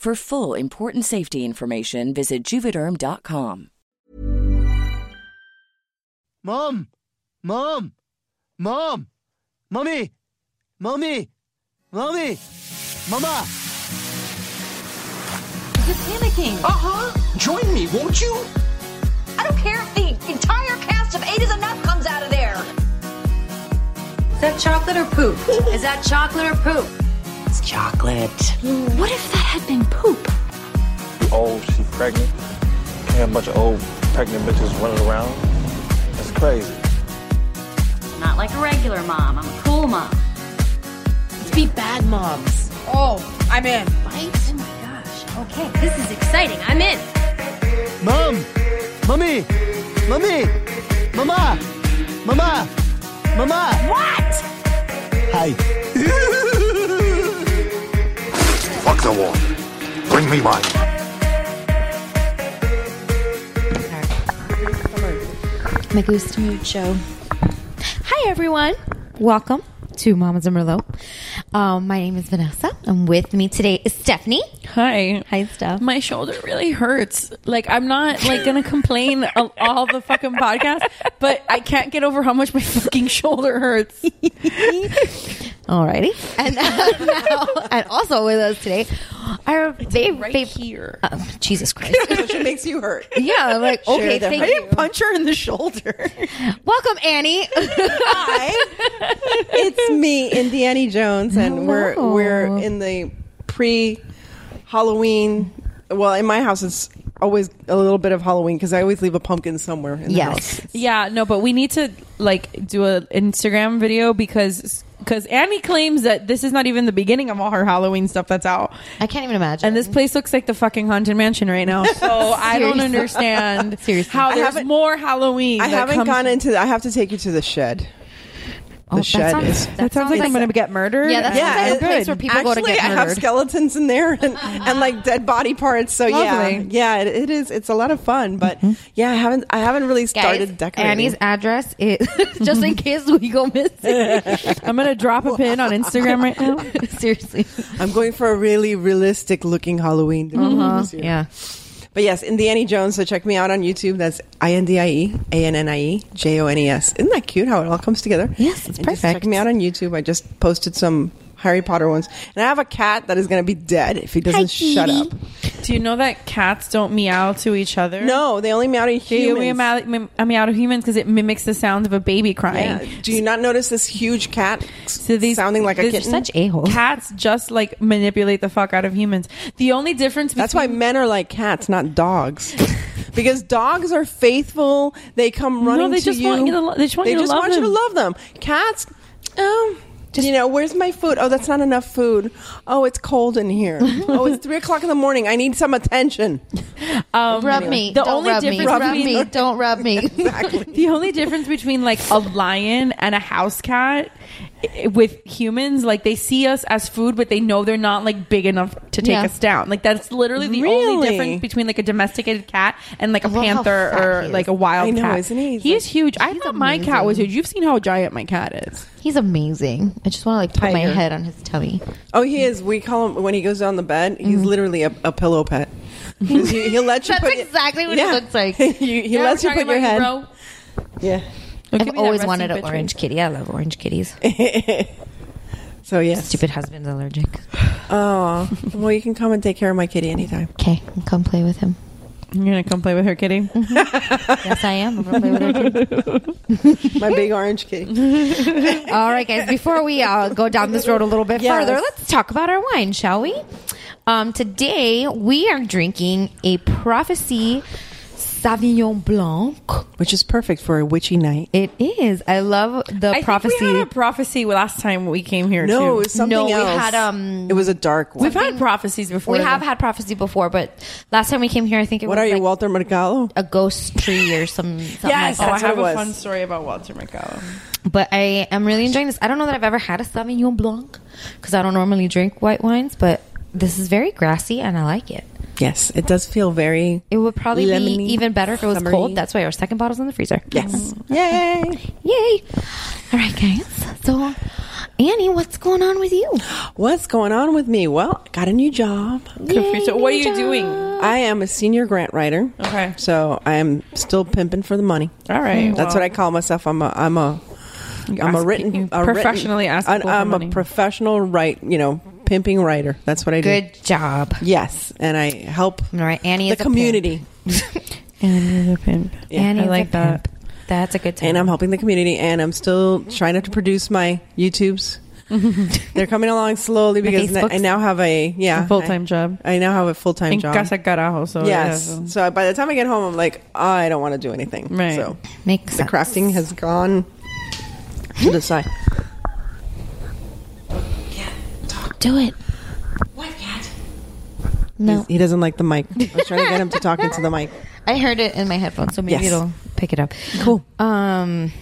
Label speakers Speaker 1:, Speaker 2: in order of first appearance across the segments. Speaker 1: For full important safety information, visit juvederm.com.
Speaker 2: Mom! Mom! Mom! Mommy! Mommy! Mommy! Mama!
Speaker 3: You're panicking.
Speaker 4: Uh-huh. Join me, won't you?
Speaker 3: I don't care if the entire cast of Eight is Enough comes out of there. Is that chocolate or poop? Is that chocolate or poop?
Speaker 4: It's chocolate.
Speaker 3: What if that had been poop?
Speaker 5: old, she pregnant. And a bunch of old pregnant bitches running around. That's crazy.
Speaker 3: Not like a regular mom. I'm a cool mom.
Speaker 6: Let's be bad moms.
Speaker 7: Oh, I'm in.
Speaker 6: Right?
Speaker 3: Oh my gosh. Okay, this is exciting. I'm in.
Speaker 2: Mom! Mommy! Mommy! Mama! Mama! Mama!
Speaker 3: What?
Speaker 2: Hi.
Speaker 8: Fuck the war. Bring me mine.
Speaker 6: Me gusta mucho. Hi, everyone. Welcome to Mamas and Merlot. Um, my name is Vanessa, and with me today is Stephanie.
Speaker 9: Hi.
Speaker 6: Hi, Steph.
Speaker 9: My shoulder really hurts. Like I'm not like gonna complain of all the fucking podcast, but I can't get over how much my fucking shoulder hurts.
Speaker 6: Alrighty. And, uh, now- and also with us today, our favorite.
Speaker 9: Right here.
Speaker 6: uh, Jesus Christ.
Speaker 7: It makes you hurt.
Speaker 6: yeah, I'm like, okay, thank you.
Speaker 7: punch her in the shoulder.
Speaker 6: Welcome, Annie.
Speaker 7: Hi. it's me, Indiana Jones, and we're
Speaker 6: Hello.
Speaker 7: we're in the pre Halloween. Well, in my house, it's always a little bit of Halloween because I always leave a pumpkin somewhere in the
Speaker 6: yes.
Speaker 7: house.
Speaker 9: Yeah, no, but we need to like do an Instagram video because because Annie claims that this is not even the beginning of all her Halloween stuff that's out.
Speaker 6: I can't even imagine.
Speaker 9: And this
Speaker 7: Mm-hmm.
Speaker 9: place looks like the fucking haunted mansion right now. So I don't
Speaker 6: Seriously.
Speaker 9: understand
Speaker 6: Seriously.
Speaker 9: how
Speaker 6: I
Speaker 9: there's
Speaker 7: haven't-
Speaker 9: more Halloween.
Speaker 7: I
Speaker 9: that
Speaker 7: haven't
Speaker 9: comes-
Speaker 7: gone into. I have to take you to the shed.
Speaker 6: Oh,
Speaker 7: The shed is.
Speaker 9: That sounds like I'm gonna get murdered.
Speaker 6: Yeah, that's
Speaker 9: and-
Speaker 6: like a place where people
Speaker 7: Actually,
Speaker 6: go to get
Speaker 7: I
Speaker 6: murdered. Uh-huh.
Speaker 7: have skeletons in there and, and like dead body parts. So
Speaker 9: Lovely.
Speaker 7: yeah, yeah, it, it is. It's a lot of fun, but yeah, I haven't. I haven't really started decorating.
Speaker 6: Mm-hmm. Annie's address is just in case we go missing.
Speaker 9: I'm gonna drop a pin on Instagram right now.
Speaker 6: Seriously.
Speaker 7: I'm going for a really realistic looking Halloween.
Speaker 6: Mm-hmm.
Speaker 7: this year.
Speaker 6: Uh-huh. Yeah.
Speaker 7: But yes, Indiana Jones. So check me out on YouTube. That's I N D I E A N N I E J O N E S. Isn't that cute how it all comes together?
Speaker 6: Yes, it's
Speaker 7: And just
Speaker 6: perfect.
Speaker 7: check me out on YouTube. I just posted some Harry Potter ones, and I have a cat that is going to be dead if he doesn't shut up.
Speaker 9: Do you know that cats don't meow to each other?
Speaker 7: No, they only meow to
Speaker 9: Do you meow,
Speaker 7: humans.
Speaker 9: meow, uh, meow to humans because it mimics the sound of a baby
Speaker 7: Yeah.
Speaker 9: crying?
Speaker 7: Do you not notice this huge cat
Speaker 9: So these
Speaker 7: sounding like a
Speaker 9: these-
Speaker 7: kitten?
Speaker 6: such a-holes.
Speaker 9: Cats just like manipulate the fuck out of humans. The only difference
Speaker 7: That's why men are like cats, not dogs. because dogs are faithful. They come running
Speaker 9: they
Speaker 7: to
Speaker 9: just
Speaker 7: you.
Speaker 9: want you to lo- they just want you to love
Speaker 7: want you
Speaker 9: them.
Speaker 7: love them. Cats, oh, you know, where's my food? Oh, that's not enough food. Oh, it's cold in here. oh, it's three o'clock in the morning. I need some attention.
Speaker 9: um,
Speaker 6: Rub me.
Speaker 9: The
Speaker 6: don't
Speaker 9: only
Speaker 6: rub me.
Speaker 9: difference
Speaker 6: Rub
Speaker 9: between-
Speaker 6: me. Don't rub me.
Speaker 9: The only difference between like a lion and a house cat i- with humans, like they see us as food, but they know they're not like big enough to take
Speaker 6: Yeah.
Speaker 9: us down. Like that's literally the only
Speaker 7: Really?
Speaker 9: difference between like a domesticated cat and like a
Speaker 6: I love how
Speaker 9: panther
Speaker 6: fat
Speaker 9: or
Speaker 6: he is.
Speaker 9: like a wild
Speaker 7: I know,
Speaker 9: cat.
Speaker 7: isn't he? He's
Speaker 9: He's huge. I
Speaker 6: he's
Speaker 9: thought my cat was
Speaker 6: amazing.
Speaker 9: huge. You've seen how giant my cat is.
Speaker 6: He's amazing. I just want to like put my
Speaker 7: Tiger.
Speaker 6: head on his tummy.
Speaker 7: Oh, he is. We call him when he goes down the bed. He's
Speaker 9: Mm.
Speaker 7: literally a, a pillow pet. 'Cause He, he'll let you.
Speaker 6: That's
Speaker 7: put your-
Speaker 6: exactly what he looks like.
Speaker 7: you, he lets you put your head. Yeah.
Speaker 6: I've always wanted an orange kitty. I love orange kitties.
Speaker 7: So yes.
Speaker 6: Stupid husband's allergic.
Speaker 7: Oh well, you can come and take care of my kitty anytime.
Speaker 6: Okay, come play with him.
Speaker 9: You're gonna come play with her kitty.
Speaker 6: yes, I am. I'm gonna play with her kitty.
Speaker 7: My big orange kitty.
Speaker 6: All right, guys. Before we uh, go down this road a little bit
Speaker 7: Yes.
Speaker 6: further, let's talk about our wine, shall we? Um, today we are drinking a prophecy Sauvignon Blanc.
Speaker 7: Which is perfect for a witchy night.
Speaker 6: It is. I love the
Speaker 9: I
Speaker 6: prophecy.
Speaker 9: think we had a prophecy last time we came here.
Speaker 7: No, it
Speaker 9: too.
Speaker 7: was something
Speaker 6: No, we
Speaker 7: else.
Speaker 6: had, um,
Speaker 7: It was a dark one.
Speaker 9: we've had prophecies before.
Speaker 6: we have
Speaker 9: though.
Speaker 6: had prophecy before, but last time we came here, I think it
Speaker 7: What
Speaker 6: was
Speaker 7: are you,
Speaker 6: like
Speaker 7: Walter Mercado?
Speaker 6: a ghost tree or some. Something
Speaker 7: Yes,
Speaker 6: like that.
Speaker 9: Oh, I
Speaker 7: That's what
Speaker 9: have
Speaker 7: it
Speaker 9: a
Speaker 7: was.
Speaker 9: fun story about Walter McCallum.
Speaker 6: but I am really enjoying this. I don't know that I've ever had a Sauvignon Blanc because I don't normally drink white wines, but this is very grassy and I like it.
Speaker 7: Yes, it does feel very.
Speaker 6: It would probably be
Speaker 7: Lemony,
Speaker 6: even better if it was
Speaker 7: summery.
Speaker 6: cold. That's why our second bottle's in the freezer. Mm-hmm.
Speaker 7: Yes. Yay.
Speaker 6: Yay. All right, guys. So, Annie, what's going on with you?
Speaker 7: What's going on with me? Well, I got a new job.
Speaker 9: Good for you. So what are
Speaker 6: new
Speaker 9: you doing?
Speaker 7: I am a senior grant writer.
Speaker 9: Okay.
Speaker 7: So I am still pimping for the money.
Speaker 9: All right.
Speaker 7: That's what I call myself. I'm a I'm a I'm a
Speaker 9: ask- you
Speaker 7: written a written-
Speaker 9: professionally ask
Speaker 7: I'm,
Speaker 9: people for
Speaker 7: I'm a
Speaker 9: money.
Speaker 7: professional write, you know, pimping writer. That's what I do.
Speaker 6: Good job.
Speaker 7: Yes, and I help
Speaker 6: All right, Annie
Speaker 7: the
Speaker 6: is a
Speaker 7: community.
Speaker 9: Annie the pimp.
Speaker 6: Annie
Speaker 9: I like that.
Speaker 6: That's a good time.
Speaker 7: and I'm helping the community, and I'm still trying to produce my YouTubes. They're coming along slowly because
Speaker 6: Facebooks?
Speaker 7: I now have a yeah
Speaker 9: A full-time
Speaker 7: I-
Speaker 9: job.
Speaker 7: I now have a full time
Speaker 9: In
Speaker 7: job.
Speaker 9: casa carajo. So
Speaker 7: yes.
Speaker 9: yeah, so-
Speaker 7: So by the time I get home, I'm like, I don't want to do anything.
Speaker 9: Right.
Speaker 7: So
Speaker 6: Makes
Speaker 7: the
Speaker 6: sense.
Speaker 7: crafting has gone to the side.
Speaker 6: Do it. What, Kat? No.
Speaker 7: He doesn't like the mic. I was trying to get him to talk into the mic.
Speaker 6: I heard it in my headphones, so maybe
Speaker 7: Yes.
Speaker 6: it'll pick it up. Cool. Um,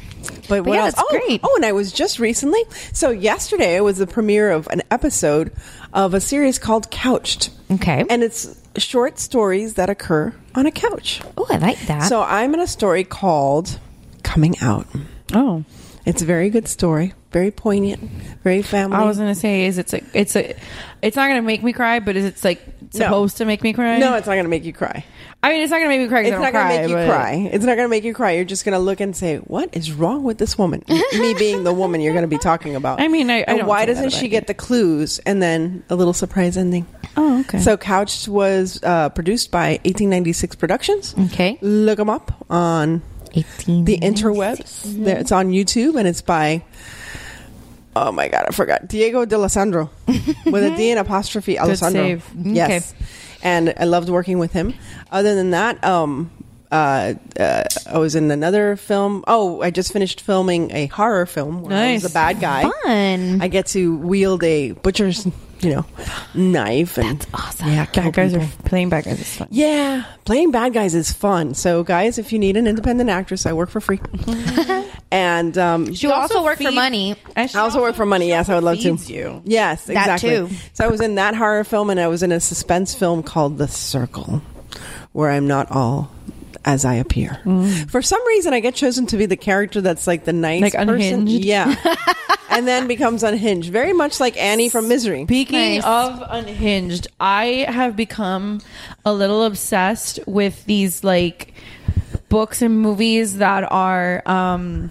Speaker 7: But what
Speaker 6: yeah,
Speaker 7: else?
Speaker 6: that's
Speaker 7: oh,
Speaker 6: great.
Speaker 7: oh, and I was just recently. So yesterday was the premiere of an episode of a series called Couched.
Speaker 6: Okay.
Speaker 7: And it's short stories that occur on a couch.
Speaker 6: oh, I like
Speaker 9: Ah.
Speaker 6: that.
Speaker 7: So I'm in a story called Coming Out.
Speaker 9: Oh,
Speaker 7: It's a very good story, very poignant, very family.
Speaker 9: I was gonna say, is it's a, it's a, it's not gonna make me cry, but is it's like
Speaker 7: No.
Speaker 9: supposed to make me cry?
Speaker 7: No, it's not going to make you cry.
Speaker 9: I mean, it's not gonna make me cry. 'cause
Speaker 7: It's
Speaker 9: I don't
Speaker 7: not going to
Speaker 9: cry,
Speaker 7: make you
Speaker 9: but-
Speaker 7: cry. It's not going to make you cry. You're just going to look and say, "What is wrong with this woman?" Me being the woman you're going to be talking about.
Speaker 9: I mean, I- I
Speaker 7: And
Speaker 9: don't
Speaker 7: why
Speaker 9: think that
Speaker 7: doesn't she
Speaker 9: about
Speaker 7: get the clues and then a little surprise ending?
Speaker 9: Oh, okay.
Speaker 7: So, Couched was uh, produced by 1896 Productions.
Speaker 6: Okay.
Speaker 7: look them up on
Speaker 6: 18.
Speaker 7: the interwebs. There- It's on YouTube and it's by. Oh my god, I forgot Diego D'Alessandro with a D and apostrophe Alessandro.
Speaker 9: save.
Speaker 7: Yes, and I loved working with him. Other than that, um, uh, uh, I was in another film. Oh, I just finished filming a horror film where I was
Speaker 9: Nice.
Speaker 7: a bad guy.
Speaker 6: Fun.
Speaker 7: I get to wield a butcher's, you know, knife and
Speaker 6: That's awesome.
Speaker 7: Yeah, kill
Speaker 9: Bad guys
Speaker 7: people.
Speaker 9: are playing bad guys. Is fun.
Speaker 7: Yeah, playing bad guys is fun. So, guys, if you need an independent actress, I work for free. and um,
Speaker 6: She also, work for
Speaker 9: feed-
Speaker 6: money.
Speaker 9: And she
Speaker 7: I also work for money. Yes, I would love to.
Speaker 9: feeds you.
Speaker 7: Yes, exactly.
Speaker 6: too.
Speaker 7: So I was in that horror film, and I was in a suspense film called The Circle, where I'm not all as I appear. For some reason, I get chosen to be the character that's like the nice,
Speaker 9: Mm. Like
Speaker 7: person.
Speaker 9: unhinged?
Speaker 7: yeah, and then becomes unhinged, very much like Annie from Misery.
Speaker 9: Speaking
Speaker 6: Nice.
Speaker 9: of unhinged, I have become a little obsessed with these like books and movies that are um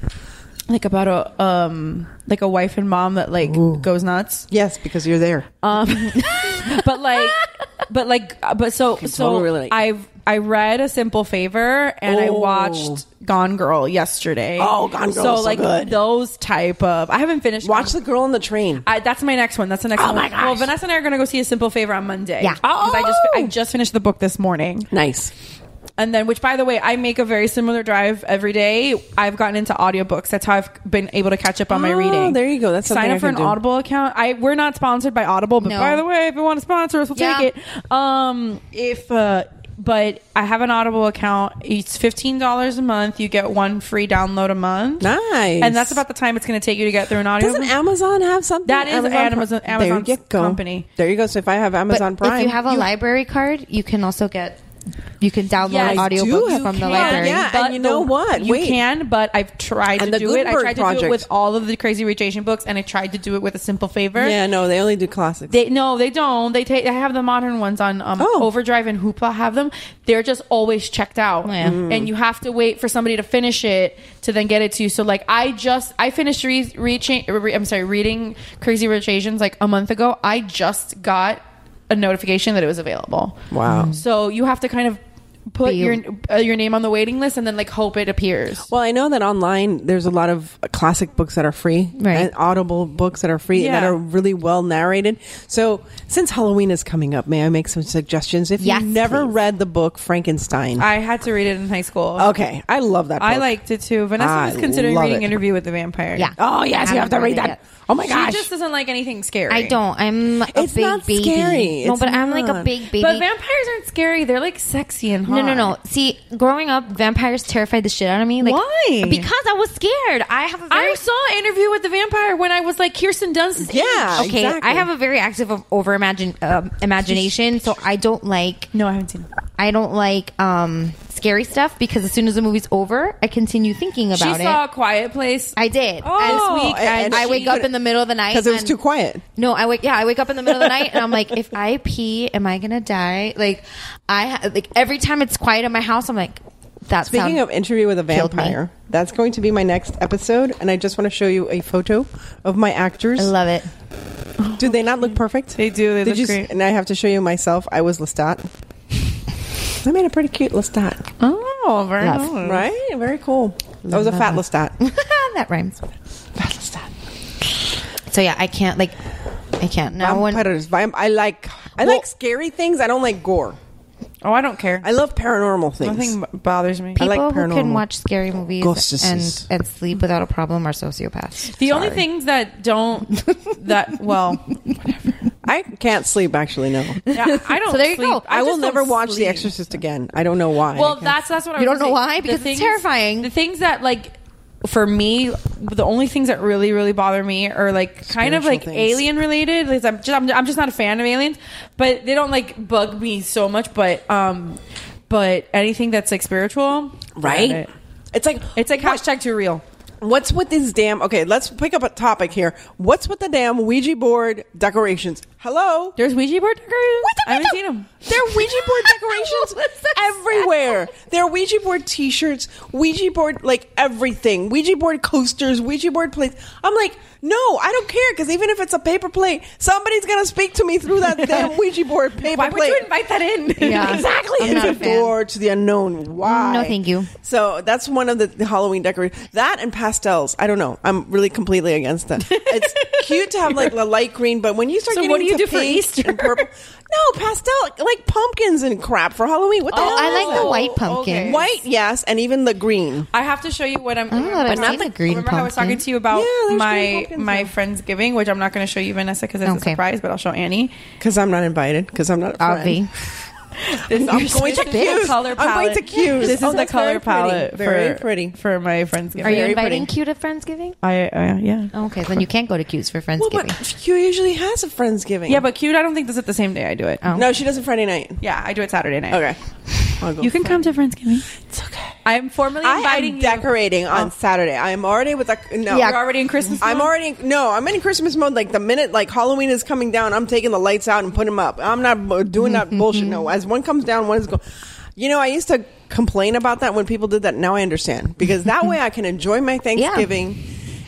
Speaker 9: like about a um like a wife and mom that like goes nuts.
Speaker 7: Yes, because you're there.
Speaker 9: Um, But like but like uh, but so so
Speaker 7: totally relate.
Speaker 9: I've I read A Simple Favor and I
Speaker 7: Oh.
Speaker 9: watched Gone Girl yesterday.
Speaker 7: Oh, Gone Girl is
Speaker 9: So
Speaker 7: so
Speaker 9: like
Speaker 7: good.
Speaker 9: those type of I haven't finished
Speaker 7: Watch
Speaker 9: Gone-
Speaker 7: the girl on the train.
Speaker 9: I, that's my next one. That's the next
Speaker 7: Oh
Speaker 9: one.
Speaker 7: my gosh. Oh!
Speaker 9: Well, Vanessa and I are going to go see a simple favor on Monday.
Speaker 6: Yeah.
Speaker 9: because I just I just finished the book this morning,
Speaker 7: nice.
Speaker 9: and then which by the way I make a very similar drive every day. I've gotten into audiobooks. That's how I've been able to catch up on my
Speaker 7: Oh,
Speaker 9: reading.
Speaker 7: there you go. That's
Speaker 9: sign
Speaker 7: something
Speaker 9: up
Speaker 7: I
Speaker 9: for
Speaker 7: can
Speaker 9: an
Speaker 7: do.
Speaker 9: Audible account. I we're not sponsored by Audible, but
Speaker 6: No.
Speaker 9: by the way, if you want to sponsor us, we'll
Speaker 6: Yeah.
Speaker 9: take it. Um, if uh. But I have an Audible account. It's fifteen dollars a month. You get one free download a month.
Speaker 7: Nice.
Speaker 9: and that's about the time it's going to take you to get through an audio.
Speaker 7: Doesn't Amazon have something?
Speaker 9: That is
Speaker 7: Prime-
Speaker 9: Amazon- Amazon's
Speaker 7: there you go.
Speaker 9: company.
Speaker 7: There you go. So if I have Amazon
Speaker 6: If
Speaker 7: Prime,
Speaker 6: you have a library card, you can also get You can download
Speaker 9: Yes,
Speaker 6: audiobooks
Speaker 9: you
Speaker 6: from the
Speaker 9: can,
Speaker 6: library.
Speaker 9: but
Speaker 7: and you know
Speaker 9: the-
Speaker 7: what?
Speaker 9: You
Speaker 7: Wait.
Speaker 9: can, but I've tried
Speaker 7: And
Speaker 9: to
Speaker 7: the
Speaker 9: do it. I
Speaker 7: Gutenberg
Speaker 9: tried to do it
Speaker 7: project.
Speaker 9: with all of the Crazy Rich Asian books, and I tried to do it with a simple favor.
Speaker 7: Yeah, no, they only do classics.
Speaker 9: They no, they don't. They take. I have the modern ones on um,
Speaker 7: Oh.
Speaker 9: Overdrive and Hoopla. Have them. They're just always checked
Speaker 7: Oh,
Speaker 9: out,
Speaker 6: Yeah. Mm.
Speaker 9: and you have to wait for somebody to finish it to then get it to you. So like, I just I finished re- reaching. Re- I'm sorry, reading Crazy Rich Asians like a month ago. I just got a notification that it was available.
Speaker 7: Wow.
Speaker 9: So you have to kind of put
Speaker 6: Be-
Speaker 9: your uh, your name on the waiting list and then like hope it appears.
Speaker 7: Well, I know that online there's a lot of classic books that are free
Speaker 6: Right.
Speaker 7: and audible books that are free and that
Speaker 9: Yeah.
Speaker 7: are really well narrated. So, since Halloween is coming up, may I make some suggestions? If
Speaker 6: Yes,
Speaker 7: you've never
Speaker 6: please.
Speaker 7: read the book Frankenstein,
Speaker 9: I had to read it in high school.
Speaker 7: okay, I love that book.
Speaker 9: I liked it too. Vanessa
Speaker 7: I
Speaker 9: was considering
Speaker 7: love
Speaker 9: reading
Speaker 7: it.
Speaker 9: Interview with the Vampire.
Speaker 6: Yeah.
Speaker 7: Oh, yes, you have to
Speaker 6: Haven't
Speaker 7: read
Speaker 6: read it
Speaker 7: that.
Speaker 6: yet.
Speaker 7: Oh my
Speaker 9: She
Speaker 7: gosh.
Speaker 9: just doesn't like anything scary.
Speaker 6: I don't. I'm a
Speaker 7: It's
Speaker 6: big
Speaker 7: not
Speaker 6: baby.
Speaker 7: scary.
Speaker 6: No,
Speaker 7: It's
Speaker 6: but I'm like a
Speaker 7: not.
Speaker 6: big baby.
Speaker 9: But vampires aren't scary. They're like sexy and hot.
Speaker 6: No, no, no. See, growing up, vampires terrified the shit out of me. Like,
Speaker 9: Why?
Speaker 6: Because I was scared. I have a very
Speaker 9: I saw Interview with the Vampire when I was like Kirsten Dunst. is
Speaker 7: Yeah,
Speaker 9: age.
Speaker 6: okay.
Speaker 7: exactly.
Speaker 6: I have a very active of- over imagine um imagination, so I don't like.
Speaker 9: No, I haven't seen it.
Speaker 6: I don't like um scary stuff because as soon as the movie's over, I continue thinking
Speaker 9: She
Speaker 6: about it.
Speaker 9: saw a Quiet Place.
Speaker 6: I did.
Speaker 9: Oh,
Speaker 6: and this week,
Speaker 7: and
Speaker 6: and I
Speaker 7: she-
Speaker 6: wake up in the middle of the night
Speaker 7: because it was
Speaker 6: and-
Speaker 7: too quiet.
Speaker 6: No, I wake. Yeah, I wake up in the middle of the night and I'm like, if I pee, am I gonna die? Like, I ha- like every time it's quiet in my house, I'm like, that's
Speaker 7: Speaking of interview with a
Speaker 6: Killed me.
Speaker 7: vampire, that's going to be my next episode, and I just want to show you a photo of my actors.
Speaker 6: I love it.
Speaker 7: Do they not look perfect?
Speaker 9: They do. They
Speaker 7: Did
Speaker 9: look
Speaker 7: you s-
Speaker 9: great.
Speaker 7: And I have to show you myself. I was Lestat. I made a pretty cute Lestat.
Speaker 9: Oh, very
Speaker 6: Love.
Speaker 9: nice.
Speaker 7: Right? Very cool. I was a fat Lestat.
Speaker 6: that rhymes. So yeah, I can't like, I can't. Now when
Speaker 7: Vampires. Vamp- I like I
Speaker 6: Well-
Speaker 7: like scary things. I don't like gore.
Speaker 9: Oh, I don't care.
Speaker 7: I love paranormal things.
Speaker 9: Nothing b- bothers me.
Speaker 6: people
Speaker 7: like
Speaker 6: who
Speaker 7: paranormal.
Speaker 6: can watch scary movies
Speaker 7: Ghostesses.
Speaker 6: and and sleep without a problem are sociopaths.
Speaker 9: The only things that don't that well,
Speaker 7: I can't sleep. Actually, no.
Speaker 9: yeah, I don't.
Speaker 6: So there you
Speaker 9: sleep.
Speaker 6: go.
Speaker 7: I, will
Speaker 9: just don't
Speaker 7: never watch The
Speaker 9: sleep.
Speaker 7: Exorcist again. I don't know why. I
Speaker 9: Well,
Speaker 7: can't-
Speaker 9: that's that's what I
Speaker 6: You
Speaker 9: was
Speaker 6: don't know
Speaker 9: gonna say.
Speaker 6: why?
Speaker 9: The
Speaker 6: Because it's terrifying.
Speaker 9: The things that like for me, the only things that really really bother me are like kind of
Speaker 7: Spiritual
Speaker 9: like
Speaker 7: things.
Speaker 9: alien related. Like I'm just I'm, I'm just not a fan of aliens, but they don't like bug me so much. But um, but anything that's like spiritual,
Speaker 7: right.
Speaker 9: got it.
Speaker 7: It's like
Speaker 9: It's like
Speaker 7: what-
Speaker 9: hashtag too real.
Speaker 7: What's with these damn? Okay, let's pick up a topic here. What's with the damn Ouija board decorations? Hello,
Speaker 9: There's Ouija board decorations. I haven't seen them.
Speaker 7: There are Ouija board decorations
Speaker 6: What's that
Speaker 7: everywhere. There are Ouija board T-shirts, Ouija board like everything, Ouija board coasters, Ouija board plates. I'm like, no, I don't care because even if it's a paper plate, somebody's gonna speak to me through that damn Ouija board paper
Speaker 9: Why would
Speaker 7: plate.
Speaker 9: you invite that in?
Speaker 6: Yeah.
Speaker 7: Exactly,
Speaker 6: I'm
Speaker 7: it's
Speaker 6: not
Speaker 7: a
Speaker 6: a fan.
Speaker 7: door to the unknown. Why?
Speaker 6: No, thank you.
Speaker 7: So that's one of the, the Halloween decorations. That and pastels. I don't know. I'm really completely against that. It's cute to have like the light green, but when you start
Speaker 9: So
Speaker 7: getting
Speaker 9: what do you
Speaker 7: into
Speaker 9: do for
Speaker 7: pink
Speaker 9: Easter?
Speaker 7: and purple, no pastel like pumpkins and crap for Halloween. What the
Speaker 6: Oh,
Speaker 7: hell?
Speaker 6: I
Speaker 7: is
Speaker 6: like the
Speaker 7: that?
Speaker 6: white
Speaker 9: okay.
Speaker 6: pumpkin.
Speaker 7: White, yes, and even the green.
Speaker 9: I have to show you what I'm.
Speaker 6: don't know that I've
Speaker 9: remember-
Speaker 6: seen a green
Speaker 9: remember how I was
Speaker 6: pumpkin.
Speaker 9: talking to you about
Speaker 7: Yeah, there's green
Speaker 9: my
Speaker 7: pumpkins
Speaker 9: my
Speaker 7: now.
Speaker 9: friend's giving, which I'm not going to show you, Vanessa, because it's
Speaker 6: Okay.
Speaker 9: a surprise. But I'll show Annie.
Speaker 7: Because I'm not invited. Because I'm not. A friend.
Speaker 6: I'll be.
Speaker 9: This,
Speaker 7: I'm going to
Speaker 9: the
Speaker 7: Q's.
Speaker 9: color
Speaker 7: I'm
Speaker 9: palette.
Speaker 7: going to Q's.
Speaker 9: This
Speaker 7: Oh,
Speaker 9: is the
Speaker 7: that's
Speaker 9: color
Speaker 7: very pretty.
Speaker 9: palette.
Speaker 7: Very
Speaker 9: for,
Speaker 7: pretty.
Speaker 9: for my friends.
Speaker 6: Are you
Speaker 7: Very
Speaker 6: inviting
Speaker 7: pretty.
Speaker 6: Q to friendsgiving?
Speaker 9: I uh, yeah.
Speaker 7: Oh.
Speaker 6: Okay, then you can't go to Q's for friendsgiving.
Speaker 7: Well, but Q usually has a friendsgiving.
Speaker 9: Yeah, but cute. I don't think does it the same day I do it.
Speaker 7: no, she does it Friday night.
Speaker 9: Yeah, I do it Saturday night.
Speaker 7: Okay. I'll go
Speaker 9: You can come to Friendsgiving.
Speaker 7: It's okay.
Speaker 9: I'm formally
Speaker 7: I
Speaker 9: inviting
Speaker 7: am decorating on Saturday. I am already with a no.
Speaker 9: you. You're already in Christmas.
Speaker 7: I'm
Speaker 9: mode?
Speaker 7: already no. I'm in Christmas mode. Like the minute like Halloween is coming down, I'm taking the lights out and putting them up. I'm not bu- doing that bullshit. No, as one comes down, one is going. You know, I used to complain about that when people did that. Now I understand because that way I can enjoy my Thanksgiving.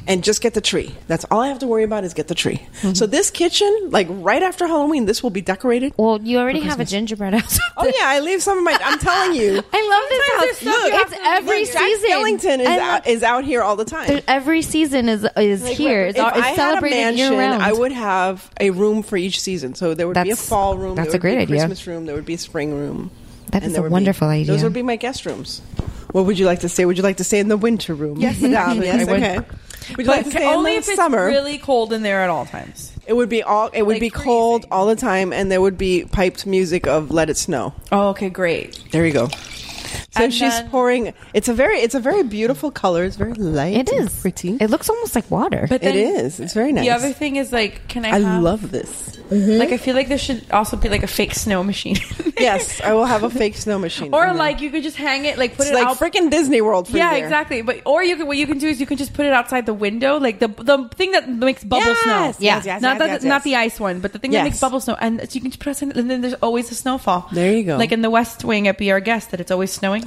Speaker 7: And just get the tree. That's all I have to worry about is get the tree.
Speaker 9: Mm-hmm.
Speaker 7: So this kitchen, like right after Halloween, this will be decorated.
Speaker 6: well, you already have a gingerbread house.
Speaker 7: Oh yeah, I leave some of my. I'm telling you,
Speaker 6: I love this house.
Speaker 9: Sometimes there's stuff you have
Speaker 6: it's
Speaker 9: to
Speaker 6: every
Speaker 9: leave.
Speaker 7: Jack
Speaker 6: season.
Speaker 7: Skellington is
Speaker 6: I
Speaker 7: out, is out here all the time.
Speaker 6: There- every season is is here. It's,
Speaker 7: If
Speaker 6: all- it's
Speaker 7: I had a
Speaker 6: celebrated
Speaker 7: mansion,
Speaker 6: year round.
Speaker 7: I would have a room for each season. So there would be a
Speaker 6: That's-
Speaker 7: fall room.
Speaker 6: that's
Speaker 7: there
Speaker 6: a
Speaker 7: would be
Speaker 6: great idea.
Speaker 7: Christmas room. There would be a spring room.
Speaker 6: That
Speaker 7: and
Speaker 6: is
Speaker 7: there
Speaker 6: a
Speaker 7: would be-
Speaker 6: wonderful
Speaker 7: Those
Speaker 6: idea.
Speaker 7: would be my guest rooms. What would you like to stay? Would you like to stay in the winter room? Yes, madame. yes,
Speaker 9: would.
Speaker 7: okay. Would you
Speaker 9: But
Speaker 7: like to
Speaker 9: ca-
Speaker 7: stay
Speaker 9: only
Speaker 7: in
Speaker 9: if
Speaker 7: the
Speaker 9: it's
Speaker 7: summer?
Speaker 9: really cold in there at all times.
Speaker 7: it would be all. It would
Speaker 9: like
Speaker 7: be cold
Speaker 9: freezing.
Speaker 7: all the time, and there would be piped music of "Let It Snow."
Speaker 9: Oh, okay, great.
Speaker 7: There you go. So So she's pouring. It's a very, it's a very beautiful color. It's very light.
Speaker 6: It
Speaker 7: and
Speaker 6: is.
Speaker 7: pretty.
Speaker 6: It looks almost like water.
Speaker 9: But then
Speaker 7: it is. It's very nice.
Speaker 9: The other thing is like, can I?
Speaker 7: I
Speaker 9: have-
Speaker 7: love this.
Speaker 9: Like, I feel like there should also be like a fake snow machine.
Speaker 7: yes, I will have a fake snow machine.
Speaker 9: or
Speaker 7: I'm gonna-
Speaker 9: like you could just hang it, like put
Speaker 7: it's
Speaker 9: it
Speaker 7: like
Speaker 9: out.
Speaker 7: freaking Disney World. For
Speaker 9: yeah,
Speaker 7: a year.
Speaker 9: exactly. But or you can what you can do is you can just put it outside the window, like the the thing that makes bubble
Speaker 7: Yes,
Speaker 9: snow.
Speaker 7: yes, yes, yes,
Speaker 9: not
Speaker 7: yes,
Speaker 9: the,
Speaker 7: yes,
Speaker 9: not
Speaker 7: yes.
Speaker 9: the ice one, but the thing
Speaker 7: Yes.
Speaker 9: that makes bubble snow, and so you can just press it, and then there's always a snowfall.
Speaker 7: There you go.
Speaker 9: Like in the West Wing at Be Our Guest, that it's always snowing.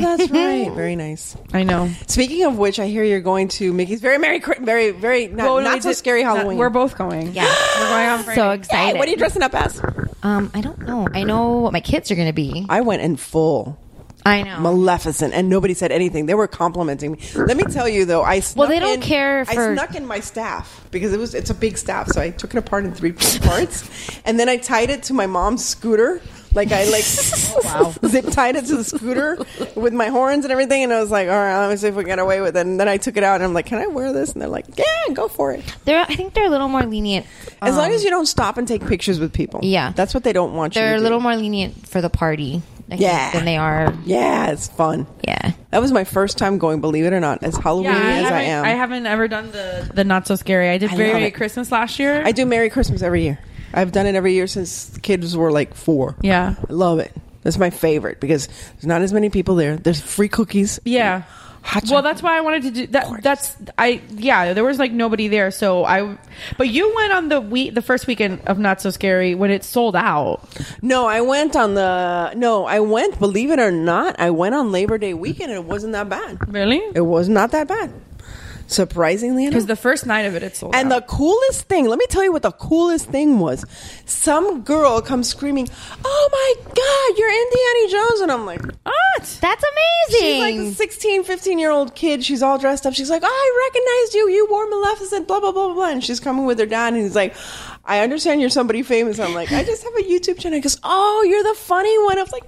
Speaker 7: that's right. very nice.
Speaker 9: I know.
Speaker 7: Speaking of which, I hear you're going to Mickey's. Very merry, Chri- very, very not,
Speaker 9: Well,
Speaker 7: not
Speaker 9: we
Speaker 7: so
Speaker 9: did-
Speaker 7: scary
Speaker 9: not-
Speaker 7: Halloween.
Speaker 9: We're both going.
Speaker 6: Yeah.
Speaker 9: we're going on Friday.
Speaker 6: so
Speaker 7: Hey,
Speaker 6: excited.
Speaker 7: what are you dressing up as?
Speaker 6: um, I don't know. I know what my kids are going to be.
Speaker 7: I went in full
Speaker 6: I know.
Speaker 7: Maleficent, and nobody said anything. They were complimenting me. Let me tell you though, I snuck
Speaker 6: Well, they don't
Speaker 7: in-
Speaker 6: care for-
Speaker 7: I snuck in my staff because it was it's a big staff, so I took it apart in three parts, and then I tied it to my mom's scooter. Like I like
Speaker 6: Oh,
Speaker 7: zip tied it to the scooter with my horns and everything, and I was like, "All right, let me see if we can get away with it." And then I took it out, and I'm like, "Can I wear this?" And they're like, "Yeah, go for it."
Speaker 6: they're, I think they're a little more lenient.
Speaker 7: As long
Speaker 6: um,
Speaker 7: as you don't stop and take pictures with people,
Speaker 6: Yeah.
Speaker 7: that's what they don't want. you
Speaker 6: they're
Speaker 7: to
Speaker 6: a
Speaker 7: do.
Speaker 6: little more lenient for the party, I think,
Speaker 7: Yeah.
Speaker 6: than they are.
Speaker 7: Yeah, it's fun.
Speaker 6: Yeah.
Speaker 7: That was my first time going, believe it or not, as Halloween
Speaker 9: Yeah, I,
Speaker 7: as
Speaker 9: haven't,
Speaker 7: I am.
Speaker 9: I haven't ever done the the not so scary. I did
Speaker 7: I
Speaker 9: Very
Speaker 7: love
Speaker 9: Merry
Speaker 7: it.
Speaker 9: Christmas last year.
Speaker 7: I do Merry Christmas every year. I've done it every year since the kids were like four.
Speaker 9: Yeah.
Speaker 7: I love it. That's my favorite because there's not as many people there. There's free cookies.
Speaker 9: Yeah. well,
Speaker 7: Hot chocolate.
Speaker 9: that's why I wanted to do that. That's I yeah. There was like nobody there, so I. But you went on the week, the first weekend of Not So Scary when it sold out.
Speaker 7: No, I went on the no, I went, believe it or not, I went on Labor Day weekend and it wasn't that bad.
Speaker 9: Really?
Speaker 7: It was not that bad. Surprisingly enough.
Speaker 9: Because the first night of it, it sold
Speaker 7: And the
Speaker 9: out.
Speaker 7: coolest thing, let me tell you what the coolest thing was. Some girl comes screaming, Oh my God, you're Indiana Jones. And I'm like,
Speaker 9: what?
Speaker 6: That's
Speaker 7: She's like
Speaker 6: amazing.
Speaker 7: a 16, 15 year old kid. She's all dressed up. She's like, "Oh, I recognized you. You wore Maleficent, blah, blah, blah, blah. And she's coming with her dad. And he's like, I understand you're somebody famous. I'm like, I just have a YouTube channel. He goes, Oh, you're the funny one. I was like,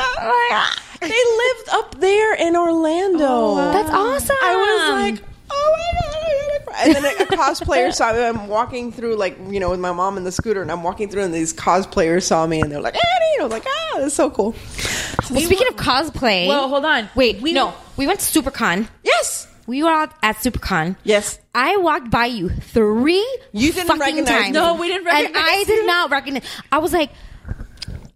Speaker 7: "Ah." They lived up there in Orlando.
Speaker 6: That's awesome.
Speaker 7: I was like, oh my god! I had a cry." And then a, a cosplayer saw me. I'm walking through, like you know, with my mom in the scooter, and I'm walking through, and these cosplayers saw me, and they're like, "Annie!" I was like, "Ah, that's so cool."
Speaker 6: Well, speaking of cosplay.
Speaker 9: Well, hold on.
Speaker 6: Wait,
Speaker 9: We-
Speaker 6: no. We went to SuperCon.
Speaker 7: Yes,
Speaker 6: We were out at SuperCon.
Speaker 7: yes.
Speaker 6: I walked by you three
Speaker 7: You didn't
Speaker 6: fucking
Speaker 7: recognize
Speaker 6: times.
Speaker 7: me. No,
Speaker 9: we didn't
Speaker 6: And
Speaker 9: recognize
Speaker 6: I did
Speaker 9: you.
Speaker 6: not recognize. I was like,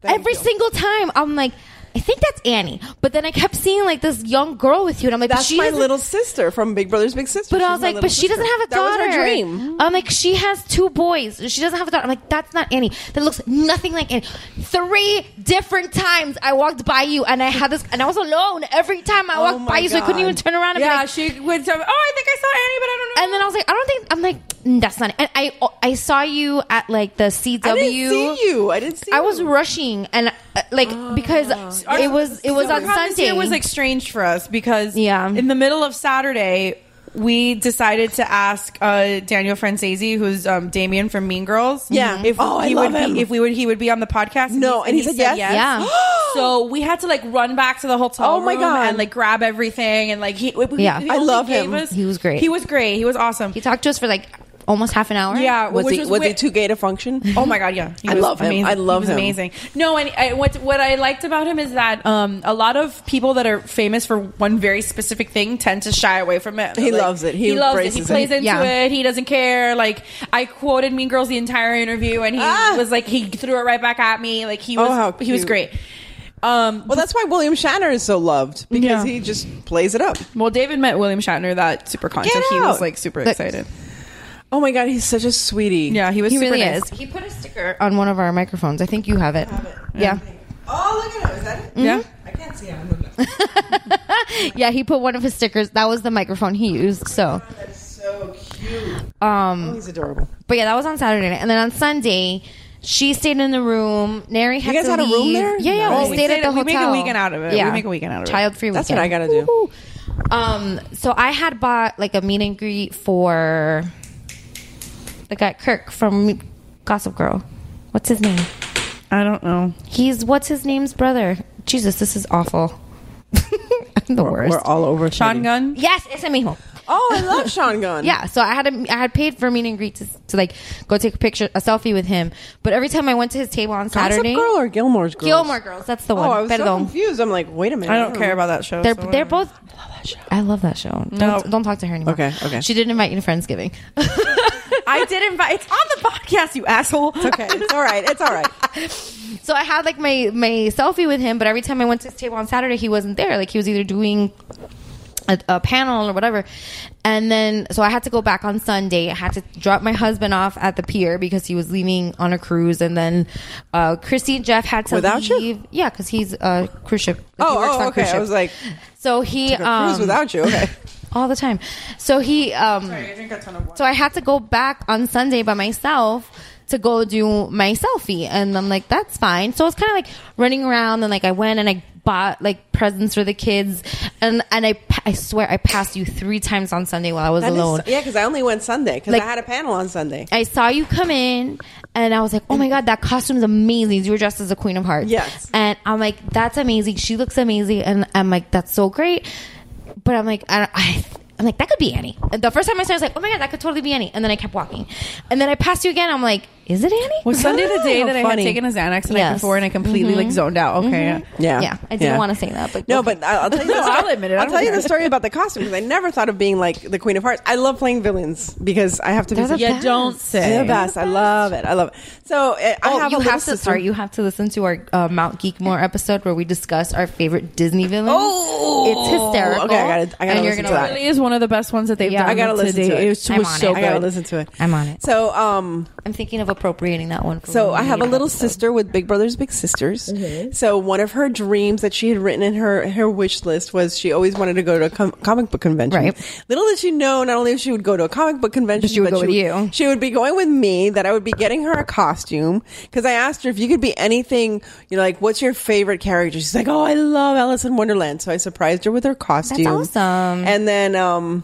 Speaker 7: Thank
Speaker 6: every
Speaker 7: you.
Speaker 6: single time, I'm like, I think that's Annie. But then I kept seeing like this young girl with you, and I'm like, but
Speaker 7: That's
Speaker 6: she
Speaker 7: my
Speaker 6: doesn't-
Speaker 7: little sister from Big Brother's Big Sister.
Speaker 6: But
Speaker 7: She's
Speaker 6: I was
Speaker 7: my
Speaker 6: like,
Speaker 7: little
Speaker 6: but she doesn't
Speaker 7: sister.
Speaker 6: have a
Speaker 7: That was
Speaker 6: daughter.
Speaker 7: her dream.
Speaker 6: I'm like, she has two boys. She doesn't have a daughter. I'm like, that's not Annie. That looks nothing like Annie. Three different times I walked by you, and I had this, and I was alone every time I
Speaker 7: Oh
Speaker 6: walked
Speaker 7: my
Speaker 6: by you, so I couldn't
Speaker 7: God.
Speaker 6: even turn around and be
Speaker 9: Yeah,
Speaker 6: like,
Speaker 9: she went. To, oh, I think I saw Annie, but I don't know.
Speaker 6: and then I was like, I don't think I'm like "Mm, that's not. It. And I I saw you at like the CW.
Speaker 7: I didn't see you. Ah. I didn't see.
Speaker 6: I was
Speaker 7: you.
Speaker 6: rushing and uh, like because
Speaker 7: Oh.
Speaker 6: it was it was on Sunday.
Speaker 9: It was like strange for us because
Speaker 6: Yeah.
Speaker 9: in the middle of Saturday. We decided to ask uh, Daniel Francesi, who's um, Damien from Mean Girls,
Speaker 7: Yeah.
Speaker 9: if
Speaker 7: Oh, I
Speaker 9: he
Speaker 7: love
Speaker 9: would
Speaker 7: him.
Speaker 9: be if we would he would be on the podcast.
Speaker 7: No, and he said yes?
Speaker 6: Yeah.
Speaker 9: so we had to like run back to the hotel.
Speaker 7: Oh, my
Speaker 9: room
Speaker 7: God.
Speaker 9: and like grab everything and like he. we- we-
Speaker 6: Yeah.
Speaker 9: he
Speaker 6: I
Speaker 9: only
Speaker 7: love
Speaker 9: gave
Speaker 7: him.
Speaker 9: us-
Speaker 6: He was great.
Speaker 9: He was great. He was awesome.
Speaker 6: he talked to us for like almost half an hour.
Speaker 9: yeah,
Speaker 7: Was
Speaker 9: which
Speaker 7: he was he
Speaker 9: wi-
Speaker 7: too gay to function?
Speaker 9: Oh my god, yeah. He
Speaker 7: I
Speaker 9: was
Speaker 7: love him.
Speaker 9: amazing.
Speaker 7: I love
Speaker 9: he was
Speaker 7: him.
Speaker 9: Amazing. No, and I, what what I liked about him is that um, a lot of people that are famous for one very specific thing tend to shy away from it.
Speaker 7: He
Speaker 9: Like,
Speaker 7: loves it. He
Speaker 9: loves it. He
Speaker 7: embraces it.
Speaker 9: plays into
Speaker 6: Yeah.
Speaker 9: it. He doesn't care. Like I quoted Mean Girls the entire interview, and he
Speaker 7: Ah!
Speaker 9: was like he threw it right back at me. Like he
Speaker 7: Oh,
Speaker 9: was
Speaker 7: how
Speaker 9: he was
Speaker 7: cute.
Speaker 9: great. Um,
Speaker 7: Well, that's why William Shatner is so loved
Speaker 9: Yeah.
Speaker 7: because he just plays it up.
Speaker 9: well, David met William Shatner that SuperCon,
Speaker 7: Get
Speaker 9: so he was
Speaker 7: out!
Speaker 9: like super
Speaker 6: That-
Speaker 9: excited.
Speaker 7: Oh my god, he's such a sweetie.
Speaker 9: Yeah, he was.
Speaker 6: he
Speaker 9: super
Speaker 6: really
Speaker 9: nice.
Speaker 6: is. He put a sticker on one of our microphones. I think you have it. Yeah.
Speaker 7: Oh, look at him. Is that it?
Speaker 9: Yeah.
Speaker 7: I can't see him.
Speaker 6: Yeah, he put one of his stickers. That was the microphone he used. So,
Speaker 7: That is so cute.
Speaker 6: um,
Speaker 7: Oh, he's adorable.
Speaker 6: but yeah, that was on Saturday night, and then on Sunday. She stayed in the room. Nary had
Speaker 7: guys
Speaker 6: to
Speaker 7: had a room
Speaker 6: leave.
Speaker 7: there?
Speaker 6: Yeah, yeah.
Speaker 7: Oh,
Speaker 6: we,
Speaker 7: we
Speaker 6: stayed at
Speaker 9: stayed-
Speaker 6: the
Speaker 9: we
Speaker 6: hotel.
Speaker 9: make a weekend out of it. We make a weekend out of it.
Speaker 6: Child-free weekend.
Speaker 7: That's what I gotta do.
Speaker 6: Woo-hoo. Um, so I had bought like a meet and greet for the guy Kirk from Gossip Girl. What's his name?
Speaker 9: I don't know.
Speaker 6: He's what's his name's brother. Jesus, this is awful. I'm the worst.
Speaker 7: We're all over.
Speaker 9: Sean Gunn.
Speaker 7: Gunn.
Speaker 6: Yes, it's a mijo.
Speaker 7: Oh, I love Sean Gunn.
Speaker 6: yeah, so I had a, I had paid for a meet and greet to, to like go take a picture, a selfie with him. But every time I went to his table on
Speaker 7: Gossip
Speaker 6: Saturday,
Speaker 7: Girl or Gilmore's Girls?
Speaker 6: Gilmore Girls, that's the one.
Speaker 7: Oh, I was so
Speaker 6: Perdón.
Speaker 7: confused. I'm like, wait a minute.
Speaker 9: I don't care about that show.
Speaker 6: They're
Speaker 9: so whatever.
Speaker 6: they're both. I love that show.
Speaker 9: No.
Speaker 6: Don't, don't talk to her anymore.
Speaker 7: Okay, okay.
Speaker 6: She didn't invite you to Friendsgiving.
Speaker 9: I did invite. It's on the podcast, you asshole.
Speaker 7: Okay, it's all right. It's all right.
Speaker 6: so I had like my my selfie with him, but every time I went to his table on Saturday, he wasn't there. Like he was either doing a, a panel or whatever. And then so I had to go back on Sunday. I had to drop my husband off at the pier because he was leaving on a cruise. And then uh, Chrissy and Jeff had to
Speaker 7: Without you?
Speaker 6: leave. Yeah, because he's a cruise ship. Like, he
Speaker 7: Oh,
Speaker 6: works
Speaker 7: oh,
Speaker 6: on
Speaker 7: okay. I
Speaker 6: ships.
Speaker 7: was like,
Speaker 6: so he um,
Speaker 7: cruise without you. Okay.
Speaker 6: all the time. So he um So I had to go back on Sunday by myself to go do my selfie and I'm like that's fine. So I was kind of like running around and like I went and I bought like presents for the kids and and I pa- I swear I passed you 3 times on Sunday while I was
Speaker 7: That is-
Speaker 6: alone.
Speaker 7: yeah, because I only went Sunday because
Speaker 6: Like-
Speaker 7: I had a panel on Sunday.
Speaker 6: I saw you come in and I was like, oh my God, that costume's amazing. You were dressed as a Queen of Hearts.
Speaker 7: Yes.
Speaker 6: And I'm like, that's amazing. She looks amazing. And I'm like, that's so great. But I'm like, I, I, I'm like, that could be Annie. And the first time I saw it, I was like, oh my God, that could totally be Annie. And then I kept walking. And then I passed you again. I'm like, is it Annie?
Speaker 9: Was Sunday the day
Speaker 7: Oh,
Speaker 9: that I
Speaker 7: funny.
Speaker 9: had taken a Xanax the
Speaker 6: Yes.
Speaker 9: night
Speaker 6: Mm-hmm.
Speaker 9: before and I completely like zoned out? Okay.
Speaker 7: Yeah,
Speaker 6: Yeah. I didn't want to say that. But
Speaker 7: No, but I- I'll tell you. the
Speaker 9: No,
Speaker 7: story-
Speaker 9: I'll admit it. I
Speaker 7: I'll
Speaker 9: don't
Speaker 7: tell you the
Speaker 9: care.
Speaker 7: story about the costume because I never thought of being like the Queen of Hearts. I love playing villains because I have to be.
Speaker 6: They're the
Speaker 7: such-
Speaker 9: Yeah,
Speaker 6: best.
Speaker 9: don't say.
Speaker 7: They're the best. I love it. I love it. So uh, I
Speaker 6: Oh,
Speaker 7: have a
Speaker 6: you
Speaker 7: little
Speaker 6: have to
Speaker 7: sister.
Speaker 6: sorry, you have to listen to our uh, Mount Geekmore episode where we discuss our favorite Disney villains.
Speaker 7: Oh!
Speaker 6: it's hysterical.
Speaker 7: Okay, I gotta- I gotta
Speaker 6: and you're
Speaker 7: listen
Speaker 6: gonna
Speaker 7: to that.
Speaker 6: love it.
Speaker 9: Really is one of the best ones that they've
Speaker 6: Yeah.
Speaker 9: done.
Speaker 6: I
Speaker 7: gotta listen
Speaker 9: today.
Speaker 7: to it.
Speaker 9: was,
Speaker 6: I'm
Speaker 9: was
Speaker 6: on
Speaker 9: so
Speaker 6: it.
Speaker 7: I
Speaker 9: good.
Speaker 7: gotta listen to it.
Speaker 6: I'm on it.
Speaker 7: So um,
Speaker 6: I'm thinking of appropriating that one. For
Speaker 7: So
Speaker 6: when
Speaker 7: I
Speaker 6: we
Speaker 7: have a
Speaker 6: need an
Speaker 7: little
Speaker 6: episode.
Speaker 7: sister with big brothers, big sisters.
Speaker 6: Mm-hmm.
Speaker 7: So one of her dreams that she had written in her her wish list was she always wanted to go to a com- comic book convention.
Speaker 6: Right.
Speaker 7: Little did she know, not only she would go to a comic book convention,
Speaker 6: But she would go with you.
Speaker 7: She would be going with me. That I would be getting her a costume because I asked her if you could be anything. You know, like what's your favorite character? She's like, oh, I love Alice in Wonderland. So I surprised her with her costume.
Speaker 6: awesome.
Speaker 7: And then. um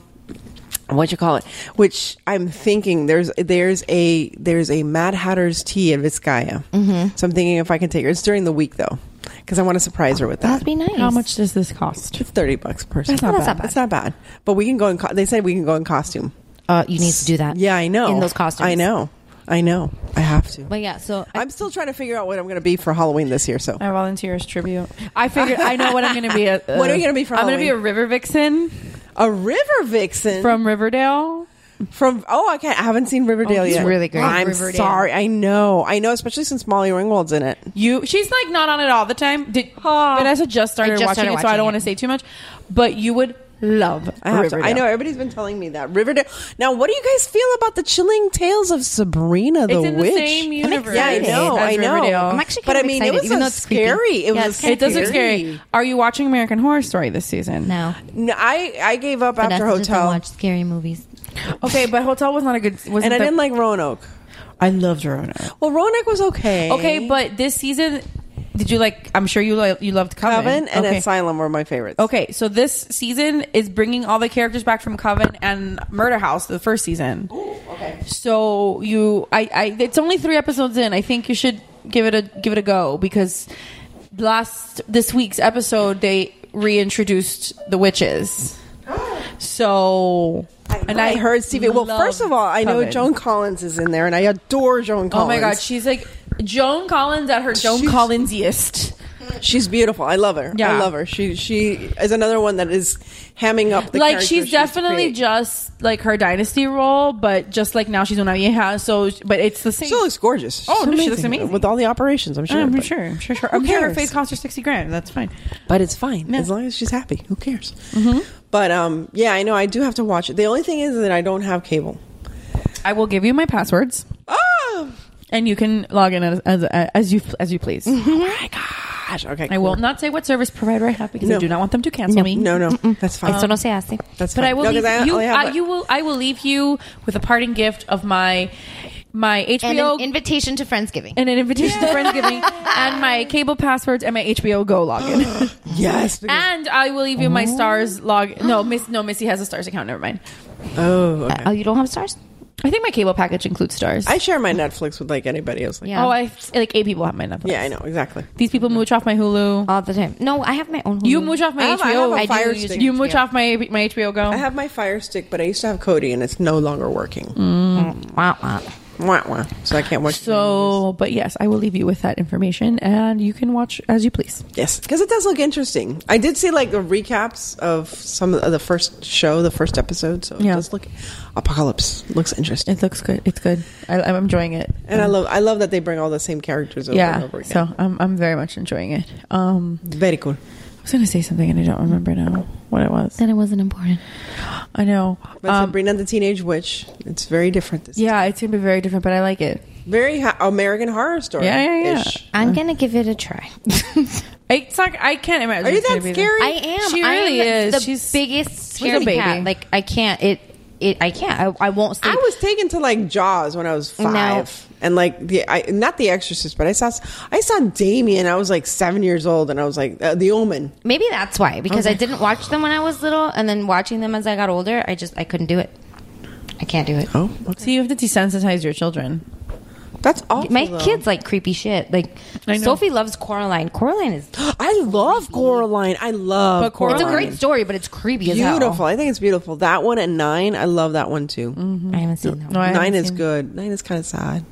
Speaker 7: what you call it which i'm thinking there's there's a there's a mad hatter's tea at vizcaya mm-hmm. so i'm thinking if i can take her it's during the week though because i want to surprise her with that
Speaker 6: That'd be nice.
Speaker 9: How much does this cost?
Speaker 7: it's 30 bucks per person
Speaker 6: not Oh, that's bad. not bad.
Speaker 7: it's not bad but we can go in co- they said we can go in costume
Speaker 6: Uh, you need to do that.
Speaker 7: yeah i know
Speaker 6: In those costumes.
Speaker 7: i know i know i have to
Speaker 6: But yeah, so uh, I,
Speaker 7: i'm still trying to figure out what i'm going to be for halloween this year so
Speaker 9: My volunteers tribute. I figured I know what I'm going to be. A, uh,
Speaker 7: What are you gonna be for
Speaker 9: I'm going to be a
Speaker 7: Halloween?
Speaker 9: river vixen
Speaker 7: a river vixen from
Speaker 9: from Riverdale.
Speaker 7: from oh i can't i haven't seen riverdale
Speaker 6: Oh, it's
Speaker 7: yet
Speaker 6: really great.
Speaker 7: i'm
Speaker 6: Riverdale.
Speaker 7: sorry i know i know especially since molly ringwald's in it
Speaker 9: You, she's like not on it all the time. Did, Vanessa just started
Speaker 6: I just
Speaker 9: watching
Speaker 6: started
Speaker 9: it, so I
Speaker 6: watching
Speaker 9: don't want
Speaker 6: it.
Speaker 9: to say too much. But you would love
Speaker 7: I, have to,
Speaker 9: Riverdale.
Speaker 7: I know everybody's been telling me that Riverdale. Now, what do you guys feel about the chilling tales of Sabrina the
Speaker 9: It's in
Speaker 7: Witch?
Speaker 9: the same universe.
Speaker 7: yeah, I
Speaker 6: excited.
Speaker 7: know,
Speaker 9: as
Speaker 7: I know.
Speaker 9: Riverdale.
Speaker 6: I'm actually
Speaker 7: but
Speaker 6: kind
Speaker 7: I
Speaker 6: of
Speaker 7: mean,
Speaker 6: excited,
Speaker 7: it was
Speaker 6: even
Speaker 7: so
Speaker 6: though it's creepy.
Speaker 7: scary. It
Speaker 6: Yeah,
Speaker 7: was
Speaker 6: it's
Speaker 7: so
Speaker 6: kinda
Speaker 9: It does look
Speaker 7: scary.
Speaker 9: scary. Are you watching American Horror Story this season?
Speaker 6: no.
Speaker 7: No, I I gave up
Speaker 6: Vanessa
Speaker 7: after
Speaker 6: doesn't
Speaker 7: Hotel,
Speaker 6: watch scary movies.
Speaker 9: Okay, but Hotel was not a good. was
Speaker 7: and I didn't like Roanoke.
Speaker 9: I loved Roanoke.
Speaker 7: Well, Roanoke was okay.
Speaker 9: Okay, but this season, did you like? I'm sure you li- you loved Coven.
Speaker 7: Coven and
Speaker 9: okay.
Speaker 7: Asylum were my favorites.
Speaker 9: Okay, so this season is bringing all the characters back from Coven and Murder House, the first season. okay. So you, I, I, it's only three episodes in. I think you should give it a give it a go because last this week's episode they reintroduced the witches. So,
Speaker 7: and I heard Stevie. Well,
Speaker 9: love
Speaker 7: first of all, I know
Speaker 9: Coven.
Speaker 7: Joan Collins is in there, and I adore Joan Collins.
Speaker 9: Oh my God, she's like Joan Collins at her Joan
Speaker 7: She's-
Speaker 9: Collinsiest.
Speaker 7: She's beautiful. I love her. I
Speaker 9: Yeah.
Speaker 7: love her. She she is another one that is hamming up the
Speaker 9: like
Speaker 7: character
Speaker 9: she's
Speaker 7: she has to
Speaker 9: definitely
Speaker 7: create.
Speaker 9: just like her dynasty role, but just like now she's una vieja. So, but it's the same.
Speaker 7: She looks gorgeous.
Speaker 9: Oh,
Speaker 7: She's
Speaker 9: no, she looks amazing.
Speaker 7: with all the operations. I'm sure.
Speaker 9: I'm
Speaker 7: but-
Speaker 9: sure, I'm sure, sure.
Speaker 7: Who
Speaker 9: Okay, her
Speaker 7: cares?
Speaker 9: face cost her sixty grand. That's fine.
Speaker 7: but it's fine as long as she's happy. Who cares?
Speaker 9: Mm-hmm.
Speaker 7: But um, yeah, I know. I do have to watch it. The only thing is that I don't have cable.
Speaker 9: I will give you my passwords,
Speaker 7: Oh
Speaker 9: and you can log in as as, as you as you please.
Speaker 7: Oh my gosh! Okay,
Speaker 9: I will not say what service provider I have because
Speaker 7: No.
Speaker 9: I do not want them to cancel me.
Speaker 7: No, no, that's fine.
Speaker 6: Eso no se hace.
Speaker 7: that's fine.
Speaker 9: But I will
Speaker 7: No, 'cause
Speaker 9: leave
Speaker 7: I
Speaker 9: you.
Speaker 7: only have
Speaker 9: I,
Speaker 7: like-
Speaker 9: you will. I will leave you with a parting gift of my my
Speaker 6: And
Speaker 9: HBO
Speaker 6: an invitation to Friendsgiving.
Speaker 9: and an invitation to Friendsgiving and my cable passwords and my HBO Go login.
Speaker 7: yes. because-
Speaker 9: and I will leave you my stars log. No, Miss, no, Missy has a stars account. Never mind.
Speaker 7: oh, okay.
Speaker 6: oh, you don't have stars?
Speaker 9: I think my cable package includes stars.
Speaker 7: I share my Netflix with like anybody else. Like,
Speaker 9: Oh, I like eight people have my Netflix.
Speaker 7: yeah, I know exactly.
Speaker 9: These people mooch off my Hulu
Speaker 6: all the time. No, I have my own.
Speaker 9: You mooch off my
Speaker 7: I have-
Speaker 9: HBO.
Speaker 7: I have a
Speaker 9: do
Speaker 7: Fire
Speaker 9: use-
Speaker 7: Stick.
Speaker 9: You mooch off my my HBO Go.
Speaker 7: I have my Fire Stick, but I used to have Cody, and it's no longer working.
Speaker 9: Mm.
Speaker 6: Wah, wah.
Speaker 7: Wah, wah. So I can't watch.
Speaker 9: so, but yes, I will leave you with that information, and you can watch as you please.
Speaker 7: Yes, because it does look interesting. I did see like the recaps of some of the first show, the first episode. So it
Speaker 9: Yeah.
Speaker 7: does look apocalypse looks interesting,
Speaker 9: It looks good. It's good. I, I'm enjoying it.
Speaker 7: and I love I love that they bring all the same characters over and
Speaker 9: yeah.
Speaker 7: over again.
Speaker 9: So I'm I'm very much enjoying it. Um,
Speaker 7: Very cool.
Speaker 9: I was gonna say something and I don't remember now what it was.
Speaker 6: Then it wasn't important.
Speaker 9: I know.
Speaker 7: But
Speaker 9: Um,
Speaker 7: Sabrina the Teenage Witch, it's very different. This
Speaker 9: yeah, it's gonna be very different, but I like it.
Speaker 7: very ha- American Horror Story.
Speaker 9: Yeah, yeah, yeah.
Speaker 6: I'm gonna give it a try.
Speaker 9: It's not. I can't imagine.
Speaker 7: Are you
Speaker 9: it's gonna
Speaker 7: that
Speaker 9: be
Speaker 7: scary?
Speaker 6: I am.
Speaker 9: She really
Speaker 6: I am
Speaker 9: is.
Speaker 6: The
Speaker 9: She's-
Speaker 6: biggest
Speaker 9: She's a
Speaker 6: scaredy cat.
Speaker 9: baby.
Speaker 6: Like I can't. It. It. I can't. I, I won't sleep.
Speaker 7: I was taken to like Jaws when I was five, and like the I, not The Exorcist, but I saw I saw Damien. I was like seven years old, and I was like uh, The Omen.
Speaker 6: Maybe that's why because I didn't watch them when I was little, and then watching them as I got older, I just I couldn't do it. I can't do it.
Speaker 7: Oh,
Speaker 9: So you have to desensitize your children.
Speaker 7: that's awful.
Speaker 6: My
Speaker 7: though.
Speaker 6: kids like creepy shit. Like
Speaker 9: I know.
Speaker 6: Sophie loves Coraline. Coraline is
Speaker 7: I love Coraline. I love.
Speaker 9: But Coraline-
Speaker 6: it's a great story, but it's creepy as hell.
Speaker 7: beautiful. I think it's beautiful. That one and nine. I love that one too.
Speaker 9: Mm-hmm.
Speaker 6: I haven't seen that.
Speaker 9: No, I haven't
Speaker 7: Nine is
Speaker 9: seen-
Speaker 7: good. Nine is kind of sad.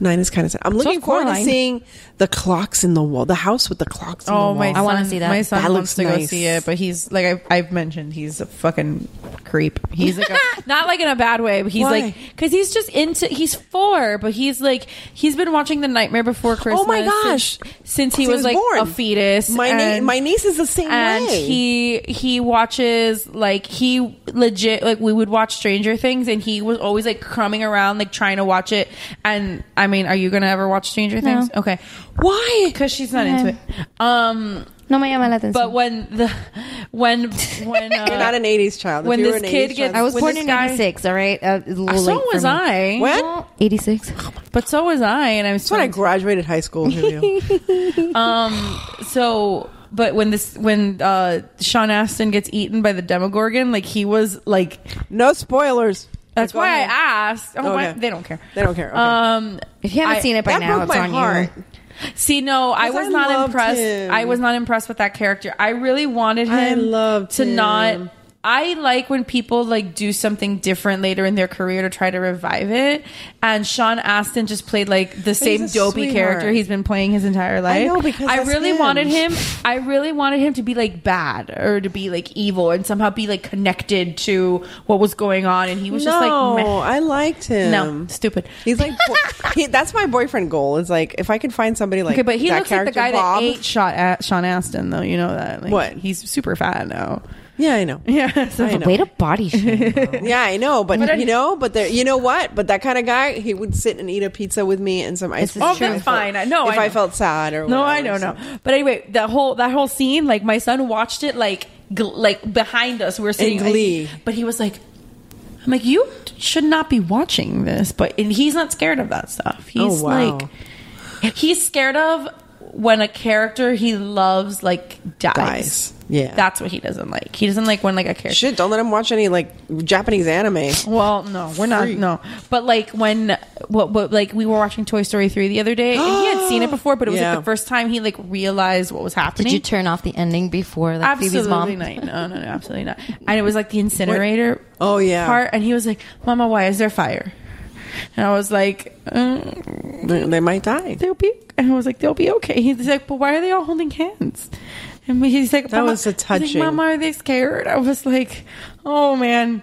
Speaker 7: Nine is kind of sad. I'm looking
Speaker 9: is
Speaker 7: forward
Speaker 9: Coraline.
Speaker 7: to seeing the clocks in the wall, the house with the clocks.
Speaker 9: Oh
Speaker 7: in the
Speaker 9: my!
Speaker 7: wall.
Speaker 6: I wanna
Speaker 9: son-
Speaker 6: see that.
Speaker 9: My son
Speaker 7: That
Speaker 9: wants to
Speaker 7: looks
Speaker 9: go
Speaker 7: nice.
Speaker 9: see it, but he's like I've, I've mentioned, he's a fucking creep. He's like a, not like in a bad way, but he's
Speaker 7: Why?
Speaker 9: like because he's just into. He's four, but he's like he's been watching The Nightmare Before Christmas.
Speaker 7: my
Speaker 9: since-
Speaker 7: gosh.
Speaker 9: Oh Since, he, was, like
Speaker 7: born.
Speaker 9: a fetus,
Speaker 7: My nie-
Speaker 9: and-
Speaker 7: my niece is the same
Speaker 9: and
Speaker 7: way.
Speaker 9: he he watches like he legit like we would watch Stranger Things, and he was always like crumbing around like trying to watch it. And I mean, are you gonna ever watch Stranger Things? Okay,
Speaker 7: Why?
Speaker 9: because she's not into it. Um.
Speaker 6: No me llama la atención.
Speaker 9: But when the when when uh,
Speaker 7: You're not an '80s child. If
Speaker 9: when
Speaker 7: you were
Speaker 9: this
Speaker 7: an
Speaker 9: kid
Speaker 7: 80s
Speaker 9: gets-
Speaker 7: child,
Speaker 6: I was
Speaker 9: when
Speaker 6: born
Speaker 9: this
Speaker 6: in
Speaker 9: guy-
Speaker 6: '96. All right, uh, it's a little
Speaker 9: so
Speaker 6: late for
Speaker 9: was
Speaker 6: me.
Speaker 9: I.
Speaker 7: When?
Speaker 6: '86.
Speaker 9: But so was I, and I'm
Speaker 7: That's when I graduated high school. Julio.
Speaker 9: so. But when this when uh Sean Astin gets eaten by the Demogorgon, like he was like
Speaker 7: no spoilers.
Speaker 9: that's
Speaker 7: Go
Speaker 9: why
Speaker 7: ahead.
Speaker 9: I asked. Oh, why-
Speaker 7: Okay.
Speaker 9: they don't care.
Speaker 7: They don't care. Okay.
Speaker 9: Um,
Speaker 6: If you haven't
Speaker 9: I-
Speaker 6: seen it by
Speaker 7: that
Speaker 6: now,
Speaker 7: broke
Speaker 6: it's
Speaker 7: my
Speaker 6: on
Speaker 7: heart.
Speaker 6: you.
Speaker 9: See, no, I
Speaker 7: Because
Speaker 9: was
Speaker 7: I
Speaker 9: not
Speaker 7: loved
Speaker 9: impressed.
Speaker 7: him.
Speaker 9: I was not impressed with that character. I really wanted him
Speaker 7: I loved
Speaker 9: to
Speaker 7: him.
Speaker 9: not. I like when people like do something different later in their career to try to revive it. And Sean Astin just played like the same
Speaker 7: a
Speaker 9: dopey
Speaker 7: sweetheart.
Speaker 9: character he's been playing his entire life.
Speaker 7: know, because
Speaker 9: I
Speaker 7: that's
Speaker 9: really
Speaker 7: him.
Speaker 9: wanted him. I really wanted him to be like bad or to be like evil and somehow be like connected to what was going on. And he was just like,
Speaker 7: no,
Speaker 9: meh.
Speaker 7: I liked him.
Speaker 9: no, stupid.
Speaker 7: He's like, he, that's my boyfriend goal. Is like, if I could find somebody like,
Speaker 9: Okay, but he
Speaker 7: that
Speaker 9: looks like the
Speaker 7: character,
Speaker 9: guy
Speaker 7: Bob.
Speaker 9: that ate shot at Sean Astin, though. You know that. Like,
Speaker 7: What?
Speaker 9: He's super fat now.
Speaker 7: Yeah, I know.
Speaker 9: Yeah. So
Speaker 7: I know.
Speaker 6: Way to body shame. bro.
Speaker 7: Yeah, I know, but,
Speaker 9: But I-
Speaker 7: you know, but there, you know what? But that kind of guy, he would sit and eat a pizza with me and some ice
Speaker 6: This is
Speaker 7: cream.
Speaker 6: Oh,
Speaker 7: if
Speaker 6: that's
Speaker 7: I felt-
Speaker 9: fine. I- no,
Speaker 7: if
Speaker 9: I
Speaker 7: I,
Speaker 9: know.
Speaker 7: felt sad or
Speaker 9: no,
Speaker 7: whatever,
Speaker 9: I don't
Speaker 7: so-
Speaker 9: know. But anyway, that whole that whole scene, like my son watched it, like gl- like behind us, we were sitting.
Speaker 7: glee.
Speaker 9: but he was like, "I'm like, you should not be watching this." But and he's not scared of that stuff. He's
Speaker 7: Oh, wow.
Speaker 9: like, he's scared of when a character he loves like dies.
Speaker 7: Dies. Yeah.
Speaker 9: that's what he doesn't like. He doesn't like when like a character.
Speaker 7: Shit, don't let him watch any like Japanese anime.
Speaker 9: Well, no, we're not.
Speaker 7: Freak.
Speaker 9: No, but like when what what like we were watching Toy Story three the other day, and he had seen it before, but it was
Speaker 7: Yeah.
Speaker 9: like the first time he like realized what was happening.
Speaker 6: Did you turn off the ending before like Phoebe's mom?
Speaker 9: Absolutely not. No, no, no, absolutely not. And it was like the incinerator.
Speaker 7: Oh, yeah.
Speaker 9: part, and he was like, "Mama, why is there fire?" And I was like, uh,
Speaker 7: They they might die.
Speaker 9: "They'll be." And I was like, "They'll be okay." He's like, "But why are they all holding hands?" And he's like,
Speaker 7: That
Speaker 9: "Mama-"
Speaker 7: was a
Speaker 9: he's
Speaker 7: touching-
Speaker 9: Like, Mama, are they scared? I was like, "Oh man,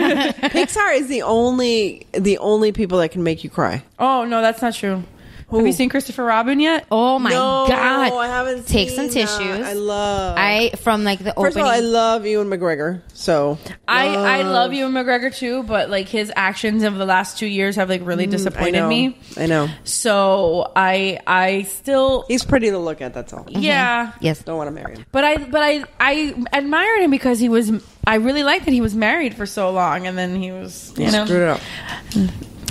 Speaker 7: Pixar is the only the only people that can make you cry.
Speaker 9: oh no, that's not true." Have you seen Christopher Robin yet?
Speaker 6: Oh my
Speaker 7: no,
Speaker 6: god!
Speaker 7: I haven't.
Speaker 6: Take some
Speaker 7: seen that.
Speaker 6: tissues.
Speaker 7: I love.
Speaker 6: I from like the
Speaker 7: First
Speaker 6: opening.
Speaker 7: of all, I love Ewan McGregor. So
Speaker 9: I, I love you and McGregor too, but like his actions of the last two years have like really
Speaker 7: I
Speaker 9: disappointed
Speaker 7: know.
Speaker 9: me.
Speaker 7: I know.
Speaker 9: So I I still
Speaker 7: He's pretty to look at. That's all.
Speaker 9: yeah.
Speaker 6: yes,
Speaker 7: Don't want to marry him.
Speaker 9: But I but I I admired him because he was I really liked that he was married for so long and then he was you know
Speaker 7: Screwed it up.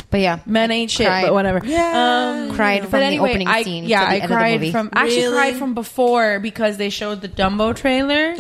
Speaker 6: But yeah,
Speaker 9: men ain't shit,
Speaker 6: cried.
Speaker 9: but whatever. Um,
Speaker 6: Yeah. Cried
Speaker 9: but
Speaker 6: from the
Speaker 9: anyway,
Speaker 6: opening
Speaker 9: I,
Speaker 6: scene
Speaker 9: Yeah,
Speaker 6: to the
Speaker 9: I
Speaker 6: end of the
Speaker 9: cried
Speaker 6: movie.
Speaker 9: from. I actually
Speaker 6: Really?
Speaker 9: cried from before because they showed the Dumbo trailer,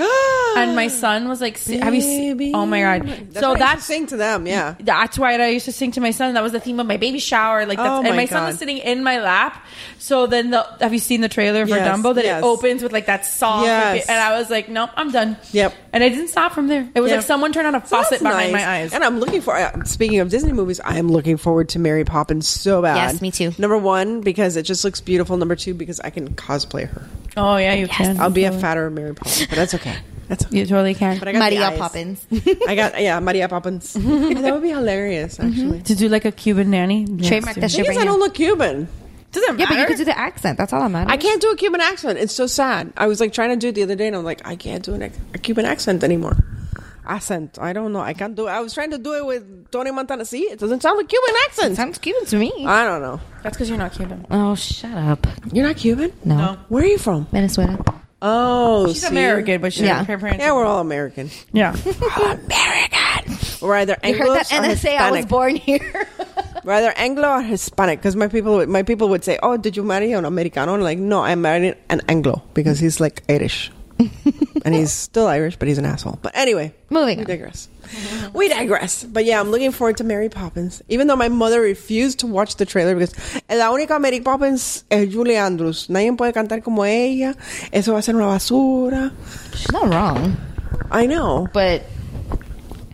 Speaker 9: and my son was like, "See- "Have you seen?" Oh my god!
Speaker 7: That's
Speaker 9: so
Speaker 7: what I used to
Speaker 9: that's
Speaker 7: sing to them. Yeah,
Speaker 9: that's why I used to sing to my son. That was the theme of my baby shower. Like, that's,
Speaker 7: Oh
Speaker 9: and
Speaker 7: my
Speaker 9: my son was
Speaker 7: God.
Speaker 9: sitting in my lap. So then, the have you seen the trailer for
Speaker 7: Yes,
Speaker 9: Dumbo? That
Speaker 7: yes.
Speaker 9: it opens with like that soft,
Speaker 7: Yes.
Speaker 9: and I was like, nope, I'm done.
Speaker 7: Yep.
Speaker 9: And I didn't stop from there. It was
Speaker 7: Yeah.
Speaker 9: like someone turned on a
Speaker 7: So that's
Speaker 9: faucet behind
Speaker 7: nice.
Speaker 9: my eyes.
Speaker 7: And I'm looking for. uh, Speaking of Disney movies, I am looking forward to Mary Poppins so bad.
Speaker 6: Yes, me too.
Speaker 7: Number one because it just looks beautiful. Number two because I can cosplay her.
Speaker 9: oh yeah, you can.
Speaker 7: I'll be a fatter Mary Poppins, but that's okay. That's okay.
Speaker 9: You totally can.
Speaker 7: But I got the
Speaker 6: Maria
Speaker 7: eyes.
Speaker 6: Poppins.
Speaker 7: I got yeah, Maria Poppins. Oh, that would be hilarious,
Speaker 9: Mm-hmm.
Speaker 7: actually.
Speaker 9: To do like a Cuban nanny.
Speaker 6: Trademark that shit
Speaker 7: Because
Speaker 6: right
Speaker 7: I
Speaker 6: now.
Speaker 7: don't look Cuban.
Speaker 9: Doesn't
Speaker 6: Yeah, but you could do the accent. That's all that matters.
Speaker 7: I can't do a Cuban accent. It's so sad. I was like trying to do it the other day, and I'm like, I can't do an, ac- a Cuban accent anymore. Accent. I don't know. I can't do. it. I was trying to do it with Tony Montana. See, it doesn't sound like Cuban accent.
Speaker 6: Sounds Cuban to me.
Speaker 7: I don't know.
Speaker 9: That's because you're not Cuban.
Speaker 6: oh, shut up.
Speaker 7: You're not Cuban?
Speaker 6: No.
Speaker 7: Where are you from?
Speaker 6: Venezuela.
Speaker 7: Oh,
Speaker 9: She's
Speaker 7: see?
Speaker 9: American, but she's
Speaker 6: Yeah.
Speaker 9: her parents.
Speaker 7: Yeah, we're all American.
Speaker 9: yeah.
Speaker 7: We're either
Speaker 6: You heard
Speaker 7: Anglo or
Speaker 6: that NSA? I was
Speaker 7: Hispanic.
Speaker 6: born here.
Speaker 7: We're either Anglo or Hispanic. Because my people, would- my people would say, "Oh, did you marry an Americano?" And like, no, I married an Anglo because he's like Irish, and he's still Irish, but he's an asshole. But anyway,
Speaker 6: Moving
Speaker 7: We
Speaker 6: on.
Speaker 7: digress. we digress. But yeah, I'm looking forward to Mary Poppins. Even though my mother refused to watch the trailer because la única Mary Poppins es Julie Andrews. Nadie puede cantar como ella. Eso va a ser una basura.
Speaker 6: She's not wrong,
Speaker 7: I know.
Speaker 6: but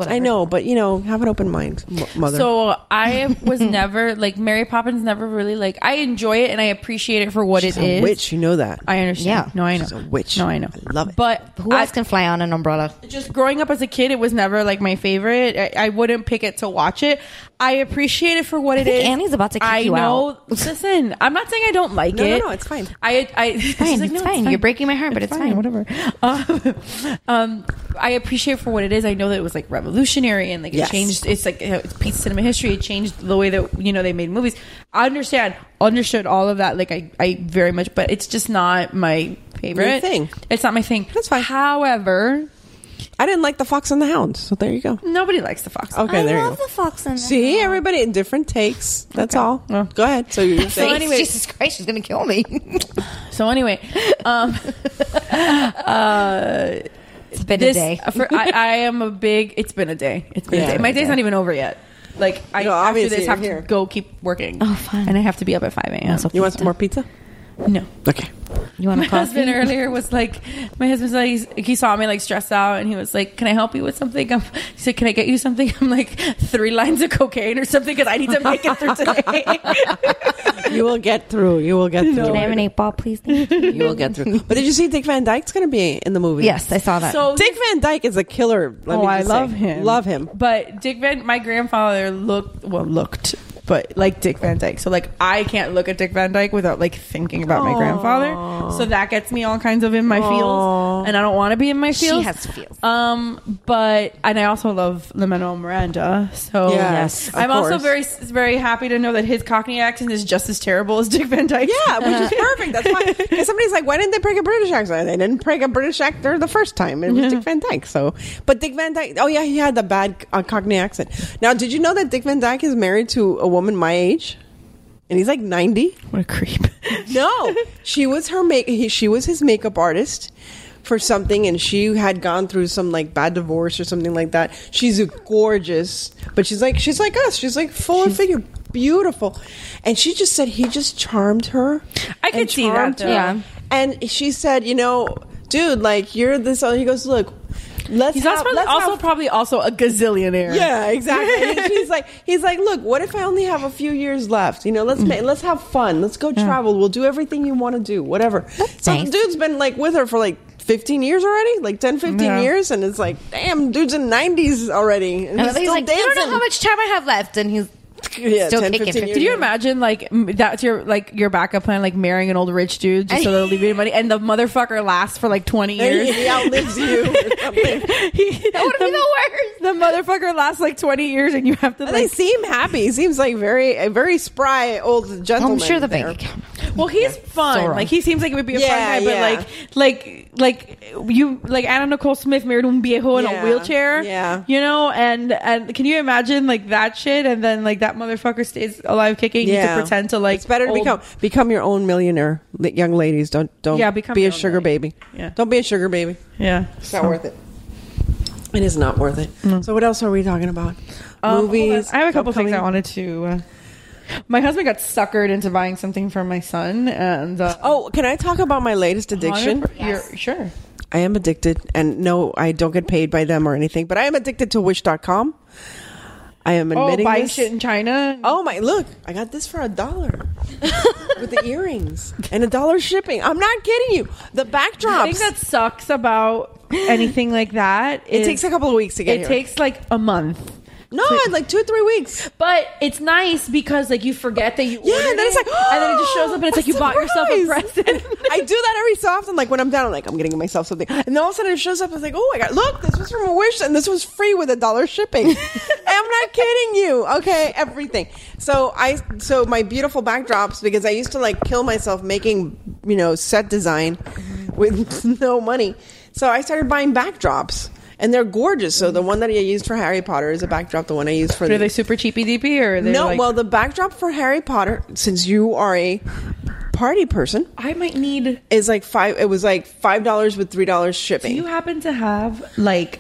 Speaker 7: I know, but you know, have an open mind, m- mother.
Speaker 9: So I was never like Mary Poppins. Never really like I enjoy it and I appreciate it for what
Speaker 7: She's
Speaker 9: it
Speaker 7: a
Speaker 9: is.
Speaker 7: witch, you know that.
Speaker 9: I understand.
Speaker 6: Yeah.
Speaker 9: No, I know.
Speaker 7: She's a witch.
Speaker 9: No, I know.
Speaker 7: I love it.
Speaker 9: But
Speaker 6: who
Speaker 9: I-
Speaker 6: else can fly on an umbrella?
Speaker 9: just growing up as a kid, it was never like my favorite. I, I wouldn't pick it to watch it. I appreciate it for what it is.
Speaker 6: think Annie's about to kick
Speaker 9: I
Speaker 6: you
Speaker 9: know. Listen, I'm not saying I don't like
Speaker 7: No, no,
Speaker 9: it.
Speaker 7: no, it's fine.
Speaker 9: I, I, it's
Speaker 6: fine, it's fine. You're breaking my heart, but it's fine.
Speaker 9: Whatever. Um, um, I appreciate it for what it is. I know that it was like revolutionary and like it
Speaker 7: Yes.
Speaker 9: changed. It's like uh, it's piece of cinema history. It changed the way that you know they made movies. I understand, understood all of that. Like I, I very much, but it's just not my favorite
Speaker 7: thing.
Speaker 9: It's not my thing.
Speaker 7: That's fine.
Speaker 9: However,
Speaker 7: I didn't like the Fox and the Hound, so there you go.
Speaker 9: Nobody likes the fox.
Speaker 7: Okay,
Speaker 6: I
Speaker 7: there you
Speaker 6: love
Speaker 7: go.
Speaker 6: the fox and the
Speaker 7: See,
Speaker 6: Hound.
Speaker 7: everybody, different takes. That's all.
Speaker 9: Well.
Speaker 7: Go ahead. So you
Speaker 6: Face.
Speaker 7: say
Speaker 9: anyway-
Speaker 6: Jesus Christ, she's gonna kill me.
Speaker 9: So anyway, um,
Speaker 6: it's been
Speaker 9: this
Speaker 6: a day.
Speaker 9: for, I, I am a big. It's been a day. It's been
Speaker 7: Yeah.
Speaker 9: a day. My day's not even over yet. Like I
Speaker 7: No,
Speaker 9: after
Speaker 7: obviously
Speaker 9: this have
Speaker 7: you're here.
Speaker 9: to go keep working.
Speaker 6: Oh, fun.
Speaker 9: And I have to be up at five a.m.
Speaker 6: so
Speaker 7: you want some more pizza?
Speaker 9: no.
Speaker 7: Okay.
Speaker 6: You want
Speaker 9: My
Speaker 6: to call
Speaker 9: husband earlier was like, my husband's like, he's- he saw me like stressed out, and he was like, "Can I help you with something?" I'm, he said, "Can I get you something?" I'm like, three lines of cocaine or something because I need to make it through today.
Speaker 7: You will get through. You will get through.
Speaker 6: Oh, Can I have an eight ball, please? Thank you.
Speaker 7: You will get through. But did you see Dick Van Dyke's going to be in the movie?
Speaker 6: yes, I saw that.
Speaker 9: so
Speaker 7: Dick Van Dyke is a killer. Let me
Speaker 9: oh, I
Speaker 7: just
Speaker 9: love
Speaker 7: say.
Speaker 9: him.
Speaker 7: Love him.
Speaker 9: But Dick Van, my grandfather looked well looked, but like Dick Van Dyke. So like I can't look at Dick Van Dyke without like thinking about my grandfather. So that gets me all kinds of in my feels, and I don't want to be in my
Speaker 6: She
Speaker 9: feels.
Speaker 6: has feels.
Speaker 9: Um, but and I also love Lin-Manuel Miranda. So
Speaker 7: Yes, of
Speaker 9: I'm also
Speaker 7: course.
Speaker 9: very very happy to know that his Cockney accent is just as terrible as Dick Van Dyke.
Speaker 7: Yeah, which is perfect. That's why. Because somebody's like, why didn't they pick a British accent? They didn't pick a British actor the first time. It was Dick Van Dyke. So, but Dick Van Dyke. Oh yeah, he had the bad uh, Cockney accent. Now, did you know that Dick Van Dyke is married to a woman my age? And he's like ninety.
Speaker 9: What a creep.
Speaker 7: No, she was her make. He, she was his makeup artist for something, and she had gone through some like bad divorce or something like that. She's gorgeous, but she's like she's like us. She's like full of figure, beautiful, and she just said he just charmed her.
Speaker 9: I could
Speaker 7: and
Speaker 9: see that,
Speaker 7: charmed
Speaker 9: though.
Speaker 7: her.
Speaker 6: Yeah.
Speaker 7: and she said, you know, dude, like you're this. oh," He goes, look. Let's
Speaker 9: He's
Speaker 7: have-
Speaker 9: also,
Speaker 7: let's
Speaker 9: also
Speaker 7: have
Speaker 9: probably also a gazillionaire.
Speaker 7: yeah, exactly. And he's like, he's like, look, what if I only have a few years left? You know, let's ma- let's have fun. Let's go travel. We'll do everything you want to do, whatever. so
Speaker 6: nice.
Speaker 7: the dude's been like with her for like 15 years already, like 10, 15
Speaker 9: Yeah.
Speaker 7: years, and it's like, damn, dude's in 90s already,
Speaker 6: And
Speaker 7: and, he's
Speaker 6: he's
Speaker 7: still
Speaker 6: like,
Speaker 7: dancing.
Speaker 6: you don't know how much time I have left, and he's
Speaker 7: yeah,
Speaker 6: still
Speaker 7: 10,
Speaker 6: kicking
Speaker 7: 15 years.
Speaker 9: Did you imagine like m- that's your like your backup plan, like marrying an old rich dude just so they'll leave you money, and the motherfucker lasts for like twenty
Speaker 7: And
Speaker 9: years.
Speaker 7: he outlives you. or something.
Speaker 9: that
Speaker 6: would be the
Speaker 9: worst. The motherfucker lasts like twenty years, and you have to
Speaker 7: And they
Speaker 9: like.
Speaker 7: seem happy. He seems like very, a very spry old gentleman.
Speaker 6: I'm sure the
Speaker 7: there.
Speaker 6: bank account.
Speaker 9: Well, he's fun.
Speaker 6: Sauron.
Speaker 9: Like he seems like it would be a
Speaker 7: Yeah,
Speaker 9: fun guy,
Speaker 7: yeah.
Speaker 9: but like, like, like you, like Anna Nicole Smith married un viejo in
Speaker 7: Yeah,
Speaker 9: a wheelchair.
Speaker 7: yeah.
Speaker 9: you know, and and can you imagine like that shit? And then like that motherfucker stays alive, kicking
Speaker 7: Yeah.
Speaker 9: to pretend to like.
Speaker 7: it's better to
Speaker 9: old-
Speaker 7: become become your own millionaire, li- young ladies. Don't don't
Speaker 9: Yeah, become
Speaker 7: be a
Speaker 9: your own
Speaker 7: sugar
Speaker 9: lady.
Speaker 7: baby.
Speaker 9: Yeah.
Speaker 7: Don't be a sugar baby.
Speaker 9: Yeah,
Speaker 7: It's not worth it. It is not worth it. So what else are we talking about?
Speaker 9: Um, Mm.
Speaker 7: Movies.
Speaker 9: hold on. I have a couple
Speaker 7: upcoming-
Speaker 9: things I wanted to. Uh, my husband got suckered into buying something for my son, and uh,
Speaker 7: Oh, can I talk about my latest addiction?
Speaker 9: You're- sure.
Speaker 7: I am addicted, and no, I don't get paid by them or anything, but I am addicted to Wish.com. I am
Speaker 9: Oh,
Speaker 7: admitting
Speaker 9: buying
Speaker 7: this.
Speaker 9: shit in China.
Speaker 7: Oh my! Look, I got this for a dollar with the earrings and a dollar shipping. I'm not kidding you. The
Speaker 9: The
Speaker 7: backdrops.
Speaker 9: thing that sucks about anything like that
Speaker 7: it
Speaker 9: is
Speaker 7: takes a couple of weeks to get
Speaker 9: it
Speaker 7: here.
Speaker 9: takes like a month.
Speaker 7: no, it's like two or three weeks.
Speaker 9: But it's nice because like you forget that you
Speaker 7: Yeah,
Speaker 9: ordered
Speaker 7: and then it's like,
Speaker 9: it, and then it just shows up and it's like you bought yourself a
Speaker 7: surprise!
Speaker 9: present.
Speaker 7: I do that every so often. Like when I'm down, I'm like I'm getting myself something, and then all of a sudden it shows up. I was like, oh, I got look, this was from a wish, and this was free with a dollar shipping. I'm not kidding you. Okay, everything. So I so my beautiful backdrops because I used to like kill myself making you know set design with no money. So I started buying backdrops. And they're gorgeous. So the one that I used for Harry Potter is a backdrop. The one I used for
Speaker 9: Are
Speaker 7: the
Speaker 9: they super cheapy DP or are they
Speaker 7: no,
Speaker 9: like-
Speaker 7: well, the backdrop for Harry Potter, since you are a party person,
Speaker 9: I might need.
Speaker 7: is like five. It was like five dollars with three dollars shipping.
Speaker 9: Do you happen to have like?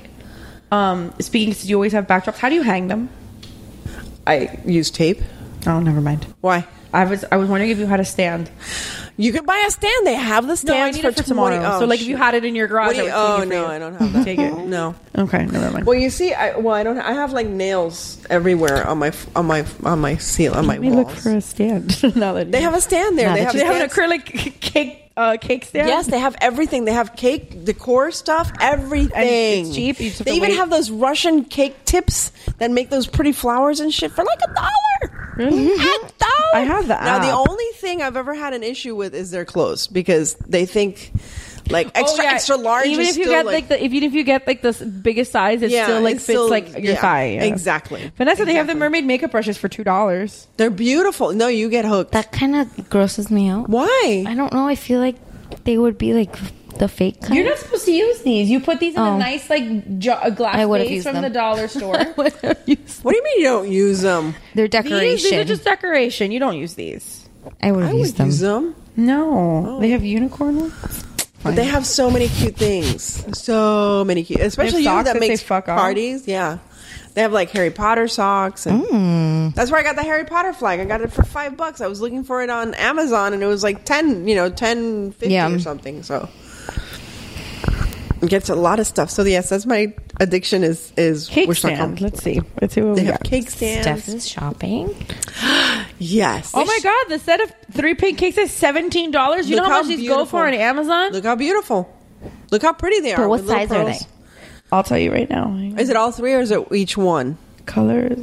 Speaker 9: Um, speaking, do you always have backdrops? How do you hang them?
Speaker 7: I use tape.
Speaker 9: Oh, never mind.
Speaker 7: Why?
Speaker 9: I was I was wondering if you had a stand.
Speaker 7: You could buy a stand. They have the
Speaker 9: No, I
Speaker 7: stands
Speaker 9: need it for tomorrow. So, like, if you had it in your garage,
Speaker 7: What do
Speaker 9: I
Speaker 7: you-
Speaker 9: would take
Speaker 7: oh
Speaker 9: it for
Speaker 7: no,
Speaker 9: you.
Speaker 7: I don't have that.
Speaker 9: Take it.
Speaker 7: No.
Speaker 9: Okay, never mind.
Speaker 7: Well, you see, I well, I don't. I have like nails everywhere on my f- on my on my seal on my
Speaker 9: Let me
Speaker 7: walls.
Speaker 9: look for a stand. now that
Speaker 7: They have a stand there.
Speaker 9: Now
Speaker 7: They
Speaker 9: that
Speaker 7: have
Speaker 9: you- they have an
Speaker 7: stands.
Speaker 9: acrylic cake uh, cake stand.
Speaker 7: Yes, they have everything. They have cake, decor stuff, everything.
Speaker 9: it's cheap. You just have
Speaker 7: they
Speaker 9: to
Speaker 7: even
Speaker 9: wait.
Speaker 7: have those Russian cake tips that make those pretty flowers and shit for like a dollar.
Speaker 9: Really?
Speaker 7: A dollar.
Speaker 9: I have the
Speaker 7: Now
Speaker 9: app.
Speaker 7: the only thing I've ever had an issue with is their clothes because they think like extra extra large.
Speaker 9: Oh, Even
Speaker 7: is
Speaker 9: if you
Speaker 7: still,
Speaker 9: get like, the even if you get like the s- biggest size, it
Speaker 7: Yeah,
Speaker 9: still like
Speaker 7: it
Speaker 9: fits
Speaker 7: still-
Speaker 9: like your
Speaker 7: yeah,
Speaker 9: thigh. yeah.
Speaker 7: exactly.
Speaker 9: Vanessa, they have the
Speaker 7: Exactly.
Speaker 9: mermaid makeup brushes for two dollars.
Speaker 7: they're beautiful. No, you get hooked.
Speaker 6: That kind of grosses me out.
Speaker 7: Why?
Speaker 6: I don't know. I feel like they would be like the fake kind.
Speaker 9: You're not supposed to use these. You put these in
Speaker 6: Oh.
Speaker 9: a nice like jo- glass
Speaker 6: I would've
Speaker 9: vase
Speaker 6: used
Speaker 9: from
Speaker 6: them.
Speaker 9: the dollar store.
Speaker 7: What do you mean you don't use them?
Speaker 6: They're
Speaker 9: these,
Speaker 6: decoration.
Speaker 9: these are just decoration. You don't use these.
Speaker 6: I would
Speaker 7: I
Speaker 6: have
Speaker 7: would
Speaker 6: used them.
Speaker 7: use them.
Speaker 9: No,
Speaker 7: Oh.
Speaker 9: they have unicorn. ones?
Speaker 7: But they have so many cute things. So many cute, especially you
Speaker 9: socks
Speaker 7: that
Speaker 9: that say
Speaker 7: makes
Speaker 9: fuck off?
Speaker 7: parties. Yeah, they have like Harry Potter socks, and
Speaker 9: Mm.
Speaker 7: that's where I got the Harry Potter flag. I got it for five bucks. I was looking for it on Amazon, and it was like ten, you know, ten fifty
Speaker 6: Yeah.
Speaker 7: or something. So it gets a lot of stuff. So yes, that's my addiction is is
Speaker 9: Cake
Speaker 7: wish.com.
Speaker 9: stand. Let's see. Let's see what
Speaker 7: They
Speaker 9: we
Speaker 7: have
Speaker 9: got.
Speaker 7: cake stands.
Speaker 6: Steph is shopping.
Speaker 7: Yes.
Speaker 9: Oh my god, the set of three pink cakes is seventeen dollars. You
Speaker 7: Look
Speaker 9: know how, much these go
Speaker 7: beautiful.
Speaker 9: for on Amazon?
Speaker 7: Look how beautiful. Look how pretty they are.
Speaker 6: But what
Speaker 7: with little
Speaker 6: size are
Speaker 7: pearls.
Speaker 6: they?
Speaker 9: I'll tell you right now.
Speaker 7: Is it all three or is it each one?
Speaker 9: colors?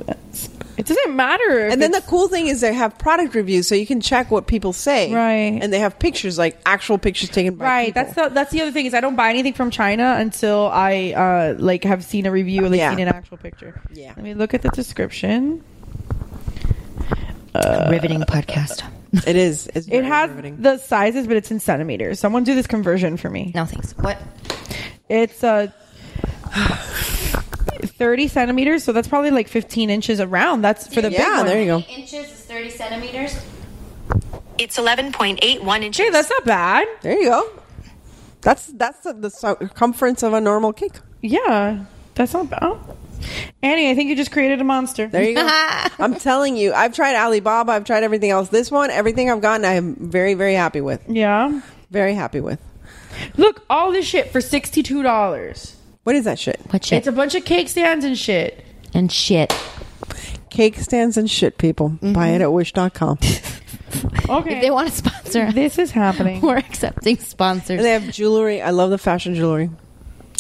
Speaker 9: It doesn't matter. if
Speaker 7: And then the
Speaker 9: it's-
Speaker 7: cool thing is they have product reviews, so you can check what people say.
Speaker 9: Right.
Speaker 7: And they have pictures, like actual pictures taken by
Speaker 9: right.
Speaker 7: people.
Speaker 9: That's the that's the other thing is I don't buy anything from China until I uh, like have seen a review or like
Speaker 7: Yeah.
Speaker 9: seen an actual picture.
Speaker 7: Yeah.
Speaker 9: Let me look at the description.
Speaker 7: Uh,
Speaker 6: Riveting podcast.
Speaker 7: it is. It's
Speaker 9: It
Speaker 7: very
Speaker 9: has
Speaker 7: riveting.
Speaker 9: the sizes, but it's in centimeters. Someone do this conversion for me.
Speaker 6: No thanks. What?
Speaker 9: It's uh, 30 centimeters, so that's probably like 15 inches around. That's for the big
Speaker 7: yeah.
Speaker 9: one.
Speaker 7: There you go.
Speaker 10: Inches is 30 centimeters. It's 11.81 inches.
Speaker 9: Hey, that's not bad.
Speaker 7: There you go. That's that's the, the circumference of a normal cake.
Speaker 9: Yeah, that's not bad. Oh. Annie, I think you just created a monster.
Speaker 7: There you go. I'm telling you, I've tried Alibaba. I've tried everything else. This one, everything I've gotten, I'm very very happy with.
Speaker 9: yeah.
Speaker 7: Very happy with.
Speaker 9: Look, all this shit for sixty-two dollars.
Speaker 7: What is that shit?
Speaker 6: What shit?
Speaker 9: It's a bunch of cake stands and shit.
Speaker 6: and shit.
Speaker 7: Cake stands and shit, people.
Speaker 9: Mm-hmm.
Speaker 7: Buy it at wish.com.
Speaker 9: Okay.
Speaker 6: If they want to sponsor, us,
Speaker 9: this is happening.
Speaker 6: we're accepting sponsors.
Speaker 7: and they have jewelry. I love the fashion jewelry.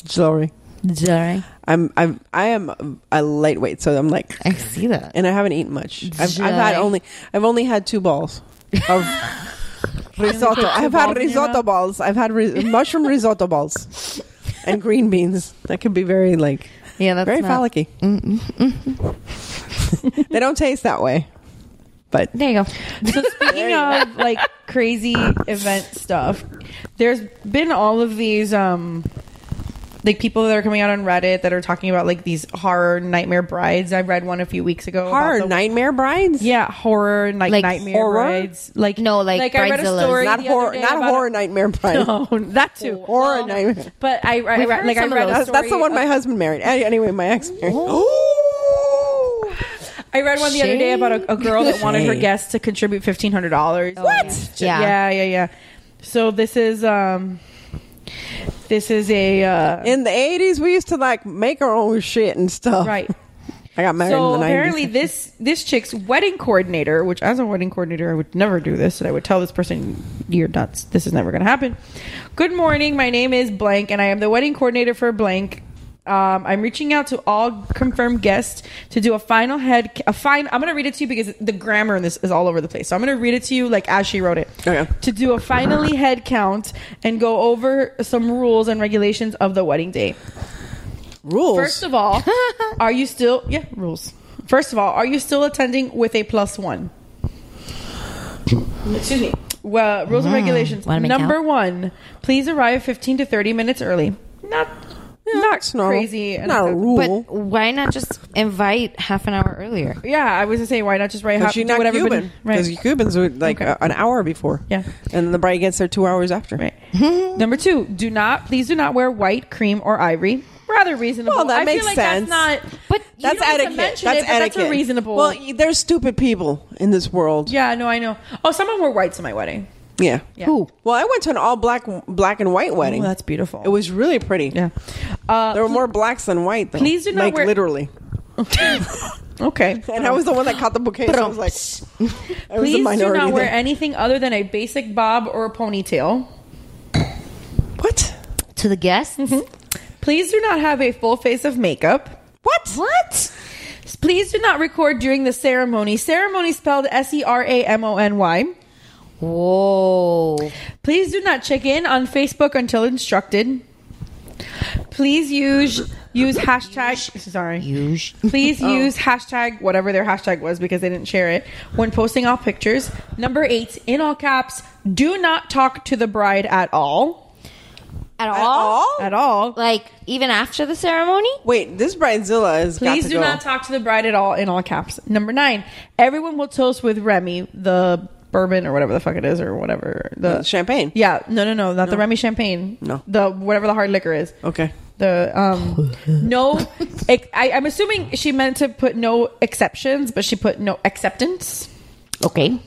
Speaker 7: Jewelry.
Speaker 6: Sorry.
Speaker 7: I'm I'm I am a lightweight, so I'm like,
Speaker 6: I see that.
Speaker 7: and I haven't eaten much. I've, I've had
Speaker 6: Jai.
Speaker 7: only I've only had two balls of risotto. I've had
Speaker 9: balls in your
Speaker 7: risotto
Speaker 9: mouth?
Speaker 7: balls. I've had ri- mushroom risotto balls and green beans. That could be very like
Speaker 6: Yeah, that's
Speaker 7: very
Speaker 9: Mm-hmm.
Speaker 6: not-
Speaker 7: phallic. they don't taste that way. But
Speaker 6: there you go.
Speaker 9: So speaking of like crazy event stuff, there's been all of these um like people that are coming out on Reddit that are talking about like these horror nightmare brides. I read one a few weeks ago. about
Speaker 7: Horror
Speaker 9: the-
Speaker 7: nightmare brides?
Speaker 9: Yeah, horror night
Speaker 7: Like
Speaker 9: nightmare
Speaker 7: horror?
Speaker 9: brides. Like no,
Speaker 7: like
Speaker 9: I read a
Speaker 7: Bridezilla's.
Speaker 9: story
Speaker 7: Not
Speaker 9: the
Speaker 7: horror-
Speaker 9: other day
Speaker 7: not
Speaker 9: about
Speaker 7: horror
Speaker 9: a-
Speaker 7: nightmare bride.
Speaker 9: No, that too. Um,
Speaker 7: Horror nightmare.
Speaker 9: But I, I,
Speaker 7: We've
Speaker 9: read-
Speaker 7: heard
Speaker 9: like I
Speaker 7: some of
Speaker 9: read a
Speaker 7: those.
Speaker 9: story
Speaker 7: That's the one
Speaker 9: of-
Speaker 7: my husband married. Any- Anyway, my ex married.
Speaker 9: Oh. I read one the other day about a, a girl that wanted her
Speaker 7: Shade.
Speaker 9: guests to contribute fifteen hundred dollars. What?
Speaker 7: Oh, Yeah.
Speaker 9: Yeah. yeah, yeah, So this is um, this is a uh,
Speaker 7: in the eighties. We used to like make our own shit and stuff.
Speaker 9: Right.
Speaker 7: I got married
Speaker 9: so
Speaker 7: in the
Speaker 9: apparently
Speaker 7: nineties.
Speaker 9: this this chick's wedding coordinator, which as a wedding coordinator I would never do this, and I would tell this person, "You're nuts. This is never going to happen." Good morning. My name is blank, and I am the wedding coordinator for blank. Um, I'm reaching out to all confirmed guests to do a final head a fine. I'm going to read it to you because the grammar in this is all over the place. So I'm going to read it to you like as she wrote it.
Speaker 7: Okay.
Speaker 9: To do a finally head count and go over some rules and regulations of the wedding day.
Speaker 7: Rules.
Speaker 9: First of all, are you still yeah rules? First of all, are you still attending with a plus one? Excuse me. Well, rules and
Speaker 6: Mm.
Speaker 9: regulations.
Speaker 6: Wanna make
Speaker 9: Number one, please arrive fifteen to thirty minutes early. Not not crazy. and
Speaker 6: But why not just invite half an hour earlier?
Speaker 9: yeah, I was gonna say why not just write
Speaker 7: Because
Speaker 9: half
Speaker 7: you're not
Speaker 9: whatever, but-
Speaker 7: Cuban.
Speaker 9: right.
Speaker 7: Because Cubans would like a- an hour before. Yeah. And the bride gets there two hours after.
Speaker 9: Right. Number two, do not please do not wear white, cream, or ivory. Rather reasonable.
Speaker 7: Well, that
Speaker 9: I
Speaker 7: makes
Speaker 9: feel like
Speaker 7: sense.
Speaker 9: That's not. But you
Speaker 7: That's
Speaker 9: don't need to
Speaker 7: etiquette. That's
Speaker 9: mention it, but
Speaker 7: etiquette.
Speaker 9: That's a reasonable.
Speaker 7: Well, y- there's stupid people in this world.
Speaker 9: yeah, no, I know. Oh, someone wore whites at my wedding.
Speaker 7: Yeah.
Speaker 9: Yeah. Who?
Speaker 7: Well, I went to an all black, black and white wedding.
Speaker 9: Oh, that's beautiful.
Speaker 7: It was really pretty. Yeah.
Speaker 9: Uh,
Speaker 7: there were more blacks than white. Though.
Speaker 9: please do not
Speaker 7: like
Speaker 9: wear-
Speaker 7: literally.
Speaker 9: Okay.
Speaker 7: And I was the one that caught the bouquet. So I was like, I was the
Speaker 9: Please do
Speaker 7: minority
Speaker 9: not wear
Speaker 7: there.
Speaker 9: anything other than a basic bob or a ponytail.
Speaker 7: What?
Speaker 6: To the guests?
Speaker 9: Please do not have a full face of makeup.
Speaker 7: What?
Speaker 9: What? Please do not record during the ceremony. Ceremony spelled S E R A M O N Y.
Speaker 6: Whoa.
Speaker 9: Please do not check in on Facebook until instructed. Please use use hashtag sorry.
Speaker 6: Use
Speaker 9: Please
Speaker 6: Oh.
Speaker 9: use hashtag whatever their hashtag was because they didn't share it when posting all pictures. Number eight, in all caps, do not talk to the bride at all.
Speaker 6: At all?
Speaker 9: At all.
Speaker 6: Like even after the ceremony?
Speaker 7: Wait, this bridezilla is.
Speaker 9: Please do not talk to the bride at all in all caps. Number nine, everyone will toast with Remy, the bourbon or whatever the fuck it is or whatever. The
Speaker 7: champagne.
Speaker 9: Yeah, no, no, no, not the Remy champagne.
Speaker 7: No.
Speaker 9: The whatever the hard liquor is.
Speaker 7: Okay.
Speaker 9: The um no, ex- I, I'm assuming she meant to put no exceptions, but she put no acceptance.
Speaker 6: Okay.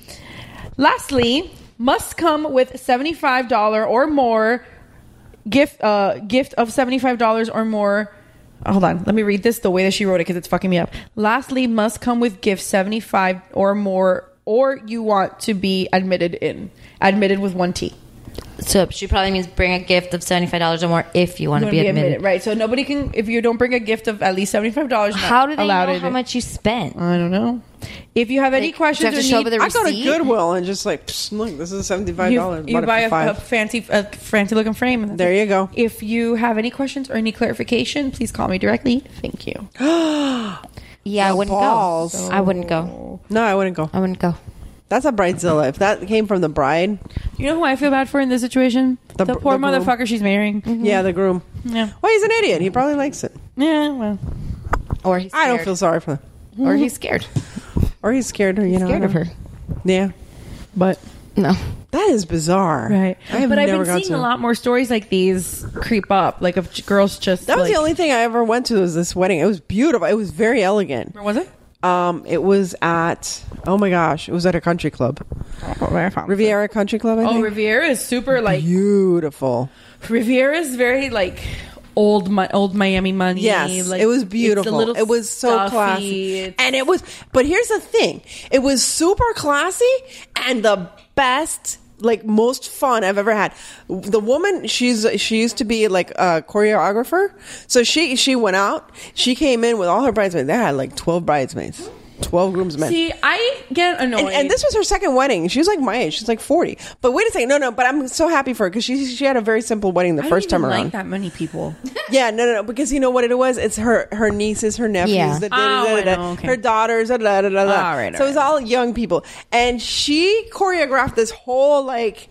Speaker 9: Lastly, must come with seventy five dollar or more gift uh gift of seventy five dollars or more. Hold on, let me read this the way that she wrote it because it's fucking me up. Lastly, must come with gift seventy five or more, or you want to be admitted in admitted with one T.
Speaker 6: So she probably means bring a gift of seventy five dollars or more if you want to
Speaker 9: Wanna
Speaker 6: be admitted.
Speaker 9: right? So nobody can if you don't bring a gift of at least seventy five dollars.
Speaker 6: How do they
Speaker 9: allowed
Speaker 6: know
Speaker 9: in
Speaker 6: how
Speaker 9: it. Uh,
Speaker 6: much you spent?
Speaker 9: I don't know. If you have any
Speaker 6: Like,
Speaker 9: questions,
Speaker 6: do you have to
Speaker 9: or
Speaker 6: show up
Speaker 9: need-
Speaker 6: with a
Speaker 7: I go to
Speaker 6: receipt?
Speaker 7: Goodwill and just like, psst, look, this is seventy five dollars.
Speaker 9: You, you buy a, a fancy, a fancy looking frame. and that's
Speaker 7: There
Speaker 9: it.
Speaker 7: you go.
Speaker 9: If you have any questions or any clarification, please call me directly. Thank you.
Speaker 6: yeah, I wouldn't
Speaker 7: Balls.
Speaker 6: go. I wouldn't go.
Speaker 7: No, I wouldn't go.
Speaker 6: I wouldn't go.
Speaker 7: That's a bridezilla. If that came from the bride,
Speaker 9: You know who I feel bad for in this situation? The,
Speaker 7: br-
Speaker 9: poor
Speaker 7: the Mm-hmm. groom.
Speaker 9: motherfucker she's marrying.
Speaker 7: yeah, the groom.
Speaker 9: Yeah.
Speaker 7: Well, he's an idiot. He probably likes it.
Speaker 9: Yeah. Well.
Speaker 6: Or he's
Speaker 7: I don't feel sorry for him.
Speaker 6: Or he's scared.
Speaker 7: Or he's scared. Or you know, I
Speaker 6: Scared of
Speaker 7: don't-
Speaker 6: her.
Speaker 7: Yeah, but
Speaker 6: No.
Speaker 7: that is bizarre.
Speaker 9: Right.
Speaker 7: I have
Speaker 9: but I've
Speaker 7: never
Speaker 9: been
Speaker 7: gone
Speaker 9: seeing
Speaker 7: to-
Speaker 9: a lot more stories like these creep up, like of ch- girls just.
Speaker 7: That was
Speaker 9: like-
Speaker 7: the only thing I ever went to was this wedding. It was beautiful. It was very elegant.
Speaker 9: Where was it?
Speaker 7: Um, it was at oh my gosh, it was at a country club, Riviera Country Club. I
Speaker 9: Oh,
Speaker 7: think.
Speaker 9: Riviera is super like
Speaker 7: beautiful.
Speaker 9: Riviera is very like old, Mi- old Miami money.
Speaker 7: Yes,
Speaker 9: like,
Speaker 7: it was
Speaker 9: it's a
Speaker 7: beautiful.
Speaker 9: little
Speaker 7: It was so
Speaker 9: stuffy.
Speaker 7: classy, and it was. But here's the thing: it was super classy and the best, like most fun I've ever had. The woman, she's she used to be like a choreographer, so she she went out. She came in with all her bridesmaids. They had like twelve bridesmaids. twelve groomsmen.
Speaker 9: See, I get annoyed.
Speaker 7: And, and this was her second wedding. She was like my age. She's like forty. But wait a second, no, no. But I'm so happy for her because she she had a very simple wedding the
Speaker 9: I don't
Speaker 7: first time
Speaker 9: even
Speaker 7: around.
Speaker 9: Like that many people.
Speaker 7: yeah, no, no, no. Because you know what it was? It's her her nieces, her nephews,
Speaker 9: Yeah.
Speaker 7: da- da-
Speaker 9: Oh,
Speaker 7: da-
Speaker 9: I
Speaker 7: da-
Speaker 9: know,
Speaker 7: da,
Speaker 9: okay.
Speaker 7: her daughters. da- da- da- da- da.
Speaker 9: All right, all
Speaker 7: So it's
Speaker 9: right.
Speaker 7: all young people, and she choreographed this whole like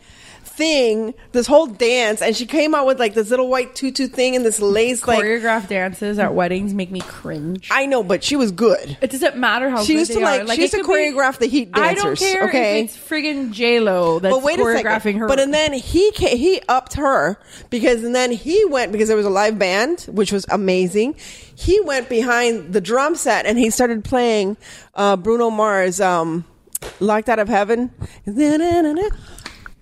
Speaker 7: thing, this whole dance, and she came out with like this little white tutu thing and this lace like
Speaker 9: choreographed dances at weddings make me cringe.
Speaker 7: I know, but she was good.
Speaker 9: It doesn't matter how
Speaker 7: She
Speaker 9: good
Speaker 7: used to
Speaker 9: they
Speaker 7: like,
Speaker 9: are. Like
Speaker 7: she used
Speaker 9: it
Speaker 7: to
Speaker 9: could be-
Speaker 7: choreograph the heat
Speaker 9: I
Speaker 7: dancers.
Speaker 9: don't care. if
Speaker 7: Okay,
Speaker 9: it's friggin' J Lo that's
Speaker 7: but wait
Speaker 9: choreographing
Speaker 7: a second.
Speaker 9: her.
Speaker 7: But and then he ca- he upped her because and then he went because there was a live band which was amazing. He went behind the drum set and he started playing uh, Bruno Mars um, "Locked Out of Heaven."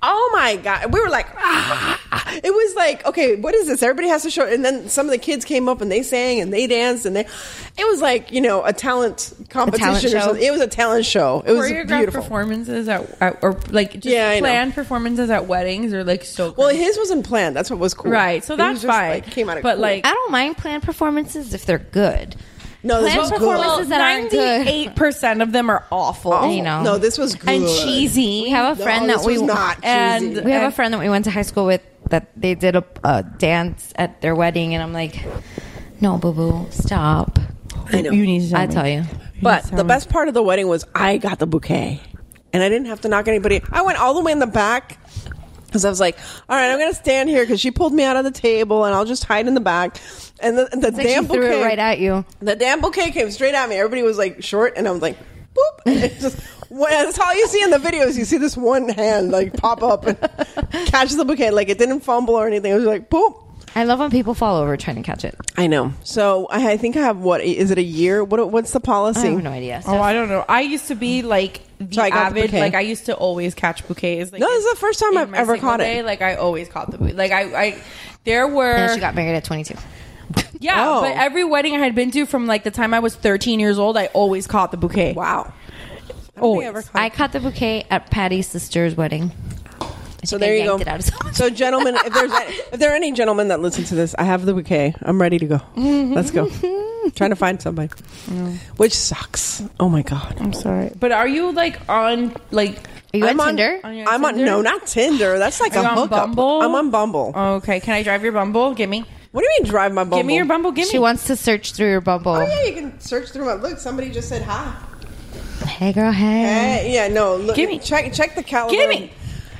Speaker 7: Oh my god! We were like, ah! it was like, okay, what is this? Everybody has to show. And then some of the kids came up and they sang and they danced and they. It was like you know a talent competition or
Speaker 9: show.
Speaker 7: something. It was a talent show. It was
Speaker 9: choreographed
Speaker 7: beautiful.
Speaker 9: performances at, at- or like just
Speaker 7: Yeah, I know.
Speaker 9: planned performances at weddings are like so.
Speaker 7: Well, his wasn't planned. That's what was cool.
Speaker 9: Right, so
Speaker 7: It
Speaker 9: that's
Speaker 7: was just,
Speaker 9: fine.
Speaker 7: like, came out of
Speaker 9: but
Speaker 7: cool.
Speaker 9: like,
Speaker 6: I don't mind planned performances if they're good.
Speaker 7: No, this was
Speaker 6: planned
Speaker 7: good.
Speaker 6: performances that aren't good.
Speaker 9: Eight percent of them are awful.
Speaker 6: Oh, You know.
Speaker 7: no, this was good.
Speaker 6: and cheesy. We have a
Speaker 7: No,
Speaker 6: friend
Speaker 7: this
Speaker 6: that we
Speaker 7: was not cheesy.
Speaker 6: and we have
Speaker 9: and-
Speaker 6: a friend that we went to high school with that they did a, a dance at their wedding, and I'm like, no, boo boo, stop.
Speaker 7: I know. You
Speaker 9: need to tell
Speaker 6: I
Speaker 9: me.
Speaker 6: tell you,
Speaker 7: But the best part of the wedding was I got the bouquet, and I didn't have to knock anybody. I went all the way in the back because I was like, "All right, I'm going to stand here because she pulled me out of the table, and I'll just hide in the back." And the, the
Speaker 6: it's like
Speaker 7: damn
Speaker 6: she threw
Speaker 7: bouquet
Speaker 6: it right at you.
Speaker 7: The damn bouquet came straight at me. Everybody was like short, and I was like, boop. And it just, well, that's all you see in the videos. You see this one hand like pop up and catch the bouquet. Like it didn't fumble or anything. It was like boop.
Speaker 6: I love when people fall over trying to catch it.
Speaker 7: I know. So I, I think I have what is it a year? What what's the policy?
Speaker 6: I have no idea.
Speaker 9: Oh, I don't know. I used to be like the
Speaker 7: So I got the
Speaker 9: avid.
Speaker 7: bouquet.
Speaker 9: like I used to always catch bouquets. Like,
Speaker 7: No, this is the first time
Speaker 9: in
Speaker 7: I've
Speaker 9: my
Speaker 7: ever
Speaker 9: single
Speaker 7: caught it.
Speaker 9: day, Like I always caught the bouquet. Like I, I there were
Speaker 6: And she got married at 22.
Speaker 9: yeah.
Speaker 7: Oh.
Speaker 9: But every wedding I had been to from like the time I was 13 years old, I always caught the bouquet.
Speaker 7: Wow.
Speaker 9: Always.
Speaker 6: I caught the bouquet at Patty's sister's wedding.
Speaker 7: So
Speaker 6: think I
Speaker 7: there you go.
Speaker 6: yanked it out of someone.
Speaker 7: so gentlemen, if there's if there are any gentlemen that listen to this, I have the bouquet. I'm ready to go.
Speaker 9: Mm-hmm.
Speaker 7: Let's go. Trying to find somebody,
Speaker 9: Mm.
Speaker 7: which sucks. Oh my god.
Speaker 9: I'm sorry, but are you like on like?
Speaker 6: Are you
Speaker 7: I'm
Speaker 6: on
Speaker 7: on-
Speaker 6: Tinder?
Speaker 9: On your
Speaker 7: I'm on
Speaker 9: Tinder?
Speaker 7: no, not Tinder. That's like
Speaker 9: Are
Speaker 7: a
Speaker 9: you on
Speaker 7: hookup.
Speaker 9: Bumble?
Speaker 7: I'm on Bumble.
Speaker 9: Okay, can I drive your Bumble? Give me,
Speaker 7: What do you mean drive my Bumble?
Speaker 9: give me your Bumble. Give me.
Speaker 6: She wants to search through your Bumble.
Speaker 7: Oh yeah, you can search through my look. Somebody just said hi.
Speaker 6: Hey, girl, hey.
Speaker 7: Hey, yeah, no. Look,
Speaker 9: Mm. Gimme.
Speaker 7: check check the caliber.
Speaker 9: Gimme.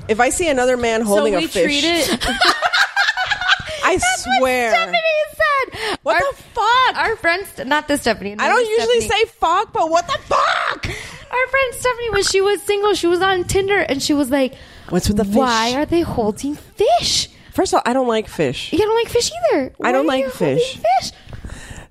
Speaker 7: If I see another man
Speaker 9: so
Speaker 7: holding
Speaker 9: we
Speaker 7: a fish,
Speaker 9: treat it.
Speaker 7: I swear.
Speaker 6: Stephanie said.
Speaker 7: What
Speaker 6: our,
Speaker 7: the fuck?
Speaker 6: Our friend, St- not this Stephanie.
Speaker 7: I don't usually say fuck, but what the fuck?
Speaker 6: Our friend Stephanie, when she was single, she was on Tinder and she was like,
Speaker 7: What's with the fish?
Speaker 6: Why are they holding fish?
Speaker 7: First of all, I don't like fish.
Speaker 6: You don't like fish either.
Speaker 7: I don't
Speaker 6: Why are
Speaker 7: like
Speaker 6: you holding
Speaker 7: fish.
Speaker 6: Fish.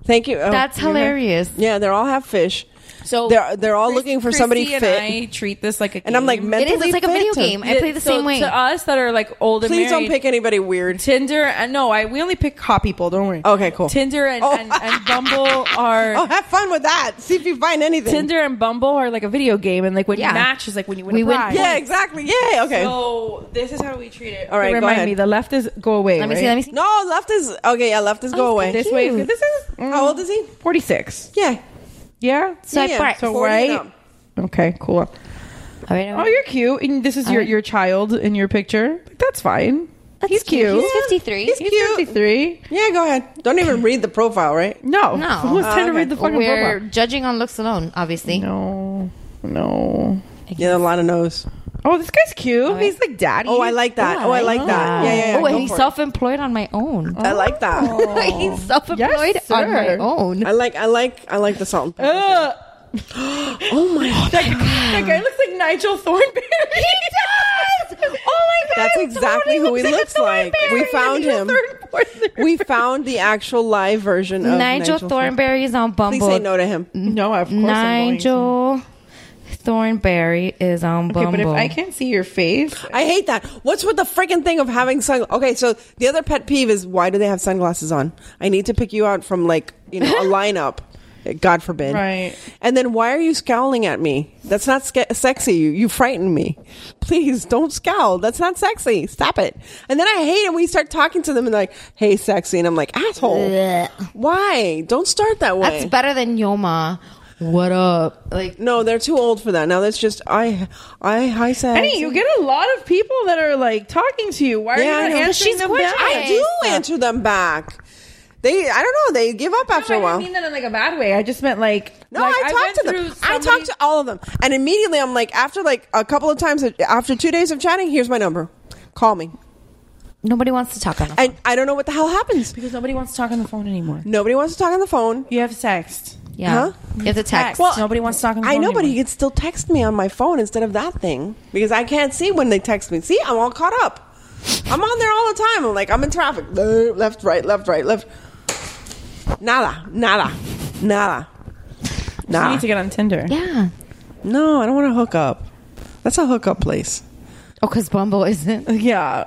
Speaker 7: Thank you. Oh,
Speaker 6: That's
Speaker 7: you know.
Speaker 6: hilarious.
Speaker 7: Yeah, they all have fish. So they're they're all looking for somebody
Speaker 9: Christy
Speaker 7: fit.
Speaker 9: And I treat this like a.
Speaker 7: And I'm like
Speaker 9: game.
Speaker 6: It
Speaker 7: mentally
Speaker 6: is. It's like a
Speaker 7: fit
Speaker 6: video
Speaker 7: to-
Speaker 6: game. I play the
Speaker 9: So
Speaker 6: same way.
Speaker 9: to us that are like old and
Speaker 7: Please don't
Speaker 9: married,
Speaker 7: pick anybody weird.
Speaker 9: Tinder and no, I we only pick hot people. Don't worry.
Speaker 7: Okay, cool.
Speaker 9: Tinder and,
Speaker 7: Oh.
Speaker 9: and, and Bumble are
Speaker 7: Oh, have fun with that. See if you find anything.
Speaker 9: Tinder and Bumble are like a video game, and like when
Speaker 6: Yeah.
Speaker 9: you match is like when you win
Speaker 6: We
Speaker 9: a
Speaker 6: win
Speaker 9: prize.
Speaker 7: Yeah, exactly. Yay. Okay.
Speaker 9: So this is how we treat it.
Speaker 7: All right, go
Speaker 9: remind
Speaker 7: ahead.
Speaker 9: me. The left is go away.
Speaker 6: Let me see.
Speaker 9: right?
Speaker 6: Let me see.
Speaker 7: no, left is okay. Yeah, left is go
Speaker 6: Oh,
Speaker 7: away.
Speaker 9: This way.
Speaker 6: Cute.
Speaker 9: This is
Speaker 7: How old is he?
Speaker 9: Forty six.
Speaker 7: Yeah.
Speaker 9: Yeah.
Speaker 6: So
Speaker 7: yeah,
Speaker 6: I barked.
Speaker 7: so-
Speaker 9: So
Speaker 7: 40 and
Speaker 9: right.
Speaker 7: up.
Speaker 9: Okay. Cool.
Speaker 6: All right, all
Speaker 9: Oh,
Speaker 6: right.
Speaker 9: you're cute. And this is your
Speaker 6: right.
Speaker 9: your child in your picture. Like, that's fine. he's cute.
Speaker 6: He's 53.
Speaker 7: He's
Speaker 9: He's
Speaker 7: cute.
Speaker 9: 53.
Speaker 7: Yeah, go ahead. Don't even read the profile, right?
Speaker 9: No.
Speaker 6: No.
Speaker 9: Who's trying to read the fucking
Speaker 6: We're
Speaker 9: profile?
Speaker 6: judging on looks alone, obviously.
Speaker 9: No. No.
Speaker 7: Yeah, a lot of no's.
Speaker 9: Oh, this guy's cute. He's like daddy.
Speaker 7: Oh, I like that. Oh, I like that. Yeah, yeah. yeah.
Speaker 6: oh, and
Speaker 7: Go
Speaker 6: he's
Speaker 7: for it.
Speaker 6: self-employed on my own.
Speaker 7: I like that.
Speaker 6: he's self-employed
Speaker 9: Yes,
Speaker 6: on my
Speaker 9: sir.
Speaker 6: own.
Speaker 7: I like. I like. I like the salt. and pepper.
Speaker 9: Ugh.
Speaker 7: oh my
Speaker 9: That, that guy looks like Nigel Thornberry. he does. Oh my god.
Speaker 7: That's
Speaker 9: it
Speaker 7: exactly who he
Speaker 9: totally
Speaker 7: looks like. We
Speaker 9: Thornberry.
Speaker 7: found
Speaker 9: Nigel
Speaker 7: him.
Speaker 9: Thornberry.
Speaker 7: We found the actual live version of
Speaker 6: Nigel, Thornberry is on Bumble.
Speaker 7: Please say no to him.
Speaker 9: No, of course I'm going
Speaker 6: Nigel Thornberry is on
Speaker 9: to. Okay,
Speaker 6: Bumble.
Speaker 9: but if I can't see your face,
Speaker 7: I hate that. What's with the freaking thing of having sunglasses? Okay, so the other pet peeve is why do they have sunglasses on? I need to pick you out from like you know a lineup. God forbid.
Speaker 9: Right.
Speaker 7: And then why are you scowling at me? That's not sca- sexy. You you frighten me. Please don't scowl. That's not sexy. Stop it. And then I hate it when you start talking to them and they're like, "Hey, sexy," and I'm like, "Asshole,
Speaker 6: Blech.
Speaker 7: why? Don't start that way."
Speaker 6: That's better than Yoma. What up? Like
Speaker 7: no, they're too old for that. Now that's just I I hi sex.
Speaker 9: Penny, you get a lot of people that are like talking to you. Why are
Speaker 7: I
Speaker 9: you
Speaker 7: know,
Speaker 9: not
Speaker 7: but
Speaker 9: answering them
Speaker 7: quick.
Speaker 9: back?
Speaker 7: I do answer them back. They I don't know. They give up after
Speaker 9: I
Speaker 7: a while.
Speaker 9: didn't mean that in like a bad way. I just meant like
Speaker 7: No,
Speaker 9: like,
Speaker 7: I
Speaker 9: went
Speaker 7: talked to
Speaker 9: through
Speaker 7: them. I talked to all of them, and immediately I'm like, after like a couple of times, after two days of chatting, here's my number. Call me.
Speaker 6: Nobody wants to talk on the
Speaker 7: phone. And I don't know what the hell happens
Speaker 9: because nobody wants to talk on the phone anymore.
Speaker 7: Nobody wants to talk on the phone.
Speaker 9: You have text.
Speaker 6: Yeah. You have to text.
Speaker 7: Well,
Speaker 9: nobody wants to talk on the
Speaker 7: I
Speaker 9: phone
Speaker 7: know, but
Speaker 9: anymore.
Speaker 7: he could still text me on my phone instead of that thing because I can't see when they text me. See, I'm all caught up. I'm on there all the time. I'm like, I'm in traffic. Le- Left, right, left, right, left. Nada, nada, nada,
Speaker 9: You
Speaker 7: nada.
Speaker 9: need to get on Tinder.
Speaker 6: Yeah.
Speaker 7: No, I don't want to hook up. That's a hookup place.
Speaker 6: Oh, because Bumble isn't.
Speaker 9: Yeah.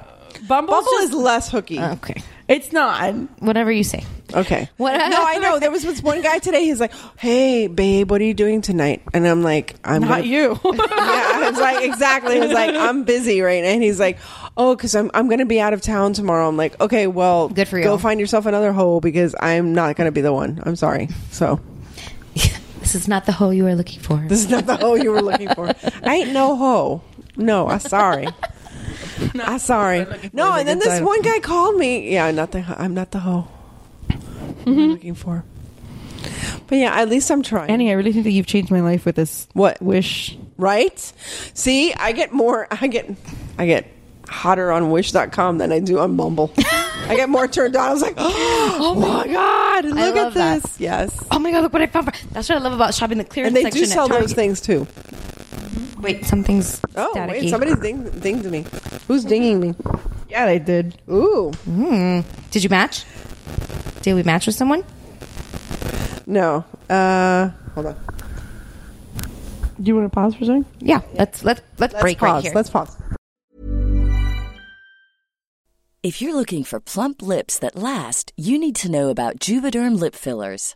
Speaker 9: Bumble's
Speaker 7: Bumble
Speaker 9: just- Uh,
Speaker 7: is less hooky.
Speaker 6: Okay.
Speaker 9: It's not.
Speaker 6: Whatever you say.
Speaker 7: Okay.
Speaker 6: What-
Speaker 7: No, I know. There was this one guy today. He's like, "Hey, babe, what are you doing tonight?" And I'm like, "I'm
Speaker 9: Not
Speaker 7: gonna-
Speaker 9: you.
Speaker 7: yeah, I was like, "Exactly." I was like, "I'm busy right now." And he's like, "Oh, because I'm I'm gonna be out of town tomorrow." I'm like, "Okay, well,
Speaker 6: Good for you.
Speaker 7: Go find yourself another hole because I'm not gonna be the one. I'm sorry." So
Speaker 6: This is not the hoe you are looking for.
Speaker 7: this is not the hole you were looking for. I ain't no hoe. No, I'm sorry. I'm sorry. No, and then this one guy called me. Yeah, not the. I'm not the hoe.
Speaker 6: Mm-hmm.
Speaker 7: I'm looking for. But yeah, at least I'm trying.
Speaker 9: Annie, I really think that you've changed my life with this
Speaker 7: what
Speaker 9: wish.
Speaker 7: right? See, I get more. I get. I get hotter on Wish.com than I do on Bumble. I get more turned on. I was like, oh, my god, look
Speaker 6: love
Speaker 7: at
Speaker 6: that.
Speaker 7: this. Yes,
Speaker 6: Oh my god, look what I found. for- That's what I love about shopping the clearance
Speaker 7: and they
Speaker 6: section
Speaker 7: do sell
Speaker 6: at Target.
Speaker 7: those things too.
Speaker 6: Wait, something's
Speaker 7: Oh
Speaker 6: staticky.
Speaker 7: wait, somebody ding, dinged me. Who's dinging me?
Speaker 9: Yeah, they did.
Speaker 7: Ooh,
Speaker 6: Mm. Did you match? Did we match with someone?
Speaker 7: no. Uh, hold on.
Speaker 9: Do you want to pause for a second?
Speaker 6: Yeah. Let's let let's,
Speaker 7: Let's
Speaker 6: break right
Speaker 7: pause.
Speaker 6: here.
Speaker 7: Let's pause.
Speaker 1: If you're looking for plump lips that last, you need to know about Juvederm lip fillers.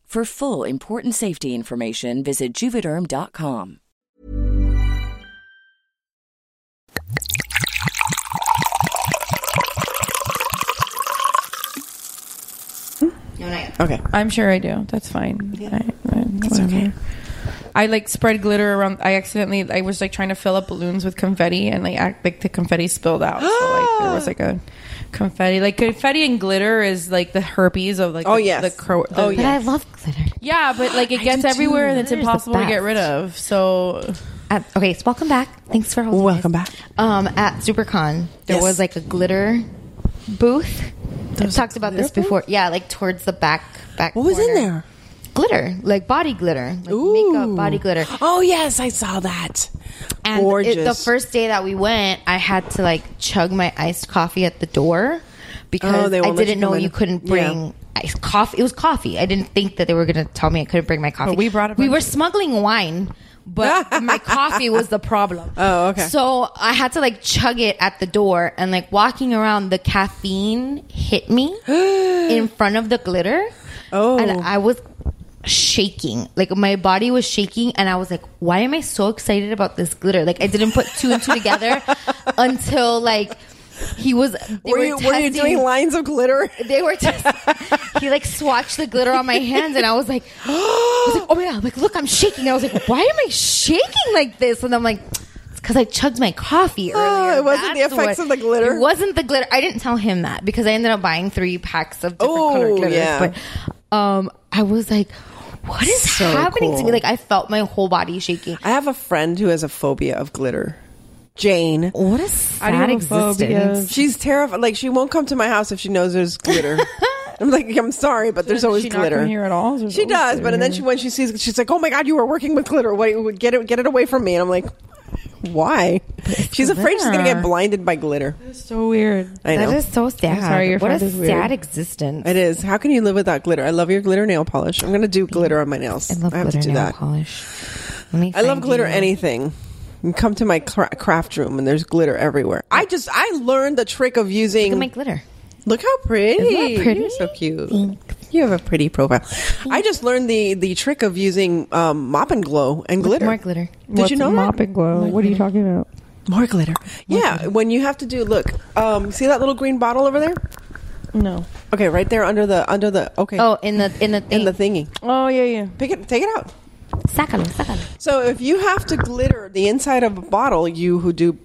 Speaker 1: For full important safety information, visit juvederm.com.
Speaker 7: Okay.
Speaker 9: I'm sure I do. That's fine. I, I, whatever. I like spread glitter around. I accidentally, I was like trying to fill up balloons with confetti, and like act like the confetti spilled out. So like there was like a confetti, like confetti and glitter is like the herpes of like
Speaker 7: Oh,
Speaker 9: the,
Speaker 7: yes.
Speaker 9: the, cro- the
Speaker 7: Oh,
Speaker 6: But I love glitter.
Speaker 9: yeah, but like it gets
Speaker 6: do
Speaker 9: everywhere,
Speaker 6: too.
Speaker 9: and it's
Speaker 6: Glitter's the
Speaker 9: impossible to get
Speaker 6: best.
Speaker 9: rid of. So
Speaker 6: At, okay, so welcome back. Thanks for hosting.
Speaker 7: Welcome
Speaker 6: us.
Speaker 7: back.
Speaker 6: Um, at SuperCon, there
Speaker 7: Yes.
Speaker 6: was like a glitter booth. I've
Speaker 7: There's
Speaker 6: talked
Speaker 7: a
Speaker 6: about this
Speaker 7: glitter
Speaker 6: before. Yeah, like towards the back. Back.
Speaker 7: What was in
Speaker 6: corner.
Speaker 7: there?
Speaker 6: Glitter, like body glitter, like makeup, body glitter.
Speaker 7: Oh yes, I saw that.
Speaker 6: And
Speaker 7: Gorgeous.
Speaker 6: It, the first day that we went, I had to like chug my iced coffee at the door
Speaker 7: Oh,
Speaker 6: because
Speaker 7: they
Speaker 6: I
Speaker 7: won't let
Speaker 6: didn't
Speaker 7: you
Speaker 6: know
Speaker 7: come in.
Speaker 6: you couldn't bring iced coffee. It was coffee. I didn't think that they were going to tell me I couldn't bring my coffee.
Speaker 9: we brought a
Speaker 6: We
Speaker 9: bunch.
Speaker 6: were smuggling wine. But my coffee was the problem.
Speaker 7: Oh, okay.
Speaker 6: So I had to like chug it at the door, and like walking around, the caffeine hit me in front of the glitter.
Speaker 7: Oh.
Speaker 6: and I was shaking. Like my body was shaking, and I was like, "Why am I so excited about this glitter?" Like I didn't put two and two together until like he was. They were,
Speaker 7: were you were you
Speaker 6: testing-
Speaker 7: doing lines of glitter?
Speaker 6: They were just. he like swatched the glitter on my hands, and I was like, I was like, "Oh my god!" Like, look, I'm shaking. I was like, "Why am I shaking like this?" And I'm like. Because I chugged my coffee earlier.
Speaker 7: Oh, it wasn't the
Speaker 6: That's
Speaker 7: effects of the glitter?
Speaker 6: It wasn't the glitter. I didn't tell him that because I ended up buying three packs of different
Speaker 7: Oh,
Speaker 6: color glitters.
Speaker 7: yeah.
Speaker 6: But um, I was like, what is happening to me? Like I felt my whole body shaking.
Speaker 7: I have a friend who has a phobia of glitter. Jane.
Speaker 6: What a sad existence.
Speaker 7: She's terrified. Like she won't come to my house if she knows there's glitter. I'm like, I'm sorry, but there's
Speaker 9: does
Speaker 7: always
Speaker 9: she not come
Speaker 7: glitter
Speaker 9: here at all? There's
Speaker 7: She
Speaker 9: always
Speaker 7: does, but
Speaker 9: glitter
Speaker 7: and then
Speaker 9: here.
Speaker 7: she when she sees, she's like, "Oh my god, you were working with glitter. What? Get it, get it away from me!" And I'm like, "Why?" She's afraid she's gonna
Speaker 9: glitter.
Speaker 7: get blinded by glitter.
Speaker 9: so weird.
Speaker 7: I know.
Speaker 6: That is so sad.
Speaker 9: I'm sorry, your
Speaker 6: what a
Speaker 9: friend is weird.
Speaker 6: sad existence.
Speaker 7: It is. How can you live without glitter? I love your glitter nail polish. I'm gonna do glitter on my nails. I
Speaker 6: love
Speaker 7: have to
Speaker 6: glitter
Speaker 7: do
Speaker 6: nail
Speaker 7: that.
Speaker 6: polish. Let me
Speaker 7: I love
Speaker 6: find
Speaker 7: glitter
Speaker 6: you.
Speaker 7: anything. You come to my cra- craft room and there's glitter everywhere. I just I learned the trick of using
Speaker 6: Look at my glitter.
Speaker 7: Look how pretty.
Speaker 6: Isn't that pretty?
Speaker 7: You're so cute. You have a pretty profile. I just learned the the trick of using um, mop and glow and glitter.
Speaker 6: More glitter.
Speaker 7: Did you know that?
Speaker 9: mop and glow? What are you talking about?
Speaker 7: More glitter. yeah, when you have to do look, um, see that little green bottle over there?
Speaker 9: No.
Speaker 7: Okay, right there under the under the okay.
Speaker 6: Oh, in the in the thing.
Speaker 7: in the thingy.
Speaker 9: Oh yeah, yeah.
Speaker 7: Pick it take it out.
Speaker 6: Sácalo, sácalo.
Speaker 7: So if you have to glitter the inside of a bottle, you who do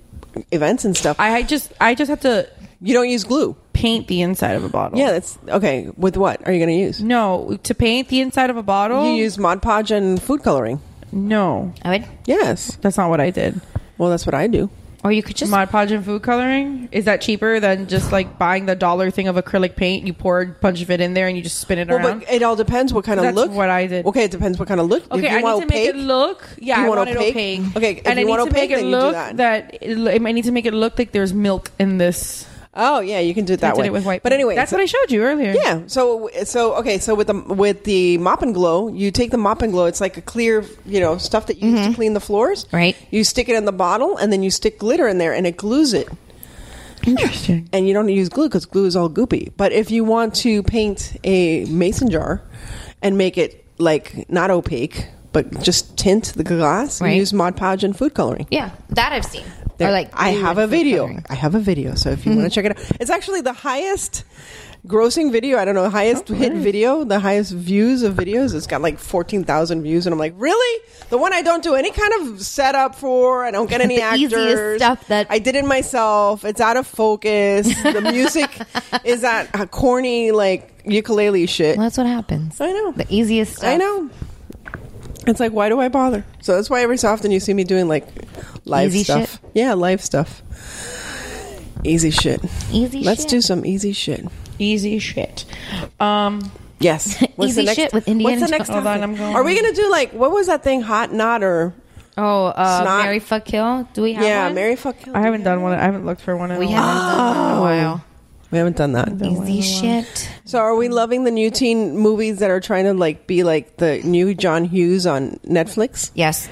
Speaker 7: events and stuff,
Speaker 9: I just I just have to
Speaker 7: you don't use glue.
Speaker 9: paint the inside of a bottle.
Speaker 7: Yeah, that's okay. With what are you going to use?
Speaker 9: No, to paint the inside of a bottle.
Speaker 7: You use Mod Podge and food coloring.
Speaker 9: no.
Speaker 6: A ver.
Speaker 7: Yes.
Speaker 9: That's not what I did.
Speaker 7: Well, that's what I do.
Speaker 6: Or you could just
Speaker 9: Mod Podge and food coloring is that cheaper than just like buying the dollar thing of acrylic paint? You pour a bunch of it in there and you just spin it
Speaker 7: Well,
Speaker 9: around.
Speaker 7: but it all depends what kind of
Speaker 9: That's
Speaker 7: look.
Speaker 9: what I did.
Speaker 7: Okay, it depends what kind of look. If
Speaker 9: Okay,
Speaker 7: you
Speaker 9: I
Speaker 7: want
Speaker 9: need to make
Speaker 7: opaque-
Speaker 9: it look. Yeah,
Speaker 7: you
Speaker 9: I
Speaker 7: want
Speaker 9: want it
Speaker 7: opaque?
Speaker 9: opaque.
Speaker 7: Okay,
Speaker 9: and
Speaker 7: if you
Speaker 9: I need
Speaker 7: want
Speaker 9: to make
Speaker 7: opaque,
Speaker 9: it
Speaker 7: then you do
Speaker 9: look
Speaker 7: that.
Speaker 9: that. it lo- I need to make it look like there's milk in this.
Speaker 7: Oh yeah, you can do it
Speaker 9: I
Speaker 7: that
Speaker 9: did
Speaker 7: way.
Speaker 9: it with white.
Speaker 7: but
Speaker 9: paint.
Speaker 7: anyway,
Speaker 9: that's
Speaker 7: so-
Speaker 9: what I showed you earlier.
Speaker 7: Yeah. So so okay. So with the with the mop and glow, you take the mop and glow. It's like a clear, you know, stuff that you
Speaker 9: Mm-hmm.
Speaker 7: use to clean the floors.
Speaker 6: Right.
Speaker 7: You stick it in the bottle, and then you stick glitter in there, and it glues it.
Speaker 9: Interesting.
Speaker 7: And you don't use glue because glue is all goopy. But if you want to paint a mason jar and make it like not opaque, but just tint the glass, you
Speaker 6: Right.
Speaker 7: use Mod Podge and food coloring.
Speaker 6: yeah, that I've seen.
Speaker 7: There.
Speaker 6: Or like
Speaker 7: I
Speaker 6: blue
Speaker 7: have
Speaker 6: with
Speaker 7: a
Speaker 6: food
Speaker 7: video.
Speaker 6: coloring.
Speaker 7: I have a video. So if you want to check it out, it's actually the highest grossing video. I don't know, highest hit video, the highest views of videos. It's got like 14,000 views. And I'm like, really? The one I don't do any kind of setup for. I don't get any
Speaker 6: The
Speaker 7: actors.
Speaker 6: easiest stuff that-
Speaker 7: I did it myself. It's out of focus. The music is that uh, corny, like ukulele shit.
Speaker 6: Well, that's what happens.
Speaker 7: I know.
Speaker 6: The easiest stuff.
Speaker 7: I know. It's like, why do I bother? So that's why every so often you see me doing like live
Speaker 6: Easy
Speaker 7: stuff.
Speaker 6: shit?
Speaker 7: Yeah, live stuff. Easy shit.
Speaker 6: Easy
Speaker 7: Let's
Speaker 6: shit.
Speaker 7: do some easy shit.
Speaker 9: Easy shit. Um,
Speaker 7: Yes.
Speaker 6: Easy shit with Indiana
Speaker 7: What's the next
Speaker 6: Jones.
Speaker 7: topic?
Speaker 9: Hold on, I'm going-
Speaker 7: Are we going to do like what was that thing? Hot knot or
Speaker 6: Oh, uh,
Speaker 7: Snot.
Speaker 6: Mary fuck kill. Do we have
Speaker 7: yeah?
Speaker 6: one?
Speaker 7: Mary Oh. fuck. Kill.
Speaker 9: I haven't done one. I haven't looked for one. In
Speaker 6: We
Speaker 9: a while.
Speaker 6: haven't done one in a while.
Speaker 7: We haven't done that.
Speaker 6: Easy shit.
Speaker 7: So are we loving the new teen movies that are trying to like be like the new John Hughes on Netflix?
Speaker 6: Yes.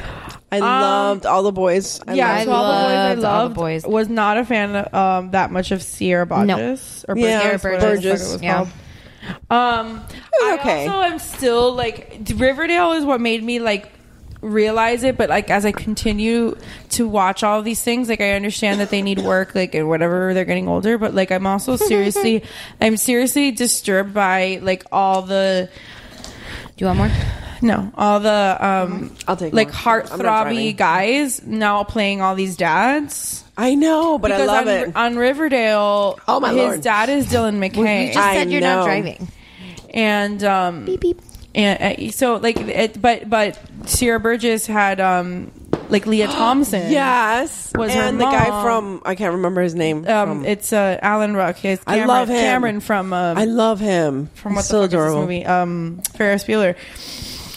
Speaker 7: I loved all the boys. I
Speaker 9: Um, Yeah,
Speaker 7: loved-
Speaker 9: so all the boys I
Speaker 6: loved All the
Speaker 9: loved
Speaker 6: Boys.
Speaker 9: was not a fan of, um, that much of Sierra Burgess or
Speaker 7: Yeah,
Speaker 9: Burgess, whatever
Speaker 7: Sierra
Speaker 9: the
Speaker 7: Burgess.
Speaker 9: fuck it was
Speaker 6: Yeah.
Speaker 9: called. Um,
Speaker 7: was
Speaker 9: I
Speaker 7: okay.
Speaker 9: also am still like d- Riverdale is what made me like realize it, but like as I continue to watch all these things, like I understand that they need work, like and whatever they're getting older, but like I'm also seriously, I'm seriously disturbed by like all the
Speaker 6: Do you want more?
Speaker 9: no, all the um,
Speaker 7: I'll take
Speaker 9: like
Speaker 7: more. I'm not driving.
Speaker 9: heartthrobby guys now playing all these dads.
Speaker 7: I know, but I
Speaker 9: Because
Speaker 7: love
Speaker 9: on,
Speaker 7: it.
Speaker 9: on Riverdale,
Speaker 7: Oh, my
Speaker 9: his
Speaker 7: Lord.
Speaker 9: dad is Dylan McKay,
Speaker 6: You just
Speaker 7: I
Speaker 6: said you're
Speaker 7: know.
Speaker 6: not driving.
Speaker 9: and um,
Speaker 6: Beep beep.
Speaker 9: and uh, so like, it, but but Sierra Burgess had um, like Leah Thompson,
Speaker 7: Yes,
Speaker 9: was her
Speaker 7: and the guy
Speaker 9: mom.
Speaker 7: from I can't remember his name.
Speaker 9: Um,
Speaker 7: from-
Speaker 9: it's uh, Alan Ruck. His
Speaker 7: I
Speaker 9: Cameron,
Speaker 7: love him.
Speaker 9: Cameron from um,
Speaker 7: I love him.
Speaker 9: from
Speaker 7: He's
Speaker 9: what
Speaker 7: so
Speaker 9: the fuck
Speaker 7: adorable,
Speaker 9: is this movie? Um, Ferris Bueller.